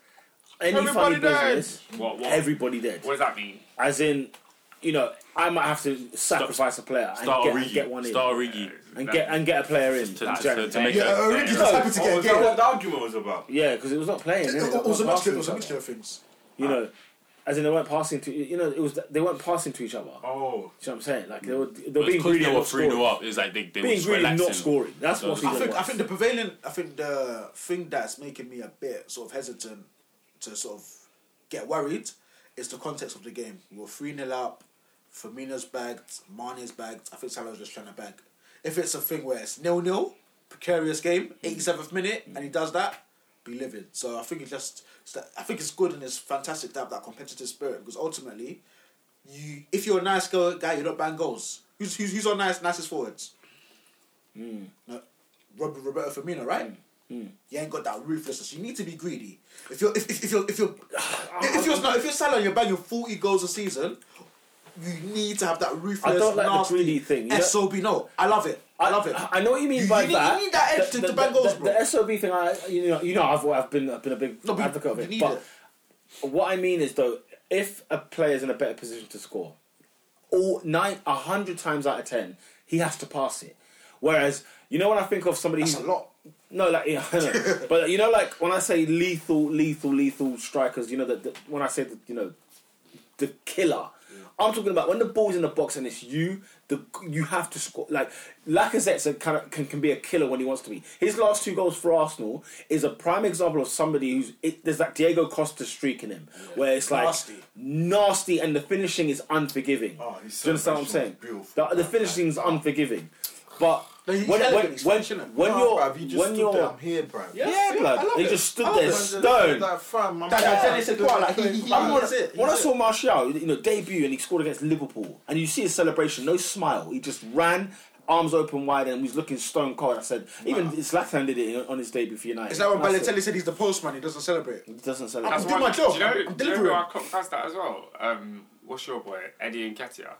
any funny Everybody died. business, What, what, everybody dead. what does that mean? As in, you know, I might have to sacrifice a player and Start get, and Origi. get one in Start Origi. and get and get a player in. to, in to- January. to make Yeah, a- Origi's happy to Oh, get is that game. what the argument was about? yeah, because it was not playing. innit? It was a mixture. Not passing It was a each mixture of things. other. You know, as in they weren't passing to you know it was they weren't passing to each other. Oh, Do you know what I'm saying? Like they were they But were it's being 'cause greedy. they and were not three 0 scoring. up. It's like they they were being just really not relaxing. scoring. That's what So- I I think I was. think the prevailing I think the thing that's making me a bit sort of hesitant to sort of get worried is the context of the game. We were three 0 up, Firmino's bagged, Mane's bagged. I think Salah's just trying to bag. If it's a thing where it's nil nil, precarious game, eighty seventh minute, and he does that, be livid. So I think it just it's that- I think it's good and it's fantastic to have that competitive spirit because ultimately, you if you're a nice girl, guy, you don't bang goals. Who's who's, who's our nice nicest forwards? No, Rob- Roberto Firmino, right? Mm. You ain't got that ruthlessness. You need to be greedy. If you're if, if, if you're if [SIGHS] you're if you're not if you're Salah and you're banging forty goals a season, you need to have that ruthless. I don't like the nasty, greedy thing, you know? Sob, no, I love it. I love it. I know what you mean You- by you need- that. you need that edge the, to- the, to bang goals, the, bro. the SOB thing, I you know, you know, I've, I've been I've been a big No, but you- advocate of you it. need But what I mean is though, if a player's in a better position to score, all nine a hundred times out of ten, he has to pass it. Whereas you know when I think of somebody That's who- a lot. No, like yeah, I know. [LAUGHS] but you know, like when I say lethal, lethal, lethal strikers, you know that when I say that, you know the killer, Mm. I'm talking about when the ball's in the box and it's you. The you have to score. Like Lacazette's a kind of can, can be a killer when he wants to be. His last two goals for Arsenal is a prime example of somebody who's it, there's that Diego Costa streak in him where it's like Nasty. nasty and the finishing is unforgiving. Oh, his Do you understand what I'm celebration saying? was beautiful. The, the finishing is unforgiving, but. No, he's When, when, when, elegant, when he's finishing it. you're no, bruv, you just when stood you're there, I'm here, bruv. yeah, blood. They just stood there stone. Like, fam, I'm That guy here. Dennis said, "Wow, like, he- he- I'm he- on- that's it, when I that's saw Martial, you know, debut and he scored against Liverpool, and you see his celebration, no smile. He just ran, arms open wide, and he was looking stone cold. I said, even Zlatan did it on his debut for United. Is that when And I said, Balotelli said he's the postman? He doesn't celebrate. He doesn't That's celebrate. doing one. my job. Do you know, I'm do you know delivering. who I clocked past that as well? Um, what's your boy Eddie and Katia?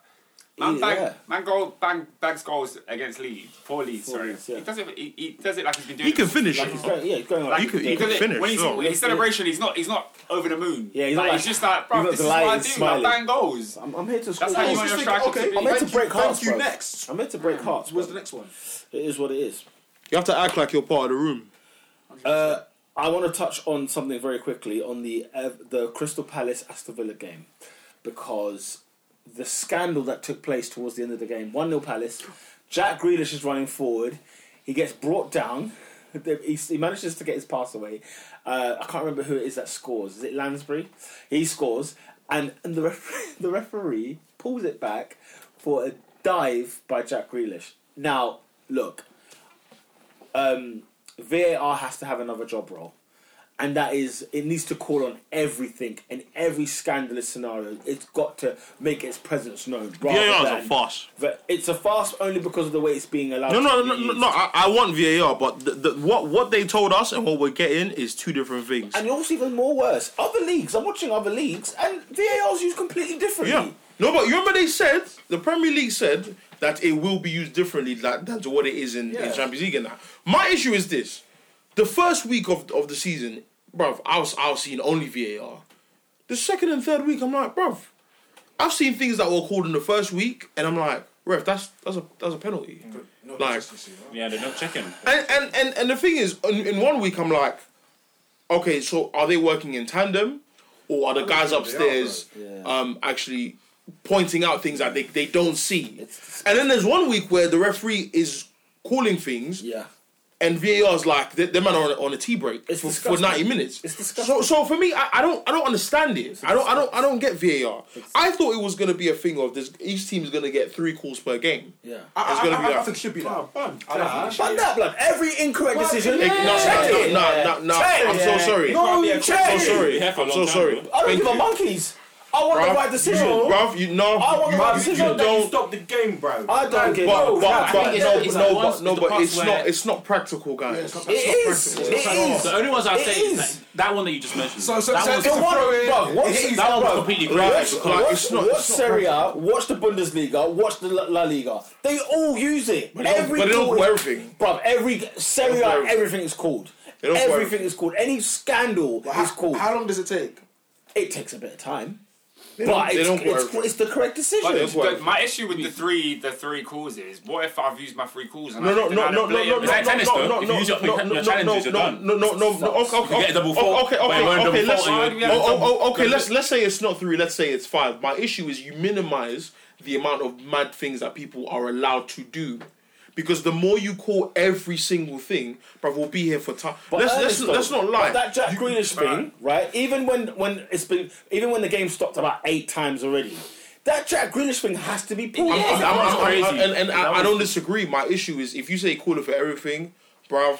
Man, bang, Yeah. man goal, bang, bags goals against Leeds. Poor Leeds, sorry. Leeds, yeah. He does it. He, he does it like he's been doing. He can it. finish. Like he's going, yeah, he's going Like, like, You could- he you could does it- finish, When he's, so. when his celebration, he's not. He's not over the moon. Yeah, he's not like, like- he's just like, he's bro, not this is what I delighted, do. smiling. I bang goals. I'm, I'm here to score. That's how you want goals. your thinking, striker okay, to be. I'm meant to break Thank hearts. you. bro. Next. I'm meant to break hearts. Where's bro. the next one? It is what it is. You have to act like you're part of the room. Uh, I want to touch on something very quickly on the uh, the Crystal Palace Aston Villa game because the scandal that took place towards the end of the game. One 0 Palace. Jack Grealish is running forward. He gets brought down. [LAUGHS] He, he manages to get his pass away. Uh, I can't remember who it is that scores. Is it Lansbury? He scores, and, and the ref- [LAUGHS] the referee pulls it back for a dive by Jack Grealish. Now look, um, VAR has to have another job role. And that is, it needs to call on everything and every scandalous scenario. It's got to make its presence known. Rather VAR than, is a farce. But it's a farce only because of the way it's being allowed. No, no, to no, be no, used. no. I, I want VAR, but the, the, what what they told us and what we're getting is two different things. And also even more worse, other leagues. I'm watching other leagues, and VAR's used completely differently. Yeah. No, but you remember they said the Premier League said that it will be used differently than, than to what it is in, Yeah. in Champions League and that. My issue is this: the first week of, of the season, bruv, I was I was seeing only VAR. The second and third week, I'm like, bruv, I've seen things that were called in the first week, and I'm like, ref, that's that's a that's a penalty. No Like- consistency, right? Yeah, they're not checking. And and and, and the thing is, in, in one week, I'm like, okay, so are they working in tandem, or are the guys upstairs Yeah. um, actually pointing out things that they, they don't see? It's- And then there's one week where the referee is calling things, Yeah. and VAR's like, "Th- them man are on, on a tea break It's for, for disgusting. ninety minutes. It's disgusting. so, so for me, I, I don't I don't understand it. I don't I don't I don't get VAR. I thought it was gonna be a thing of this. Each team's gonna get three calls per game. Yeah. I, It's I, gonna I, I, be that. think it should be that. I don't think it should But be that blood, every incorrect decision. No, check no, it. no, no, no. I'm so sorry. No, Yeah, check I'm it. so sorry. Yeah, for a I'm long so time, sorry. bro. I don't Thank give a you. monkeys. I want the Bruv, right decision. You, bruv, you know, I want the you, right you, That decision. you don't. stop the game, bro. I don't give But, a but, but, it's- no, it's no, the but, ones- no, the but parts it's where- not, it's not practical, guys. It is. It is. The only ones I'd It say is. is that, that one that you just mentioned. So- so- that so one's- it's The a one, throw in. bruv, watch, It is. that one's bruv, completely Right. correct. Watch, Like, watch, it's not- watch it's not Serie A, watch the Bundesliga, watch the La La Liga. They all use it. they don't- every but they don't call call is- everything. Bruv, every Serie They don't A, call everything. everything is called. don't call Everything everything. is called. Any scandal that. is called. How, how long does it take? It takes a bit of time. don't- But they don't it's, call it's, everything. it's the correct But decision. That's why- the- my issue with the three, the three calls is, what if I've used my three calls and No, I no, deny no, the no, no, player? no, no, It's like no, tennis, no, though. no, If no, you use up no, your- no, your no, challenges, no, you're done. no, no, no, no, okay, okay, You get a double okay, fault. okay, But you okay, weren't double okay, let's- fault, you had a oh, oh, double- oh, okay, let's- let's say it's not three, let's say it's five. My issue is you minimize the amount of mad things that people are allowed to do. Because the more you call every single thing, bruv, we'll be here for time. But Let's, Ernest, let's, though, let's not but lie. Uh, That Jack Greenish thing, right? Even when when it's been, even when the game stopped about eight times already, that Jack Greenish thing has to be pulled. I'm, I'm, I'm, I'm, crazy. and and I, I don't disagree. My issue is if you say call it for everything, bruv,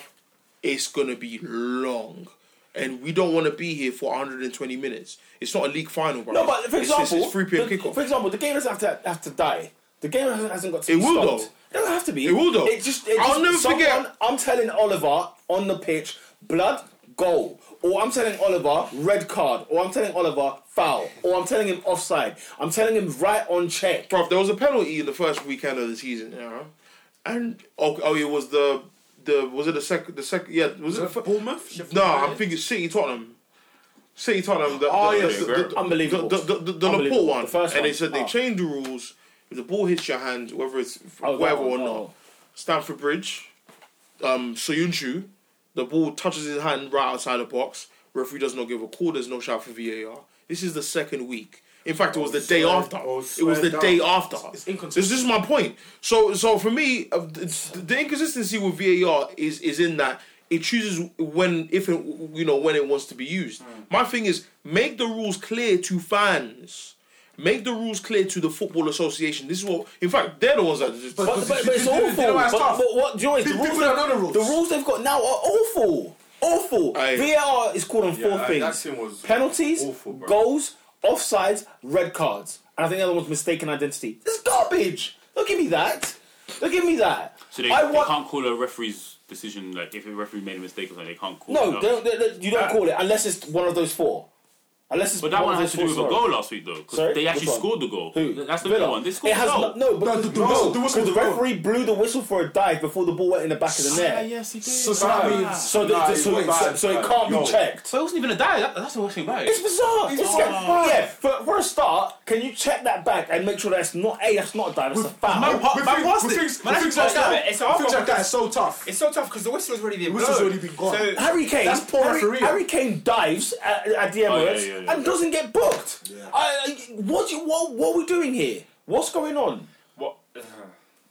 it's gonna be long. And we don't want to be here for 120 minutes. It's not a league final, bro. No, but for example, it's, it's 3 p.m. the, kickoff. For example, the game doesn't have to have to die. The game hasn't, hasn't got to. It be will, stopped. though. It doesn't have to be. It will, though. It just. It just, I'll never someone- forget- I'm telling Oliver on the pitch, blood goal, or I'm telling Oliver red card, or I'm telling Oliver foul, or I'm telling him offside. I'm telling him right on check. Bruv, there was a penalty in the first weekend of the season, you know? and oh, oh, it was the the was it the second the second yeah was it the fir- Bournemouth? Sheffield No, United? I'm thinking City Tottenham. City Tottenham. The, Oh, the, yes, the, the, the, unbelievable. The, the, the, the Unbelievable. Laporte one. The first and one. they said they Oh. changed the rules. If the ball hits your hand, whether it's Oh, that whatever or one, not, oh. Stamford Bridge, um, Soyuncu, the ball touches his hand right outside the box. Referee does not give a call. There's no shout for VAR. This is the second week. In fact, it was the day swear- after. oh, it was the swear day down. after. It's This, inconsistent. this is my point. So, so for me, uh, it's, the inconsistency with VAR is is in that it chooses when, if it, you know, when it wants to be used. Hmm. My thing is make the rules clear to fans. Make the rules clear to the football association. This is what, in fact, they're the ones that. Just, But, but, but it's You know awful. that's But, tough. but what do you know is the People rules, don't they've- know the rules. the rules they've got now are awful. Awful. Aye. VAR is called on four that- things: that scene was penalties, awful, bro. goals, offsides, red cards, and I think the other one's mistaken identity. This is garbage. Don't give me that. Don't give me that. So they, I they want can't call a referee's decision. Like if a referee made a mistake or something, they can't call. no. it. They, they, they, you don't call it unless it's one of those four. Unless it's But that what one was has to do it with for? a goal last week, though. 'cause Sorry? they actually Which one? scored the goal. Who? That's the Villa. one. They scored it the has goal. no, no, because the- the, the whistle- the whistle the, was referee blew the whistle for a dive before the ball went in the back of the net. yes, he did. So, so that means So, the- Nah, the- it so, was it- so, bad. so it can't Yo. be checked. But it wasn't even a die. That, that's the worst thing about it. It's bizarre. It's like, yeah, for, for a start, can you check that back and make sure that's not a that's not a dive, it's a foul. Man, pa- with man things- passed with it. things- Man, that's with things a like touchdown. that, It's our things fault. like that is so tough. It's so tough because the whistle's already been Whistle's blown. already been gone. So, Harry Kane, That's poor Harry, refereeing. Harry Kane dives at, at the Emirates Oh, yeah, yeah, yeah. and doesn't get booked. I, I- what, do you, what, what are we doing here? What's going on? [SIGHS] what?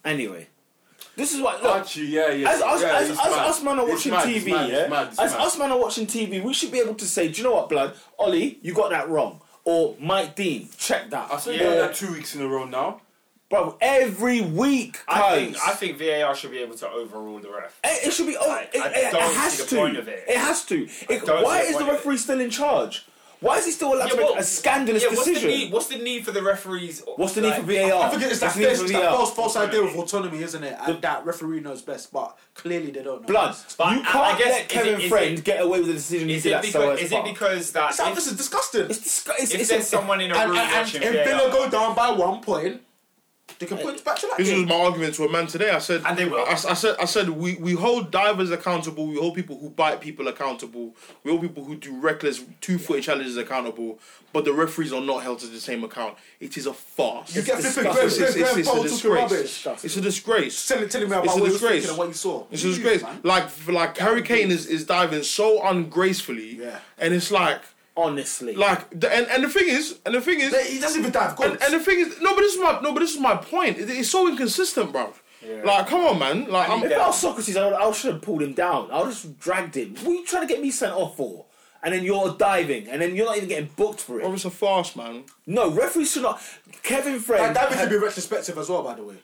Anyway, this is what. Look, Archie, yeah, yeah. as us, yeah, as, as, it's mad. us man are It's watching mad, it's TV, mad, yeah, it's mad, it's as mad. us man are watching TV, we should be able to say, do you know what, blood, Ollie, you got that wrong, or Mike Dean, check that. I saw you Yeah. done that two weeks in a row now. bro, every week, I think cuz. I think VAR should be able to overrule the ref. It, it should be. Oh, Like, it, I it- it don't has see the to. point of it. has to. It- don't why see the is the point of it. referee still in charge? Why is he still allowed Yeah, to make what- a scandalous Yeah, what's decision? the need? What's the need for the referees? What's the need like- for VAR? I forget it's that, What's the need false, for it's that VAR? false, false idea of autonomy, isn't it? And that referee knows best, but clearly they don't know. Blood. But I- you I can't guess- let is it- Kevin is Friend get away with the decision Is he did it at Soweto because? Is it Park. because that? Sam, if- this is disgusting. It's disgusting. It's, if it's, there's someone in a and, room and, and watching if VAR, Villa go down by one point, they can put it back to that This was game. my argument to a man today. I said, And they will. I, I said, I said, we, we hold divers accountable. We hold people who bite people accountable. We hold people who do reckless two footed challenges accountable. But the referees are not held to the same account. It is a farce. You get flipping It's- Graham, it's- it's- Graham it's a Paul talking disgrace. rubbish. It's a disgrace. Telling, telling me about It's a what you were disgrace. thinking and what you saw. It's a disgrace. Man. Like like Harry Kane is, is diving so ungracefully, Yeah. and it's like honestly, like the, and, and the thing is and the thing is He doesn't even dive goals. and, and the thing is, no, but this is my no, but this is my point. It- it's so inconsistent, bro. Like, come on, man. Like, I'm, if I was Socrates, I, would, I should have pulled him down. I would have dragged him. What are you trying to get me sent off for? And then you're diving, and then you're not even getting booked for bro, it. it's a farce, man. No, referees should not. Kevin Friend. And that had- could be retrospective as well, by the way.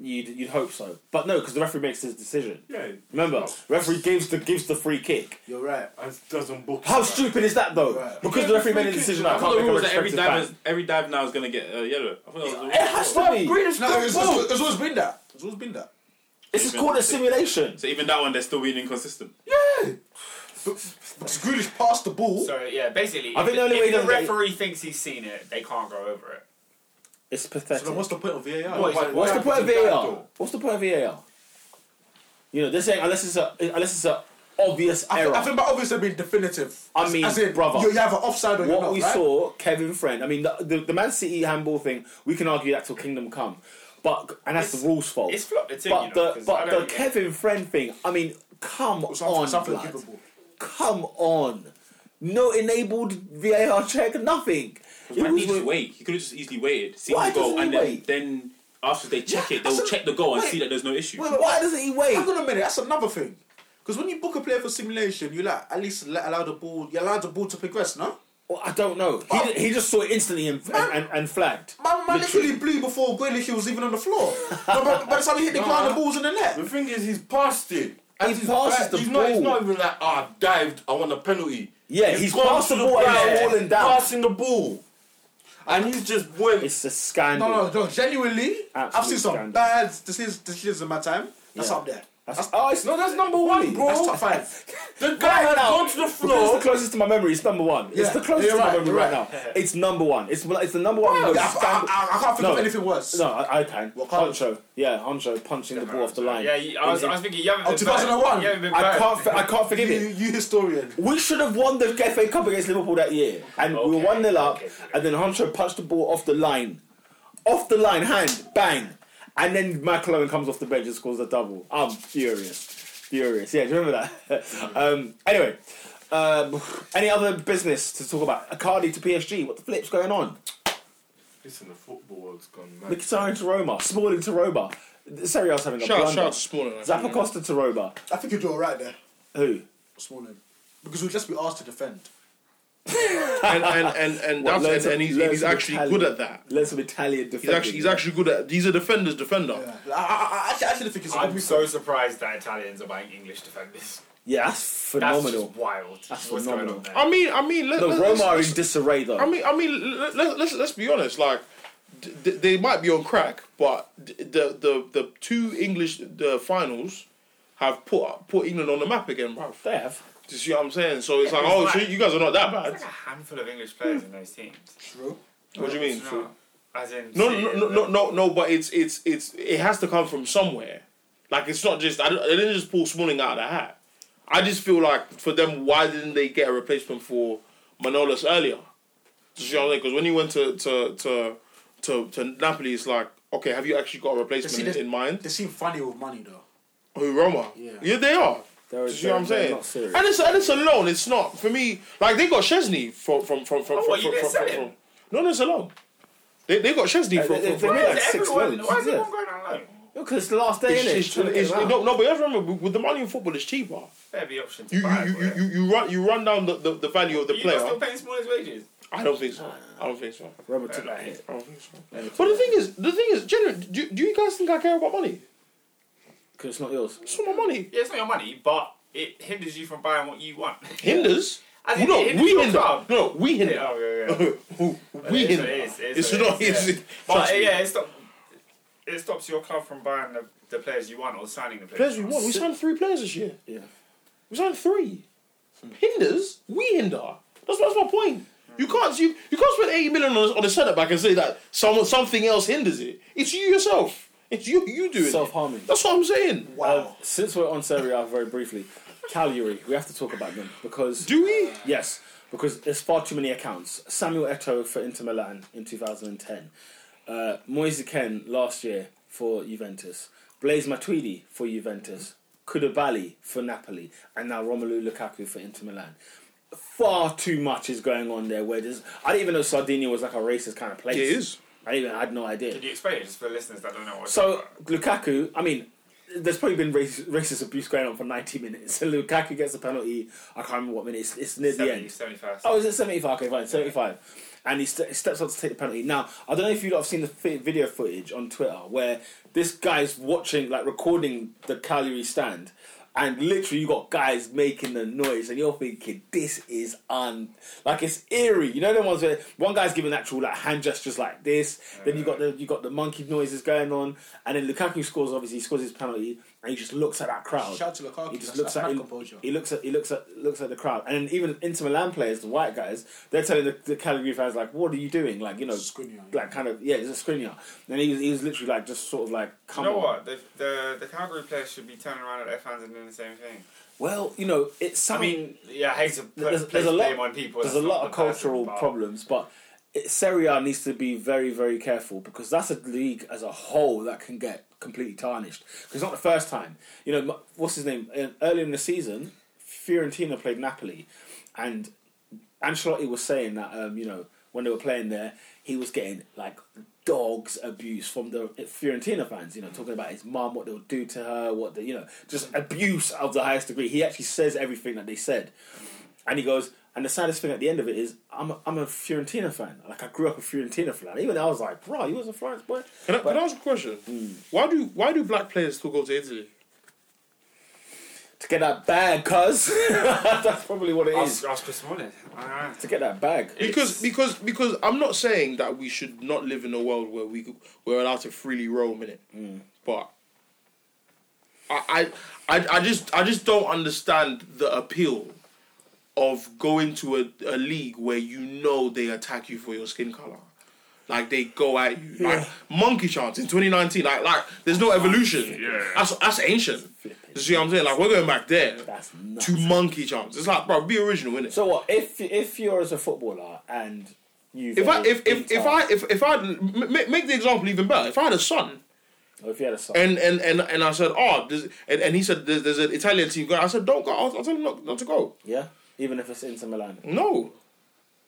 You'd, you'd hope so, but no, because the referee makes his decision. Yeah. Remember, referee gives the gives the free kick. You're right. And doesn't book. How it. stupid is that though? Right. Because the referee made a decision. I I thought can't the make rule a was that every retrospective dive, ban. every dive now is gonna get uh, yellow. I thought that was the It has to be. No, it's, it's, it's always been that. It's always been that. This is called a simulation. So even that one, they're still being inconsistent. Because Grealish passed the ball. So yeah, basically, I if, think the only if way he the doesn't get it- referee thinks he's seen it, they can't go over it. It's So then pathetic. what's the point of VAR? What, what- What's the point of Why happens in VAR? that What's the point of VAR? You know, they're saying unless it's a unless it's a obvious I, error. think- I think that obviously being definitive. I As- mean, as in, brother, You, you have an offside or you're what not, we right? saw, Kevin Friend. I mean, the, the the Man City handball thing. We can argue that till kingdom come, but and that's the rules fault. It's flopped the team, you know, but the 'cause I but don't the get it. Kevin Friend thing. I mean, come Something- on, something blood. capable. come on. No enabled VAR check, nothing. It Man, was he just wait. wait. He could have just easily waited, seen Why the goal, doesn't he and then, wait? then after they check it, they that's will a- check the goal and wait. see that there's no issue. Wait, wait, Why doesn't he wait? Hang on a minute, that's another thing. Because when you book a player for simulation, you like at least let, allow the ball. You allow the ball to progress, no? Well, I don't know. He, Oh. he just saw it instantly and, and, and, and flagged. Man, man literally blew before Grealish was even on the floor. [LAUGHS] no, but by the time he hit the ground, the ball's in the net. The thing is, he's passed it. He passes the he's ball. Not, he's not even like, ah, I've dived, I want a penalty. Yeah, he's gone passed to the ball and he's ground, fallen down. Passing the ball. And he's just went. It's a scandal. No, no, no. Genuinely, I've Absolute seen some scandal. bad decisions, decisions in my time. That's Yeah. up there. That's, oh, it's no, that's number one, bro. That's [LAUGHS] top five. the guy right has now, gone to the because it's floor. the closest to my memory. It's number one. Yeah, It's the closest you're to my right, memory you're right, right. now. It's number one. It's it's the number one. most Yeah, I, scandal- I, I, I can't think No. of anything worse. No, I, I can. What kind of- Honcho, yeah, Honcho punching the ball off the line. Yeah, you, I, was, It- I was thinking you haven't. Oh, been 2001. burnt. You haven't been I burnt. can't. fi- I can't forgive You, it. you historian. We should have won the FA Cup against Liverpool that year, and we were Okay, one 0 up, okay. and then Honcho punched the ball off the line, off the line, hand bang, and then Michael Owen comes off the bench and scores a double. I'm furious, furious. Yeah, do you remember that? [LAUGHS] um, anyway, um, any other business to talk about? Icardi to PSG. What the flip's going on? Listen, the football world's gone mad. Mkhitaryan to Roma. Smalling to Roma. Serie A's having a Shout, shout blunder. out to Smalling. [LAUGHS] Zappa Costa to Roma. I think you do all right there, Who? Smalling, because we'll just be asked to defend. and and and, and, What, that's, loads of- and, and he's, loads he's of actually talent. good at that. Let's some Italian defender. He's actually he's actually good at. He's a defender's defender. Yeah. Like, I, I, I, actually, I actually think it's. I'm so surprised that Italians are buying English defenders. Yeah, that's That's phenomenal. just wild. That's What's phenomenal. going on there? I mean, I mean, let, No, let- Roma are let's- in disarray though. I mean, I mean, let, let, let's let's be honest. Like, d- d- they might be on crack, but d- the the the two English the finals have put put England on the map again, bro. Oh, they have. Do you see what I'm saying? So it's like, oh, so you guys are not that bad. There's like a handful of English players in those teams. What do you mean? No, as in No, City no, and- no, no, no, no. But it's it's it's it has to come from somewhere. Like it's not just I, don't- I didn't just pull Smalling out of the hat. I just feel like for them, why didn't they get a replacement for Manolas earlier? Do you see what I'm saying? Because when he went to to to to, to Napoli, it's like, okay, have you actually got a See, replacement this- in, in mind? They seem funny with money though. Who Roma? Yeah. they are. They're, Do you see what I'm they're saying? Not serious. And it's and it's a loan. It's not for me. Like they got Chesney from from from from Oh, from, what, you from, didn't from, sell from, him? No, no, it's a loan. They they got Chesney They- from, they- they from, from, made Why like is six everyone? loans. Why is yeah. everyone going on loan? Because it's the last day, It's, innit? it's, Trying to get it's, them out. no, no, but you have to remember with the money in football is cheaper. There'd be options. to You buy you, for you, it. you you run you run down the, the, the value of the Are you not player. still paying smallest wages? I don't think so. I don't think so. Robert took that hit. I don't think so. But the thing is, the thing is, genuinely, do, do you guys think I care about money? Because it's not yours. It's not my money. Yeah, it's not your money, but it hinders you from buying what you want. [LAUGHS] Hinders. As in, no, it hinders we your hinder. club. No, we hinder. Yeah, oh, yeah, yeah. we it is, hinder. it is, it is, It's it not. is, It's, But trust uh, me. yeah, it, stop, it stops your club from buying the, the players you want or signing the players. Players we want. We signed three players this year. Yeah. We signed three. Hinders. We hinder. That's, that's my point. You can't you, you can't spend eighty million on, a- on a centre back and say that someone something else hinders it. It's you yourself. It's you you doing it. Self harming. That's what I'm saying. Wow. since we're on Serie A very briefly, Cagliari, we have to talk about them because Do we? yes, because there's far too many accounts. Samuel Eto'o for Inter Milan in 2010, uh, Moise Ken last year for Juventus, Blaise Matuidi for Juventus, Koulibaly for Napoli, and now Romelu Lukaku for Inter Milan. Far too much is going on there. Where there's, I didn't even know Sardinia was like a racist kind of place. It is. I didn't even I had no idea. Can you explain it just for the listeners that don't know what So Lukaku, I mean, there's probably been racist, racist abuse going on for 90 minutes. [LAUGHS] So Lukaku gets a penalty. I can't remember what minute. It's, it's near the end. 71st. Oh, is it 75? Okay, fine, 75. And he, st- he steps up to take the penalty. Now, I don't know if you lot have seen the fi- video footage on Twitter where this guy's watching, like recording the Cagliari stand, and literally you got guys making the noise, and you're thinking this is un like it's eerie. You know the ones where one guy's giving actual like hand gestures like this, then you got the you got the monkey noises going on, and then Lukaku scores. Obviously, he scores his penalty, and he just looks at that crowd. Shout to Lukaku, He just that's looks like at mad he, composure. he looks at he looks at looks at the crowd, and even Inter Milan players, the white guys, they're telling the, the Cagliari fans like, "What are you doing?" Like you know, Skriniar, yeah. like kind of yeah, it's a Skriniar, and he was he was literally like just sort of like, you "Come know on." what? The, the, the Calgary players should be turning around at their fans and doing the same thing. Well, you know, it's I something. mean, yeah, I hate to put, there's, place there's a blame on lot. people. There's a that's lot not of the person, cultural but- problems, but it, Serie A needs to be very, very careful because that's a league as a whole that can get completely tarnished. Because not the first time, you know, m- what's his name? Uh, Earlier in the season, Fiorentina played Napoli, and Ancelotti was saying that um, you know when they were playing there, he was getting like dogs abuse from the uh, Fiorentina fans. You know, talking about his mum, what they'll do to her, what they, you know, just abuse of the highest degree. He actually says everything that they said, and he goes. And the saddest thing at the end of it is, I'm a, I'm a Fiorentina fan. Like I grew up a Fiorentina fan. Even I was like, bro, you was a Florence boy. Can I, can I ask a question? Why do why do black players still go to Italy? To get that bag, cuz [LAUGHS] that's probably what it is. Ask, ask Chris Smalling. Alright. To get that bag. Because because because I'm not saying that we should not live in a world where we could- we're allowed to freely roam in it, Mm. but I, I I I just I just don't understand the appeal of going to a, a league where you know they attack you for your skin color, like they go at you like monkey chants in 2019. Like like there's no evolution. Yeah, that's that's ancient. You see what I'm saying? Like we're going back there That's nuts. to monkey chants. It's like bro, be original in it. So what if if you're as a footballer and you If I if if, if I if, if I make, make the example even better, if I had a son or if you had a son, and and and, and I said, oh, there's, and, and he said, there's, there's an Italian team going. I said, don't go. I'll, I'll tell him not, not to go. yeah, even if it's Inter Milan, No.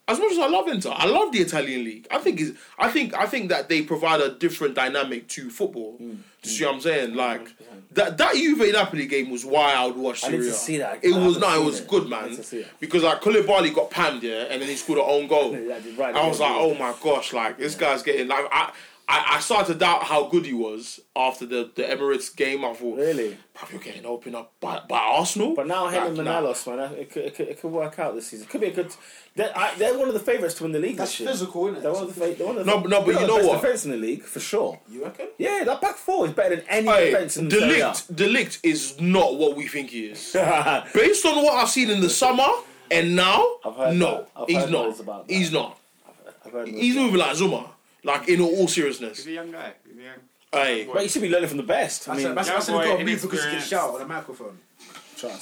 As much as I love Inter, I love the Italian league. I think is I think I think that they provide a different dynamic to Mm. football. Do you see what I'm saying? Like that that Juve Napoli game was why I would watch I Serie. need to A. see that. It I was haven't no, it seen was it. I good, man. need to see it. Because like Koulibaly got panned, yeah, and then he scored an own [LAUGHS] goal. Yeah, that did right, I was yeah, like, yeah. oh my gosh, like this guy's getting like I I, I started to doubt how good he was after the, the Emirates game. I thought, Really? "Bruv, you're getting opened up by, by Arsenal. But now Helen Like, nah. Manalos, man, it could, it, could, it could work out this season. Could be a good. They're, I, they're one of the favourites to win the league That's this year. physical, isn't it? They're one of the, fa- they're one of the No, but- no, but they're you the know best what? defense in the league for sure. You reckon? Yeah, that back four is better than any Hey, defense in the Serie A. Delict, Delict is not what we think he [LAUGHS] is. Based on what I've seen in the summer and now, I've heard no, that. I've he's heard not. noise about that. he's not. I've heard He's noise. moving like Zuma. Like in all seriousness, He's a young guy. He's a young. hey. But you should be learning from the best. I That's, mean, that's, that's boy, what you got me because you can inexperienced. shout on a microphone. So so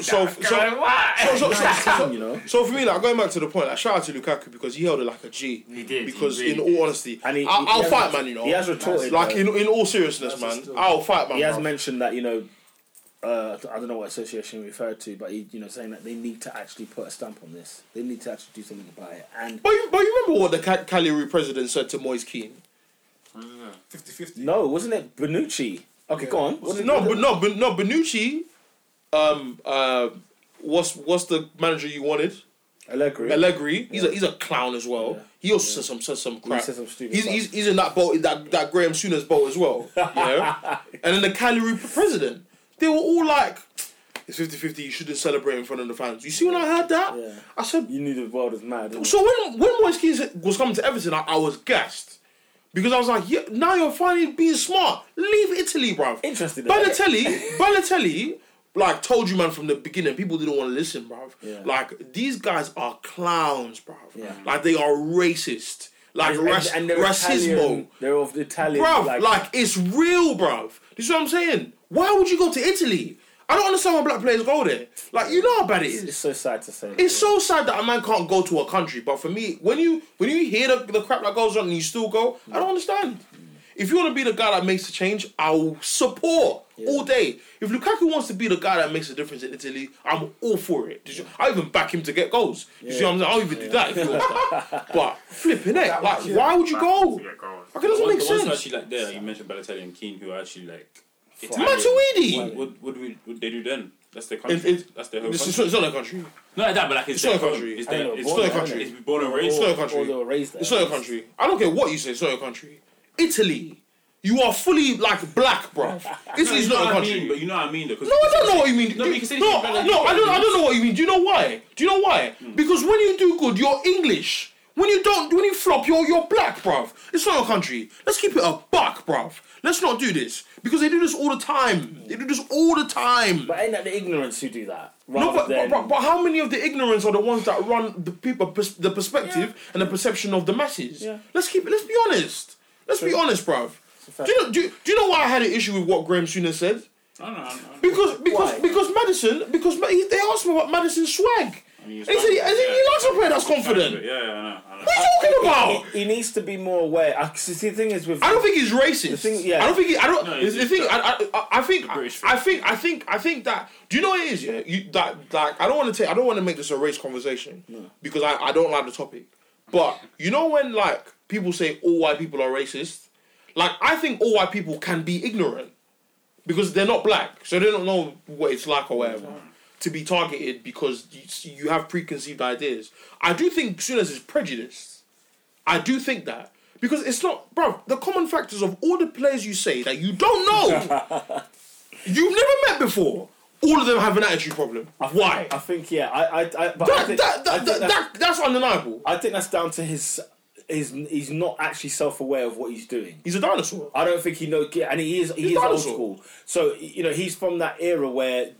so so, so, so, so, you know. so for me, like going back to the point, like shout out to Lukaku because he held it like a G. He did, he Because really in all honesty, And he- I'll, he I'll has- fight, man. You know, He has retorted. like though. in in all seriousness, man, I'll fight, man. he has bruv. mentioned that you know uh, I don't know what association he referred to, but he you know saying that they need to actually put a stamp on this. They need to actually do something about it. And But you, but you remember what the Ca- Cagliari president said to Moise Keane? 50-50. no, wasn't it Benucci? Okay, go on. What did- No, what but did- no, but no, Benucci. Um, uh, what's what's the manager you wanted? Allegri. Allegri. He's a he's a clown as well. He also says some says some crap. says some stupid he's, stuff. he's he's in that boat in that that Graham Souness boat as [LAUGHS] well. You know? and then the Cagliari president. They were all like, "It's 50-50, You shouldn't celebrate in front of the fans." You see when I heard that, Yeah. I said, You knew the world was mad. didn't So when when Moise Keane was coming to Everton, I, I was gassed because I was like, yeah, now you're finally being smart. Leave Italy, bruv. Interesting, though. Balotelli, Balotelli, like told you, man, from the beginning, people didn't want to listen, bruv. Yeah. Like these guys are clowns, bruv. Yeah. Like they are racist. Like you? And- rac- and they're racismo, Italian, they're of the Italian. bruv. Like, like, it's real, bruv. You see what I'm saying? Why would you go to Italy? I don't understand why black players go there. Like you know how bad it is. it's so sad to say. It's so sad that a man can't go to a country, but for me, when you when you hear the, the crap that goes on and you still go, I don't understand. If you want to be the guy that makes the change, I'll support all day. If Lukaku wants to be the guy that makes a difference in Italy, I'm all for it. Did you- I even back him to get goals. You see what I'm saying? I'll even do that if you want that. [LAUGHS] But flipping it, like, why would you go? Yeah, go on. Like, it doesn't One- the make ones who sense. actually like there, you mentioned Balotelli and Keane, who are actually like. Italian. What, Matuidi. what, what do we, what they do then? That's their country. It- it- That's their home It's, country. it's not a country. Not like that, but like it's, It's their not a home. country. It's I their, know, it's born their there, country. isn't It's born and raised. It's not a or they country. were raised there. It's not a country. I don't care what you say. It's not a country. Italy. You are fully like black, bro. Italy's You know not a what I mean, country. But you know what I mean, though. 'cause- No, I don't know what you mean. No, Do- because it's no, better- Hmm. no, I don't. I don't know what you mean. Do you know why? Do you know why? Because when you do good, you're English. When you don't, when you flop, you're you're black, bruv. It's not your country. Let's keep it a buck, bruv. Let's not do this because they do this all the time. They do this all the time. But ain't that the ignorance who do that? No, Rather but, than, but, but, but how many of the ignorance are the ones that run the people, pers- the perspective and the perception of the masses? Yeah. Let's keep. Let's be honest. Let's be honest, bruv. Do fact. you, know, do, do you know why I had an issue with what Graham Sooner said? I don't know. I don't know. Because because Why? because Madison because Ma- he- they asked me about Madison's swag. And he he's said he, fine. and he- he Yeah. likes a player that's Yeah, confident. yeah, I know. I know. What are you talking about? he needs to be more aware. I, see, the thing is with I don't think he's racist. thing- yeah. I don't think. He, I don't. No, the he's just thing. I, I, I think. British I think. I think. I think that. Do you know what it is? Yeah. You that like. I don't want to take. I don't want to make this a race conversation because I, I don't like the topic. But you know when like people say all white people are racist, like I think all white people can be ignorant because they're not black, so they don't know what it's like or whatever to be targeted because you, you have preconceived ideas. I do think Sunas is prejudiced. I do think that because it's not, bro. The common factors of all the players you say that you don't know, [LAUGHS] you've never met before. All of them have an attitude problem. Why? I think yeah. I I, I but I That, think, that, I think that, that, that's- that, that's undeniable. I think that's down to his his he's not actually self aware of what he's doing. He's a dinosaur. I don't think he knows, and he is he is old dinosaur. school. So you know he's from that era where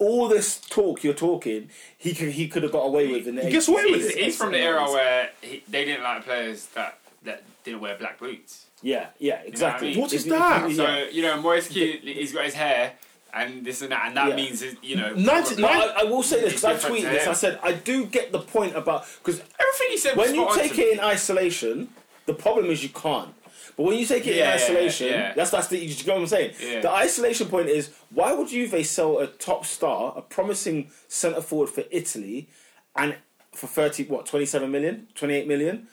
all this talk you're talking, he could he could have got away with. In the Guess 80s. what? He's, he's from the era where he, they didn't like players that, that didn't wear black boots. Yeah, yeah, exactly. mean? What is If you- if that? you- So yeah. you know, Moise Keane, he's got his hair and this and that, and that Yeah. means you know. Ninety- But nine- I, I will say this because I Different tweeted to this. him. I said I do get the point about because Everything he said. was when you spot on take to me. it in isolation, the problem is you can't. But when you take it Yeah, in isolation, yeah. that's that's the you know what I'm saying. Yeah. The isolation point is why would Juve sell a top star, a promising centre forward for Italy, and for thirty what twenty seven million, twenty eight million?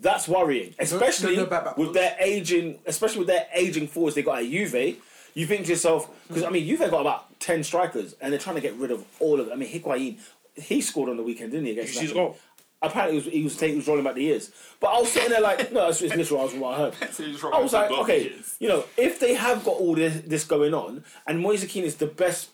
That's worrying, especially no, back, back. with their aging, especially with their aging forwards they got at Juve. You think to yourself, because I mean, Juve got about ten strikers, and they're trying to get rid of all of them. I mean, Higuain, he scored on the weekend, didn't he? Against Did you see his Napoli? goal? Apparently, he was, he was, taking, he was rolling back the years. But I was sitting there like, no, it's, it's literal. I was what I heard. So he's I wrong. was like, Garbage okay, is. you know, if they have got all this, this going on, and Moise Kean is the best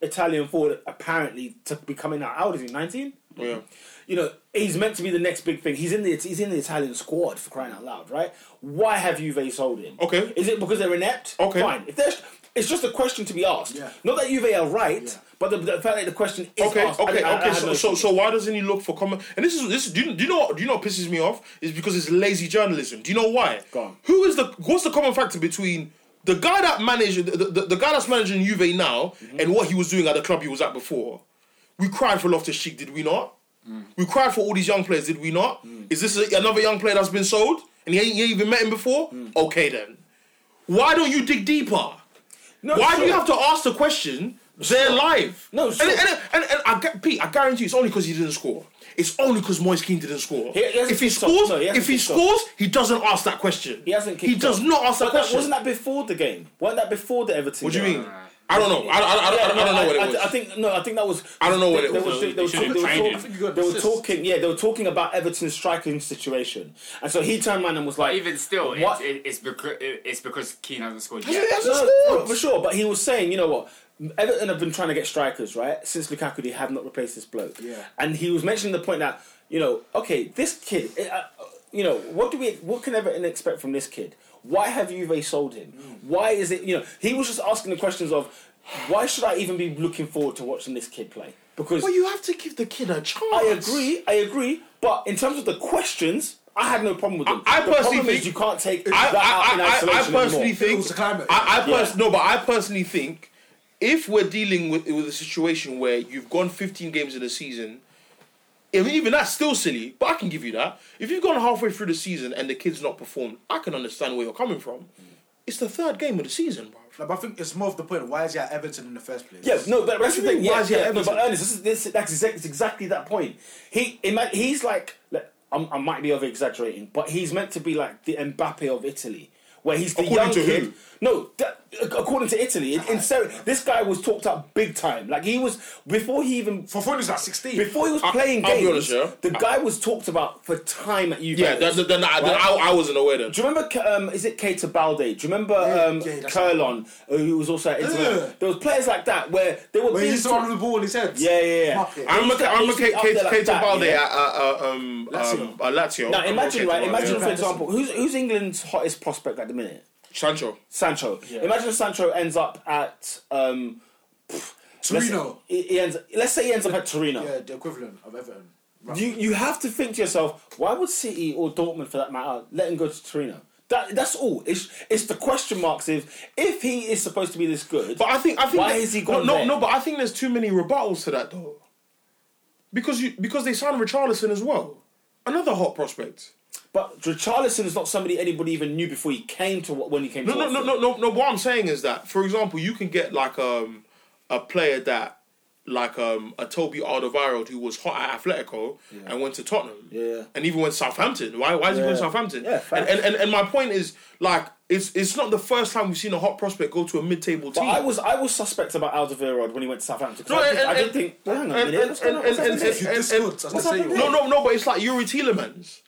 Italian forward apparently to be coming out. How old is he? Nineteen. Yeah. You know, he's meant to be the next big thing. He's in the he's in the Italian squad for crying out loud, right? Why have Juve sold him? Okay. Is it because they're inept? Okay. Fine. If there's, it's just a question to be asked. Yeah. Not that Juve are right, but the, the fact that the question is Okay, asked. I okay, didn't- I- I okay. had So, no so, issue. so, why doesn't he look for comment? And this is this. Do you, do you know? what- Do you know? What pisses me off is because it's lazy journalism. Do you know why? Go on. Who is the? What's the common factor between the guy that managed the, the, the guy that's managing Juve now Mm-hmm. and what he was doing at the club he was at before? We cried for Loftus Cheek, did we not? Mm. We cried for all these young players, did we not? Is this a, another young player that's been sold and he ain't, he ain't even met him before? Mm. Okay then, why don't you dig deeper? No, Why do sure. you have to ask the question? They're live. No, and, sure. and, and, and I, gu- Pete, I guarantee you it's only because he didn't score. It's only because Moise Keane didn't score. He- he hasn't if he kicked off. scores, No, he hasn't if he kicked off. scores, he doesn't ask that question. He hasn't He kicked does off. not ask that But that, question. wasn't that before the game? Wasn't that before the Everton? what do you game? mean? I don't know. I, I, I, I, Yeah, don't- I don't know no, what I, it was. I think no. I think that was. I don't know what it they, was. They, They was, should've they, were trained him. I talk- think they, were, talking. Yeah, they were talking about Everton's striking situation, and so he turned around and was like, Even still, What? it's, it, it's because it's because Keane hasn't scored He yet. hasn't No, scored. for, for sure. But he was saying, you know what? Everton have been trying to get strikers, right? Since Lukaku, they have not replaced this bloke. Yeah. And he was mentioning the point that you know, okay, this kid, eh, uh, you know, what do we, what can Everton expect from this kid? Why have Juve sold him? Why is it? You know, he was just asking the questions of, why should I even be looking forward to watching this kid play? Because But you have to give the kid a chance. I agree, I agree. But in terms of the questions, I had no problem with them. I- I the personally problem is think- you can't take I, that out in I, I, I, I isolation personally anymore. think It was the climate. I, I Yeah. pers- no, but I personally think if we're dealing with with a situation where you've gone 15 games in a season, I mean, even that's still silly. But I can give you that. If you've gone halfway through the season and the kid's not performed, I can understand where you're coming from. It's the third game of the season, bro. No, but I think it's more of the point. Why is he at Everton in the first place? Yeah, no, but that's the What do you thing. mean, why Yeah, is he at yeah, no, but Everton? Ernest, this is this. That's exactly, it's exactly that point. He, ima- he's like, like, I'm, I might be over exaggerating, but he's meant to be like the Mbappe of Italy, where he's the According young to who? kid. No, that, according to Italy, in, in Serie- this guy was talked up big time. Like he was before he even Fofana is at sixteen. before he was playing I'll be games. honest, yeah. The guy was talked about for time at Juventus. Yeah, then, then, I, then I, I wasn't aware then. Do you remember? Um, is it Keita Balde? Do you remember um, yeah, that's- Curlon, who was also at Inter? Yeah. There was players like that where they were. When being he's the talked- one with the ball in his head. yeah, yeah, yeah. Fuck it. I remember, He's- I remember he's Kate, up Kate, there like Kate that, Balde yeah. at uh, uh, um, um, uh, Lazio. Now imagine, right? Imagine, Kate Balde, for yeah. example, who's who's England's hottest prospect at the minute? Sancho. Sancho. Imagine if Sancho ends up at um, let's- Torino. He, he ends. Let's say he ends up at Torino. Yeah, the equivalent of Everton. Right. You you have to think to yourself, why would City or Dortmund, for that matter, let him go to Torino? That that's all. It's it's the question marks if if he is supposed to be this good. But I think I think Why that- has he gone No, no, there? no. But I think there's too many rebuttals to that though. Because you because they signed Richarlison as well, another hot prospect. but Richarlison is not somebody anybody even knew before he came to when he came. No, to no, no, Watford. no, no, no. What I'm saying is that, for example, you can get like um a player that like um a Toby Alderweireld who was hot at Atletico and went to Tottenham. Yeah. And even went Southampton. Why why is he going to Southampton? Yeah, and, facts. and, and and my point is like it's it's not the first time we've seen a hot prospect go to a mid table But team. I was I was suspect about Alderweireld when he went to Southampton. 'cause No, I, and- did, I did and- think, well, hang on a and- minute, what's going on? and- What's happening? and- and- You and- discourse, as I say, you No, no, no, but it's like Yuri Telemans.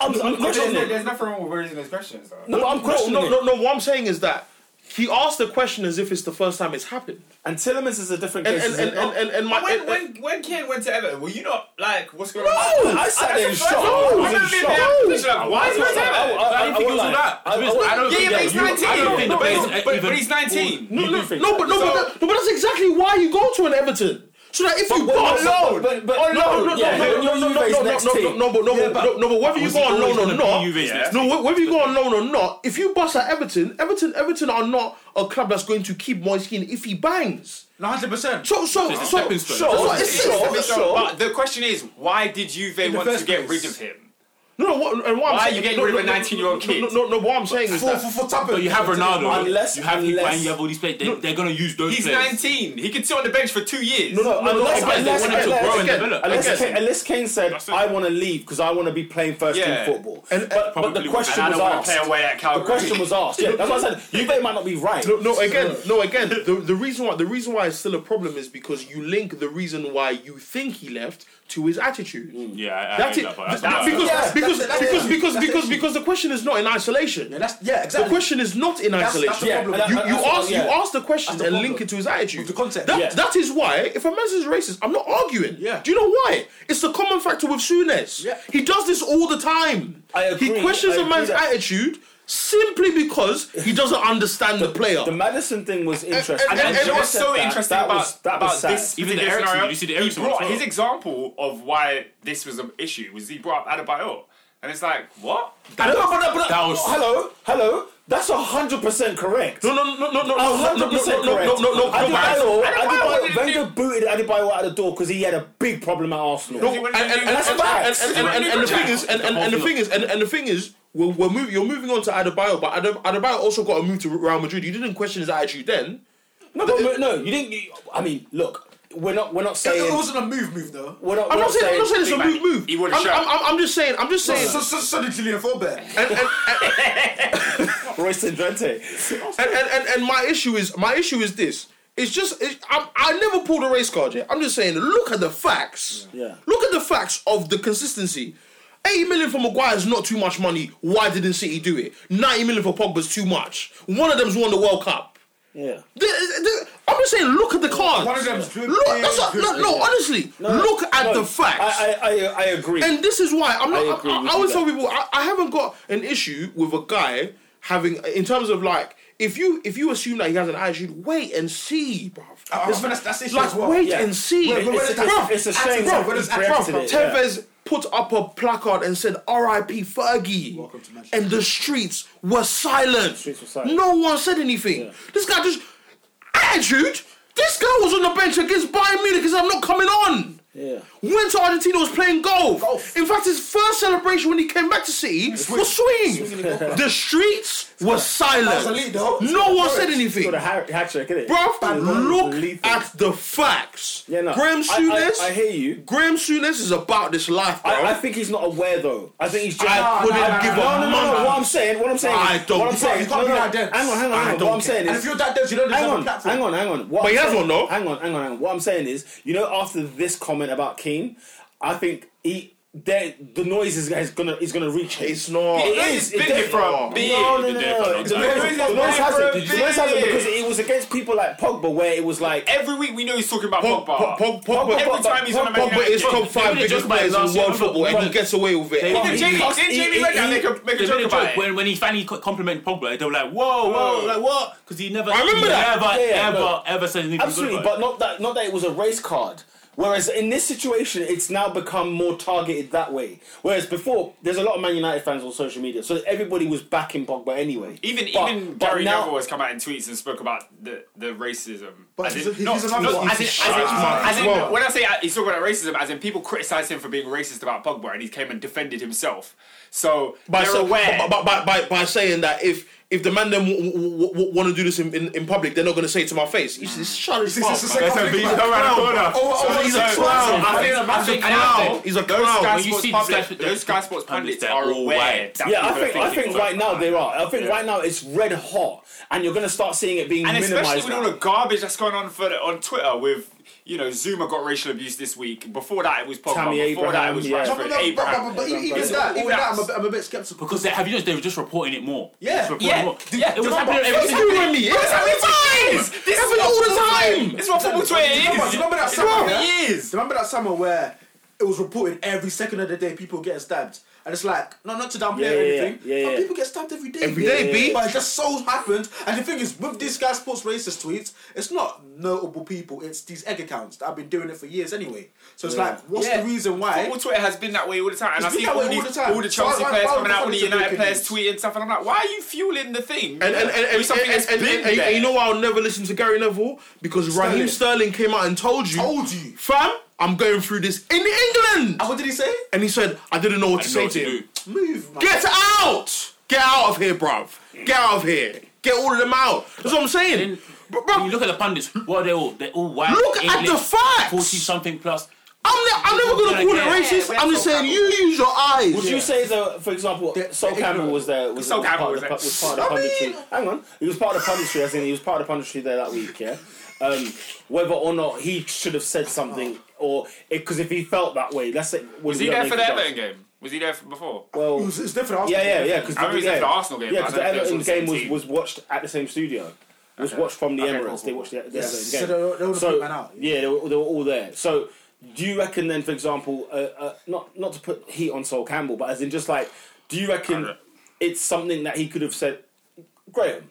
I'm, I'm There's, questioning there's, it. nothing wrong with raising those questions, though. No, but I'm questioning no, no, it. no, no. What I'm saying is that he asked the question as if it's the first time it's happened. And Tillemans is a different And case. and isn't and it? and, and, and my When, and- when when Kane went to Everton, were you not like, what's going No, on? I sat there in That's shock. the first- I I was in don't think shock. they have- like, Why is he I- going to I- Everton? I- I didn't think it was all won't lie. that. To be honest, I don't think Yeah, yeah, but that he's you- I don't 19. think the No, players but- but- even- but he's 19. you no, no, do think no, that. but no, but, that- no, but that's exactly why you go to an Everton. So that if you go on loan, but- but- no, no, no, no, yeah, no, when you're no, no, no, Juve's no, next no, no, team. no, but no, but no, no, but whether you Was go he on always loan or gonna be not, Juve's next no, wh- whether you go on loan or not, if you bust at Everton, Everton, Everton are not a club that's going to keep Moise Kean if he bangs. One hundred percent. So, so, It's a so, stepping so, stone. so, That's what it's- It's- so, it's- so, But the question is, why did Juve want first to get place. rid of him? No, no, what, and what Why I'm are saying, you getting no, rid of no, a no, 19-year-old no, kid? No, no, no, what I'm saying is For, that for, for Tuppen. But you have Ronaldo, Unless- you have people, unless- and you have all these players. They, They're going to use those He's players. 19. He can sit on the bench for two years. no, no, no, no, Unless- I get unless- it. unless- grow and Again, develop. again, Unless, Kane, unless Kane said, That's it. "I want to leave because I want to be playing first Yeah. team football," And- but, but probably the would. question I was don't want to play asked. away at The Calgary. question was asked. Yeah, that's what I said. You they might not be right. No, no, again, no, again. The, the reason why the reason why it's still a problem is because you link the reason why you think he left to his attitude. Hmm. Yeah, I, I That's hate it. that, but that's Th- not- because, Yeah, because, that's it, that's because, it. because, That's because, it. because the question is not in isolation. Yeah, that's, yeah, the exactly. question is not in That's- that's isolation. the problem. Yeah, you that- you that's- ask you yeah. ask the question the and problem. link it to his attitude. With the context. That, Yeah. that is why if a man is racist, I'm not arguing. Yeah. Do you know why? It's the common factor with Souness. Yeah. He does this all the time. I agree, He questions I a man's agree that- attitude simply because he doesn't understand the player. The Madison thing was interesting. and- and- When And and you know I what's said so that, interesting that about, was- that about was sad. this Even the particular Ericsson, scenario, you see the he Ericsson one brought, as well. his example of why this was an issue was he brought up Adebayo. And it's like, what? No, no, but, but, That was- hello, hello. That's hundred percent correct. No, no, no, no, no, A no, no, no, hundred no, percent no, correct. no, no, no, no, Adebayo, Adebayo Adebayo, didn't Wenger booted Adebayo out the door because he had a big problem at Arsenal. No, Because he and, wouldn't and, do and, it. and, and, and, and, and, and the That's thing is, and, and, and the thing is, and, and the thing is, we're, we're moving. You're moving on to Adebayo, but Adeb- Adebayo also got a move to Real Madrid. You didn't question his attitude then. No, but, no, you didn't. You, I mean, look, we're not, we're not It, saying. it wasn't a move, move though. we're not, I'm we're not saying. I'm not saying it's a Big move. Move. He would've I'm, shot. I'm, I'm, I'm just saying. I'm just saying. So, so, so did Julian Forbear. And, and, Royston Drenthe. and, and, and, and my issue is my issue is this. It's just it, I'm, I never pulled a race card yet. I'm just saying, look at the facts. Yeah. Look at the facts of the consistency. 80 million for Maguire is not too much money. Why didn't City do it? 90 million for Pogba's too much. One of them's won the World Cup. Yeah. The- the- I'm just saying, look at the cards. One of them's good Look, players, that's not- good no, no, players. honestly, look at No, the facts. I, I, I, I agree. And this is why I'm I not. I, agree I, with you I always there. tell people I, I haven't got an issue with a guy having in terms of like if you if you assume that he has an attitude, wait and see, bruv. I was Uh, that's that's issue Like as well. wait yeah. and see. Wait, wait, wait, Bruv, that's- it's a that's- shame bruv, that he's that's- bruv, preempted it, yeah. Tevez put up a placard and said R.I.P. Fergie, Welcome to Manchester. and the streets were silent. streets were silent. No one said anything. This guy just attitude. This guy was on the bench against Bayern Munich and said, "I'm not coming on." yeah. Went to Argentina was playing golf. Golf. In fact, his first celebration when he came back to City was swinging. the streets were That's elite, silent. though. No one said anything. Got a hat, hat trick, innit? Bruv, look Lethal. at the facts. Yeah, no. Graham I- I- Souness. I hear you. Graham Souness is about this life, bro. I, I think he's not aware though. I think he's just. I wouldn't give no, no, a no, no. month. What I'm saying, what I'm saying, I don't what I'm care. saying, You can't no, be no, that dense. Hang on, hang on, I hang on. don't What I'm saying And is, if you're that dense, you don't hang deserve a on, platform. hang on, hang on. What But I'm he has saying- one, though. Hang on, hang on, hang on. What I'm saying is, you know, after this comment about Keane, I think he, there, the noise is, is gonna, is gonna reach him. it's not. It It's is. It been definitely- here for a bit. No, no, no, It's been there for a no. long time. The noise the noise It's been hasn't. The there noise for a hasn't bit. because it was against people like Pogba, where it was like Every week we know he's talking about Pog- Pogba. Pog- Pog- Pogba Every time he's on a Man Pogba United is game. top five They made a biggest joke about it players last in year, world remember? football, and he But- gets away with it. Even Jamie, He- didn't Jamie he- Redknapp he- make a, make a They made joke a about joke it? when, when he finally co- complimented Pogba. They were like, "Whoa, whoa, like what?" Because he never, Oh. I remember that. never, Yeah, yeah, ever, no. ever said anything. Absolutely, good but about not that not that it was a race card. Whereas in this situation, it's now become more targeted that way. Whereas before, there's a lot of Man United fans on social media, so everybody was backing Pogba anyway. Even But- even but Gary now- Neville has come out in tweets and spoke about the, the racism. But as he's in, a- he's no, a man no, who's as in, as in, shite, as in, man. when I say uh, he's talking about racism, as in people criticize him for being racist about Pogba, and he came and defended himself. So by, they're sa- aware. by, by, by, by saying that if if the man them w- w- w- want to do this in, in, in public, they're not going to say it to my face. He's just shut his This mouth. is the man. Listen, second but thing he's about- around the corner. Oh, oh, He's So- a so clown. I think, I think now He's a those clown. Sky When you Sports see the pundits, Sky- those Sky Sports pundits, pundits they're are all aware. white. that Yeah, I people are think I thinking think about right now that. there are. I think Yeah. right now it's red hot, and you're going to start seeing it being and especially minimized. with all the garbage that's going on for on Twitter with. You know, Zuma got racial abuse this week. Before that, it was Pogba. Tammy Before that, Abraham, it was yeah. No, but, Rashford. no, but, Abraham. but, but even Abraham. that, even that, I'm a bit, I'm a bit skeptical. because they, have you noticed they were just reporting it more? Yeah. Just reporting Yeah. it more. Do- yeah. do It you was know happening what- every it's single happening- week. it's happening times! This Happens what all the football time! This is what football Twitter Do you remember, do is. you remember that It's summer? what yeah? it is. Do you remember that summer where it was reported every second of the day people getting stabbed? And it's like, no, not to downplay Yeah, or yeah, anything, yeah, yeah, but yeah. people get stabbed every day. Every day, Yeah, B. yeah, yeah. But it just so happened. And the thing is, with these guys' sports racist tweets, it's not notable people, it's these egg accounts that have been doing it for years anyway. So it's like, what's Yeah. the reason why? Football Twitter has been that way all the time, and It's I been see that all way all the, the time. all the So Chelsea why- players why coming out, all the would you United think players it's- tweeting stuff, and I'm like, why are you fueling the thing? And and and, With and, something and, that's and, been and- and you there. know why I'll never listen to Gary Neville because Raheem Sterling came out and told you, Told you. fam. I'm going through this in England. And what did he say? And he said, I didn't know what to didn't know say what to to him. do. Move, man. Get out! Get out of here, bruv. Get out of here. Get all of them out. That's what I'm saying. Then- But, When bruv, you look at the pundits, what are they all? They're all white. Look at the facts. Forty something plus. I'm, ne- I'm never going to call Yeah, it racist. we're I'm just so saying, you use your eyes. Would you say that, for example, Sol Campbell was there? Was, Sol was Campbell was part of the, there. pu- was part of the punditry. Hang on, he was part of the punditry. As in, he was part of the punditry there that week. Yeah. Um, whether or not he should have said something, or because if he felt that way, that's it. Was he there for the Everton game? Was he there from before? Well, It's, it's different. after yeah, the yeah, game. yeah. Because I remember he was there yeah, for the Arsenal game. yeah, but I because the don't know if they Everton was on game the was, team. was watched at the same studio. It was watched from the Emirates. They watched the, the Yeah, Everton so game. they were- they were so putting man out. yeah, they were, they were all there. So do you reckon then, for example, uh, uh, not not to put heat on Sol Campbell, but as in just like, do you reckon it's something that he could have said, Graham?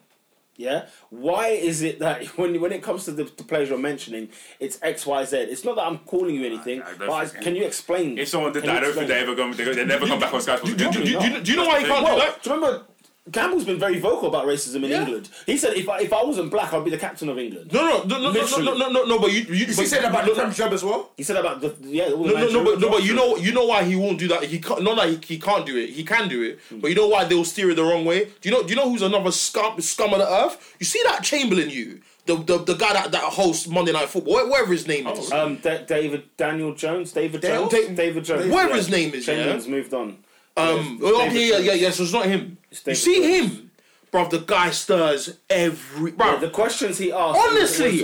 Yeah. Why is it that [LAUGHS] when when it comes to the, the players you're mentioning, it's X Y Z? It's not that I'm calling you anything, I don't but I, think- can you explain? If someone did Can that, you I don't explain think they ever go. They they never come back on Sky Sports. Do, again. do, do, do, do you know why you can't do well, that? do you remember? Campbell's been very vocal about racism in England. He said, "If I, if I wasn't black, I'd be the captain of England." No, no, no, no, no, Literally. no, no, no, no, but you, you Is but, he saying about the no, no, Prem job as well? He said about the yeah. All the no, no, no, but, managerial no, but jobs. you know, you know why he won't do that. He can't, not that he, he can't do it. He can do it, Hmm. but you know why they'll steer it the wrong way. Do you know? Do you know who's another scum, scum of the earth? You see that Chamberlain, you the the, the guy that, that hosts Monday Night Football, whatever his name is. um, Da- David Daniel Jones, David Dale? Jones, David Jones. Whatever his name is, yeah. Chamberlain's moved on. Um, David okay, yeah, Jones. yeah, yeah. So it's not him. You David see Jones. him, bruv. The guy stirs every Yeah, bruv. the questions he asked. honestly,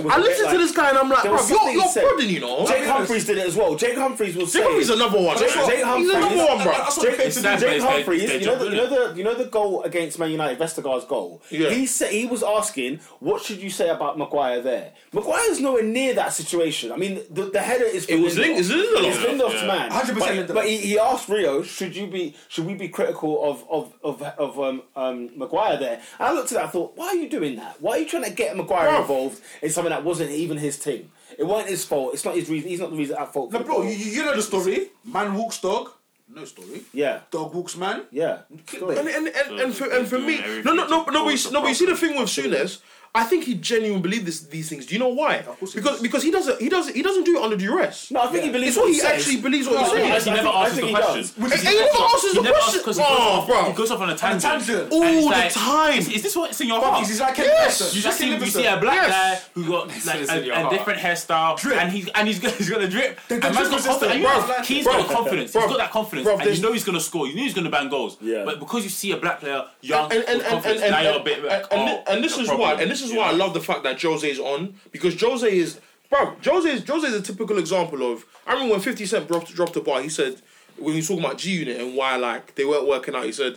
was- was a I bit listened to like- this guy and I'm like, There was bruv, you're something he you're said. prodding, you know. Jake Humphries did it as well. Jake Humphries was Jake saying- Humphries is another one. Jake- Jake He's Humphries- another That's one, bruv. what Jake, Jake, that Jake based- Humphries, based you know, on the, you know the you know the goal against Man United, Vestergaard's goal. Yeah. He said he was asking, "What should you say about Maguire there?" Maguire's nowhere near that situation. I mean, the, the header is. It was Lin- it's Lindelof. It's Lindelof's man. 100% But, Lindelof. but he, he asked Rio, "Should you be? Should we be critical of of of, of um, um, Maguire there?" And I looked at that, I thought, "Why are you doing that? Why are you trying to get Maguire Bruv. involved in something that wasn't even his team? It wasn't his fault. It's not his reason. He's not the reason at fault." for No, the bro, goal. you, you know the story. Man walks dog. No story. yeah, Dog walks man. yeah. And and and, and, for, and for me, no, no, no, no, but you, no, but you see the thing with Souness, I think he genuinely believed this, these things. Do you know why? course he Because does. because he doesn't he doesn't he doesn't do it under duress. No, I think he believes It's what what he says. actually believes what he's No, saying. I- Because he I never think- I asks think the he question. does. And he never answers the He never asks question. because he goes Oh, off- he bro. goes off on a tangent. tangent. All And it's the like, time. Is, is this what's in your heart? He's he's like Yes! You just see, you see a black guy who got like It's in your a, a heart. different hairstyle, and he's and he's got, he's got a drip. And man's drip got resistant, confidence. bruv, Bruv, Keane's got bruv, the confidence. bruv, he's got that confidence, bruv, and there's- you know he's gonna score. You know he's gonna bang goals. Yeah. But because you see a black player young, And and and with and, confidence, and, now and, you're a bit like, and- and oh, thi- and this no is problem. why and this is You why I know? love the fact that Jose is on because Jose is bro. Jose is Jose is a typical example of. I remember when Fifty Cent dropped dropped the bar. He said when he was talking about G Unit and why like they weren't working out. He said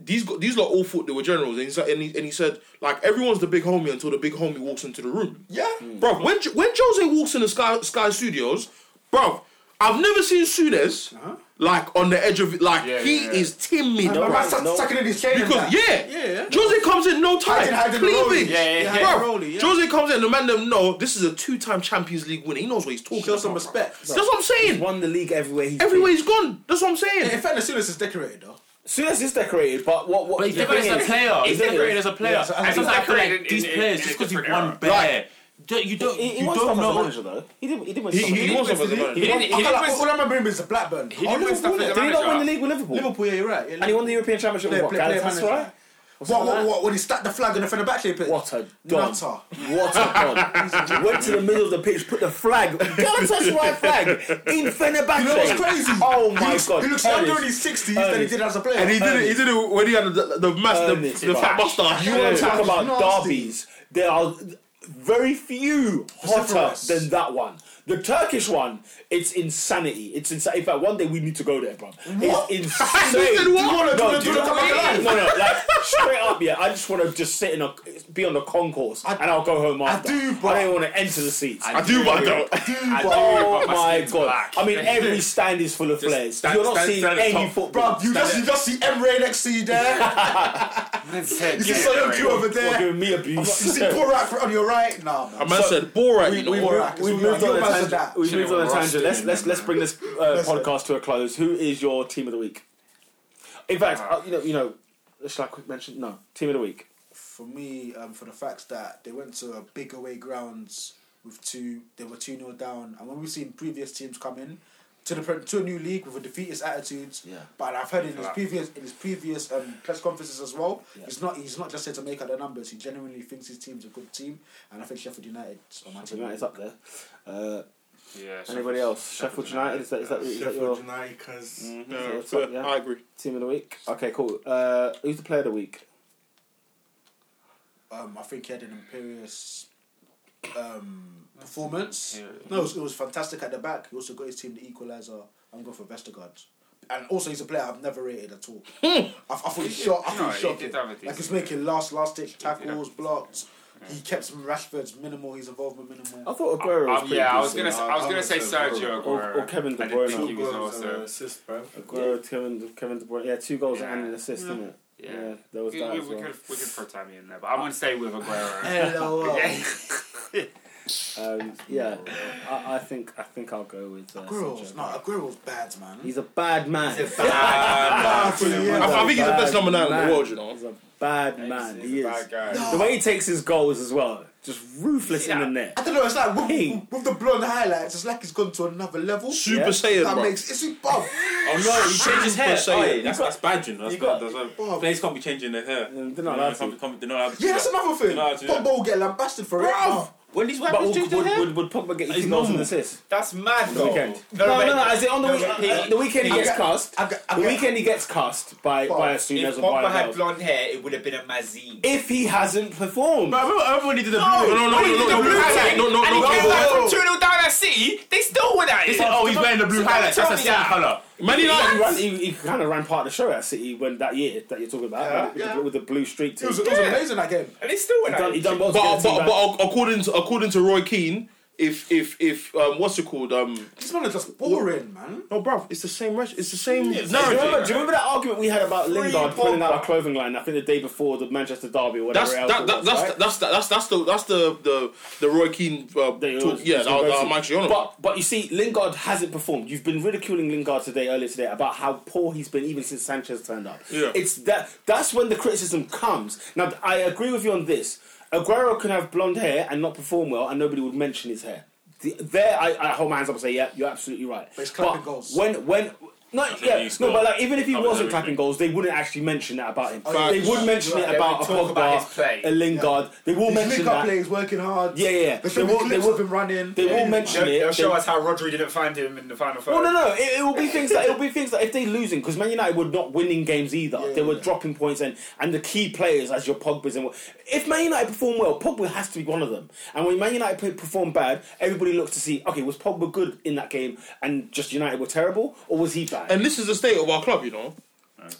these go- these lot all thought they were generals, and he said and he, and he said like everyone's the big homie until the big homie walks into the room. Yeah. Bro, when Jo- when Jose walks in the Sky Sky Studios, bro, I've never seen Sunes Uh-huh. like on the edge of like Yeah, he yeah, yeah. is timid. My bro. man suck- sucking in his chain. and Because that. yeah, Jose comes in no time. Hiding- hiding the rolling. Cleavage. Yeah, yeah, yeah. Bruv, Hiding the rolling, yeah. Jose comes in, the man them know this is a two-time Champions League winner. He knows what he's talking Show about. some respect. That's what I'm saying. Won the league everywhere he's Everywhere he's gone. That's what I'm In saying. fact, as soon as it's decorated though. soon as it's decorated, but what what But he's the decorated thing as a is- player. He's the thing decorated is- as a player. so- And he's sometimes I feel decorated like in- these in- players, in just a because he different won era. bare, don't- you don't He, he you won don't stuff as a know. manager though. He did. He did win. He, stuff as a he, manager. was up as a man. He didn't. He I didn't can't- win- all I remember remember is the Blackburn. he didn't win stuff as a Did he not win the manager. league with Liverpool? Liverpool, yeah, you're right. Yeah, And he won the European Championship with Player- what? player- player Galatasaray? manager. What, what, what, when he stacked the flag on the Fenerbahce pitch? What a don. nutter. What a don. Went to the middle of the pitch, put the flag, Galatasaray flag, in Fenerbahce. You know what's crazy? Oh he my looks, god. He looks Ernest. younger in his 60s than he Ernest. did as a player. And he did it. He did it when he had the the, mass, the, Ernest, the fat bro. mustache. You want to Yeah. talk about Nasty. derbies? There are very few hotter Vociferous. than that one. The Turkish one, it's insanity. It's insane. In fact, one day we need to go there, bro. What? It's You insane. said what? Do you No, wanna- do do you you wanna know- come [LAUGHS] back no, no, like straight up, yeah. I just want to just sit in a, be on the concourse, and I'll go home after. do, but- I don't want to enter the seats. I do, but I don't. Oh my skin's god! black. I mean, every stand is full of flares. stand- You're not stand- seeing stand at the any top. football. Bruv, you just, you just see Emre next to you there. you see Soyuncu over You're there. You giving me abuse. see [LAUGHS] Borat on your right. Nah, man. A man said, "Borat, you know we- what? Iraq. We It's Iraq. moved on a Your man's a tangent. dat. We moved on a tangent. Let's let's let's bring this uh, Listen. podcast to a close. Who is your team of the week? In fact, uh, you know, you know, should I quick mention? No, team of the week. For me, um, for the fact that they went to a big away grounds with two. They were two 0 down, and when we've seen previous teams come in to the pre- to a new league with a defeatist attitude, Yeah. But I've heard in his previous in his previous um, press conferences as well, he's not he's not just here to make out the numbers. He genuinely thinks his team's a good team, and I think Sheffield United on my team. United's up there. Uh, Yeah. anybody else? Sheffield, United. Is that is that, is that your Sheffield Mm-hmm. United, because Yeah, fair. so, yeah. I agree. team of the week? Okay, cool. Uh, who's the player of the week? Um, I think he had an imperious um, performance. No, it was, it was fantastic at the back. He also got his team the equaliser. I'm going for Vestergaard. And also, he's a player I've never rated at [LAUGHS] all. I, I thought he shot. I No, thought he he shot. did it. have a Like he's decent- making last last ditch tackles, blocks. He kept some Rashford's minimal. His involvement minimal. I thought Aguero was Um, pretty yeah, I was decent. gonna. Say, I was gonna say Sergio Or- Aguero or Kevin De I didn't Bruyne. think he was goals and an also. assist, bro. Aguero, Kevin, Kevin De Bruyne. Yeah, two goals Yeah. and an assist, didn't it? Yeah. there was We, that we, as we well. could we could put Tammy in there, but I'm gonna stay with Aguero. [LAUGHS] [LAUGHS] [LAUGHS] Hello. Um, yeah, I, I think I think I'll go with uh, Aguero's Sergio. no, Aguero's bad, man. Ah, He's a bad man. I, I think he's the best number nine in man. the world, you know. He's a bad man. He's he a is. bad guy. The way he takes his goals as well, just ruthless in the net. I don't know. It's like with, Hey. with the blonde highlights. It's like he's gone to another level. Super Yeah. Saiyan, that bro. makes it's above. Oh no, he changed his hair. Super Oh, Saiyan. yeah, that's, that's bad, you know. That's you got- bad. That's Oh. bad. Players can't be changing their hair. Mm, they're not allowed to. Can't be- They're not allowed to. Yeah, that's another thing. No, it's- Pogba will get lambasted for it. Oh, When these But weapons would, change would, their hair. would, would Pogba get his two He's goals and normal. assists? That's mad though. Weekend. No, No, no, but- no. As in on the, no, week, but he- uh, the weekend he I gets get- cast. I get- I the get- weekend he gets cast by But by Sunez If or by Pogba had Bale. blonde hair, it would have been a Mazin. If he hasn't performed, I remember everybody did the blue. No, no, no, no, no, no, no, no, no, and he no, came no, back no. from 2 0 down at City, they still win at it. They said, oh, he's wearing the blue highlights. That's a Tell me sad colour. Man he, United. ran, he, he kind of ran part of the show at City when that year that you're talking about Yeah, with, the- yeah. with the blue streak. it team. was, it was amazing that game. And they still win He at done, he it. done well to But, get the team but, back. but according to according to Roy Keane, if if if um, what's it called? Um, This man is just boring, man. no, bruv, it's the same. res- It's the same do you, narrative. remember, do you remember that argument we had about Lingard pulling out a clothing line? I think the day before the Manchester derby, or whatever That's else. that, it that, was, that's, right? that's that's that's the that's the the the Roy Keane uh, That it talk, was- yeah it's that, I- that embarrassing. I'm actually on about. But but you see, Lingard hasn't performed. You've been ridiculing Lingard today earlier today about how poor he's been even since Sanchez turned up. Yeah. It's that that's when the criticism comes. Now I agree with you on this. Aguero can have blonde hair and not perform well, and nobody would mention his hair. The, there, I, I hold my hands up and say, yeah, you're absolutely right. But he's clapping goals. When when. No, think yeah, he's no, got- but like even if he covers wasn't everything. clapping goals, they wouldn't actually mention that about him. Oh, yeah, they would yeah, mention yeah, it they about a would talk about his Pogba, play. a Lingard. They will His mention link-up that. play is working hard. Yeah, yeah, yeah. They They show me will- they clips will- of him running. They will mention They'll, it. they'll They- show us how Rodri didn't find him in the final third. Well, no, no. It, it will be things that it will be things that if they losing because Man United were not winning games either. they were dropping points and and the key players as your Pogba's and what- if Man United perform well, Pogba has to be one of them. And when Man United pe- perform bad, everybody looks to see okay was Pogba good in that game and just United were terrible or was he bad? And this is the state of our club, you know.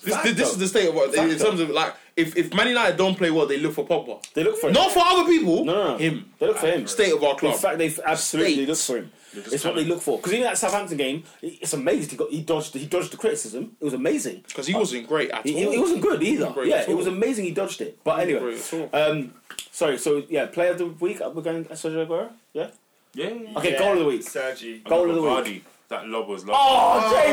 This, this, this is the state of our, in terms of like if if Man United don't play well, they look for Pogba. they look for him. Not for other people. No, no, no. him. They look for him. State of our club. In fact, they absolutely State. look for him. It's what they look for because even that Southampton game, it's amazing. He got he dodged he dodged the criticism. It was amazing. Because he wasn't great at He, all. he, he wasn't good either. great yeah, at it was all. amazing he dodged it. But anyway, great at all. um, sorry. So yeah, player of the week. uh, We're going Sergio Aguero. Yeah. Yeah, yeah. Okay, goal of the week. Sergi. Goal of the week. Vardy. Eh. That lob was lob. Oh, Jamie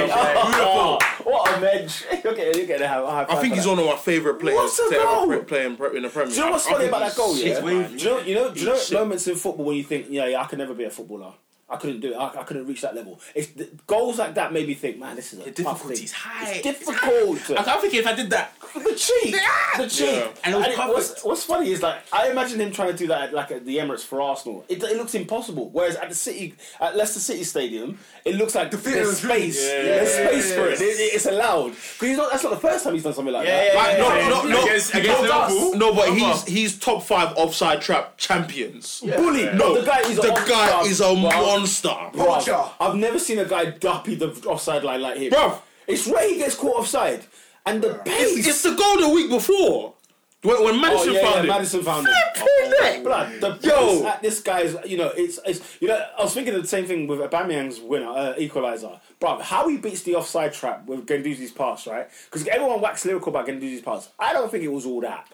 Vardy! Oh, [LAUGHS] what a mensch! [LAUGHS] You're getting, you're getting a high, a high I think he's one of my favourite players What a to ever goal! pre- play in, pre- in the Premier Do you know what's I- I funny think about that he's goal? sick, Yeah, do man. you know, you know, do you He's know sick. moments in football when you think, yeah, yeah, I could never be a footballer. I couldn't do it. I, I couldn't reach that level. It's the, goals like that made me think, man, this is a the difficulty's high. It's difficult. I'm thinking if I did that, the cheek, the cheek. And And, it was it- covered. what's, what's funny is like I imagine him trying to do that at, like at the Emirates for Arsenal. It, it looks impossible. Whereas at the City, at Leicester City Stadium, it looks like there's space. There's space for it. It- it- It's allowed because that's not the first time he's done something like that. Like, no, no, no, Against- no, against no, Liverpool? no, but he's he's top five offside trap champions. Bully. No, the guy is a the guy monster, is a bruv. monster. Bruv, Poacher. I've never seen a guy duppy the offside line like him. Bruv. It's where he gets caught offside. And the pace. It's, it's the goal the week before when, when Oh, Madison yeah, yeah, found it. Madison found it. Perfect. Oh, Blood, the Yo. Yo. at this guy's, you know, it's, it's, you know, I was thinking of the same thing with Aubameyang's winner, uh, equalizer, bruv. How he beats the offside trap with Guendouzi's pass, right? Because everyone waxed lyrical about Guendouzi's pass. I don't think it was all that.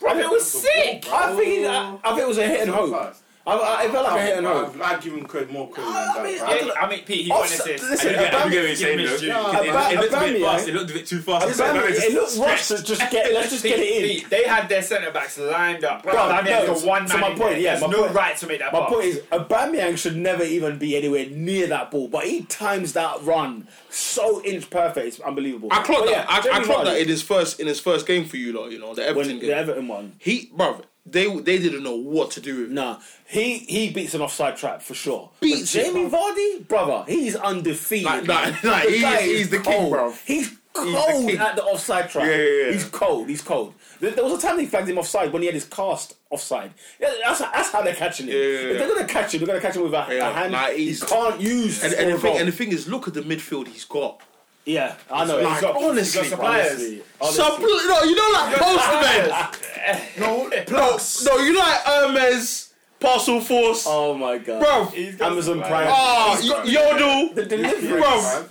Bruv, it was sick. I think, it, I, I think it was a hit and hope. I, I, I felt like a hit and run. I give him credit, more credit I than mean, that. I don't Yeah, know. I mean, Pete, he wanted Offside- this. Listen, I get what Aubame- you're saying, though. It- Aubame- It looked a bit Aubameyang- fast. It looked a bit too fast. Aubameyang- Aubameyang just It looked stretched. rushed to just get. Let's just [LAUGHS] get it in. Pete, they had their centre backs lined up. Bro, Aubameyang's no, got one so man my in point, there. yeah, There's my no point- right to make that My pass. point is, Aubameyang should never even be anywhere near that ball, but he times that run so inch perfect. It's unbelievable. I clocked But that. I, I Jamie clocked that Vardy, in his first in his first game for you lot. You know the Everton when game. the Everton one. he, bruv, they they didn't know what to do with. him. Nah, he he beats an offside trap for sure. Beats but it, Jamie Vardy, brother, he's undefeated. Like, like, like, he guy is- is he's the king, cold. bro. He's the cold king. at the offside trap. Yeah, yeah, yeah. He's cold. He's cold. There, there was a time they flagged him offside when he had his cast offside. Yeah, that's, that's how they're catching him. Yeah, yeah, If they're gonna catch him, they're gonna catch him with a, Yeah, a hand. like, he he's- can't use. And, for and, a the thing, goal. and the thing is, look at the midfield he's got. yeah, I know. Like, He's got- honestly, he's got bro. suppliers. Some, no, you know [LAUGHS] like postman. No, plus. No, you know like Hermes Parcel Force, Oh my god, bro. Amazon Prime. Ah, y- Yodel, the deliveries, bro.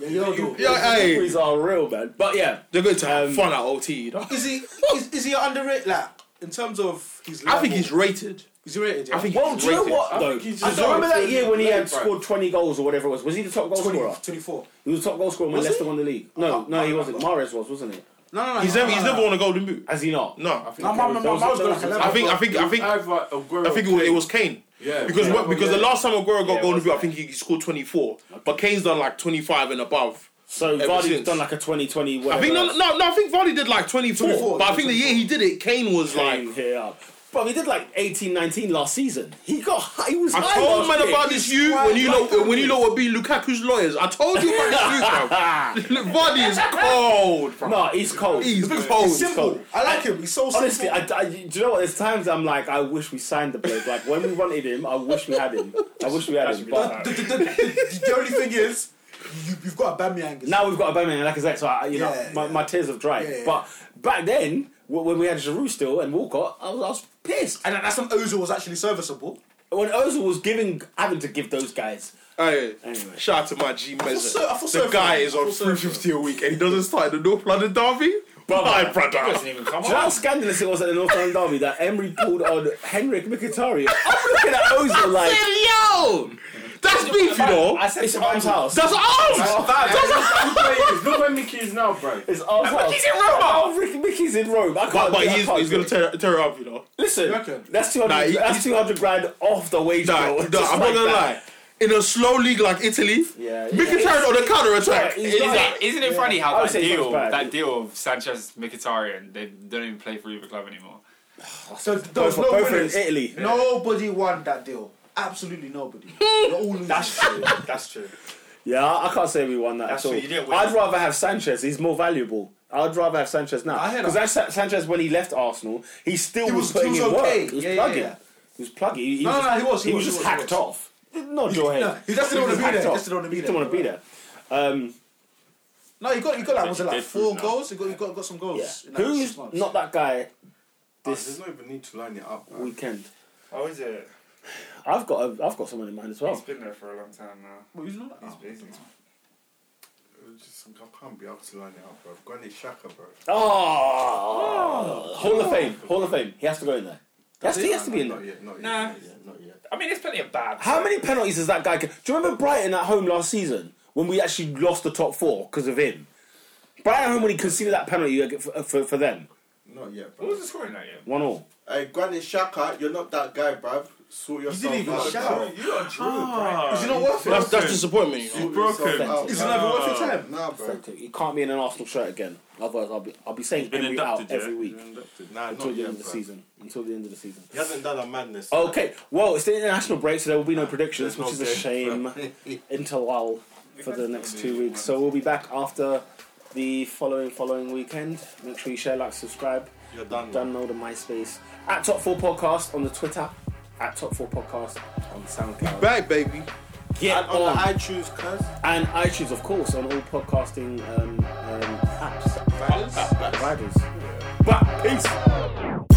Yeah, you're doing. Yeah, Oh, hey, deliveries are real, man. But yeah, Um, they're going to have fun at OT. You know? Is he is, is he underrated? Like in terms of his level, I think he's rated. is he rated. Yeah? I think Well, he's do you know rated. what though? I, he's don't just- remember that he's year when he playing, had bro. scored twenty goals or whatever it was. Was he the top goal 20, scorer? 24. He was the top goal scorer when Was Leicester he? won the league. No, Oh, I- no, I he don't wasn't. remember. Mares was, wasn't it? No, no, no. He's no, never, no, he's Ah. no. never won a golden boot. Has he not? No, No, my, my, my, Those- mine's got those- like 11. I think, I think, I think, Either Aguero I think it was, it was Kane. Yeah, Because yeah. what, because the Yeah. last time Aguero got Yeah, golden what's boot, I that? think he scored 24. But Kane's done like 25 and above. So Ever Vardy's since. done like a 2020 I whatever. think no, no, no. I think Vardy did like 24, 24, but I think the year he did it, Kane was Came like. here up. But he did like 18, 19 last season. He got high. He was I high. told last man year. about this you when you know when you know what be Lukaku's lawyers. I told you about [LAUGHS] this you, bro. Vardy is cold, bro. No, he's cold. He's cold. He's simple. cold. I like him. He's so simple. Honestly, I, I- do you know what? There's times I'm like, I wish we signed the bloke. Like when we wanted him, I wish we had him. I wish we had him. But the, the, the, [LAUGHS] the, the only thing is, you, you've got a Bamiyang. Now we've got Aubameyang and Lacazette, so I, you know Yeah, my, yeah. my tears have dried. Yeah, yeah. But back then, w- when we had Giroud still and Walcott, I was, I was pissed. and that's when Ozil was actually serviceable. When Ozil was giving, having to give those guys. Hey, Anyway. shout out to my G Mezza. so- I feel The so guy for him. is I on feel so for him. 350 a week and he doesn't start in the North London Derby. Brother. My brother. Doesn't even come Do you know Oh. [LAUGHS] how on. scandalous it was at the North London Derby that Emery pulled on Henrik Mkhitaryan? I'm looking at [LAUGHS] Ozil like Yo! That's beef, you know. I said it's to Arm's Michael, house. That's arms! Arm's house. Look where Mickey is now, bro. It's Arm's house. He's in Roma. Oh, Ricky Mickey's in Rome. I But, can't. but I he's, can't he's do gonna it. tear, tear it up, you know. Listen, reckon? that's two hundred. Nah, he- that's two hundred grand off the wage Nah, bill. nah, Just I'm like not gonna that. lie. In a slow league like Italy, Yeah, yeah. Mkhitaryan on the counter attack. He's is not- like- Isn't it funny I how would that say it's deal, not bad. that deal of Sanchez, Mkhitaryan, they don't even play for either club anymore. So there was Both, no both in winners. Italy. Nobody won that deal. Absolutely nobody. They're all losers. [LAUGHS] That's true. Yeah, I I can't say we won that That's at all. true, you didn't win. I'd rather have Sanchez. He's more valuable. I'd rather have Sanchez now I hear because that. Sanchez, when he left Arsenal, he still He was, was- putting he was in okay. work. He Yeah, was yeah, plugging. yeah. He was plugging. He, he No, was, no, no, he was, he He was, he was just was, he was. hacked off. Nod your head. no, he just didn't wanna was be hacked there, off. just didn't wanna be He there. wanna be there. Um, No, he got he got like was it like Dead four food now. goals? He got he got, got some goals. yeah. in, like, Who's six months. Ah, not that guy There's this no even need to line it up, man. weekend? How is it? I've got a, I've got someone in mind as well. been there for a long time now. Well, who's not that? It's Just, I can't be able to line it up, bro. Granny Shaka, bro. Oh, Ah! Hall of Fame, Hall of Fame. He has to go in there. He has to, he has to be in there. Not yet, not yet. Nah. Not yet, not yet. I mean, there's plenty of bad. How many penalties does that guy get? Do you remember Brighton at home last season when we actually lost the top four because of him? Brighton at home when he conceded that penalty for, for, for them. Not yet, What bro. was the scoring that year? One all. Hey, Granny Shaka, you're not that guy, bruv. Sort yourself didn't even out. shout. You're not true, bruv. Is he not worth it? That's, that's disappointment, you know. You're broken. Yourself out. Is it not even worth your time? Nah, bro. He can't be in an Arsenal shirt again. Otherwise, I'll be I'll be saying Been Emery inducted out yeah? every week Been inducted. Nah, not until the yet, end of the bruv. season. Until the end of the season. He hasn't done a madness. Okay. Well, it's the international break, so there will be no predictions, There's no which is a game, shame. [LAUGHS] Interlull for the next two weeks. So we'll be back after the following following weekend. Make sure you share, like, subscribe. You're done, Download the MySpace at Top Four Podcast on the Twitter. At Top Four Podcast on SoundCloud. Back, baby. Get And on. on the iTunes, cuz. oh, and iTunes, of course, on all podcasting um, um, apps. Providers. But peace.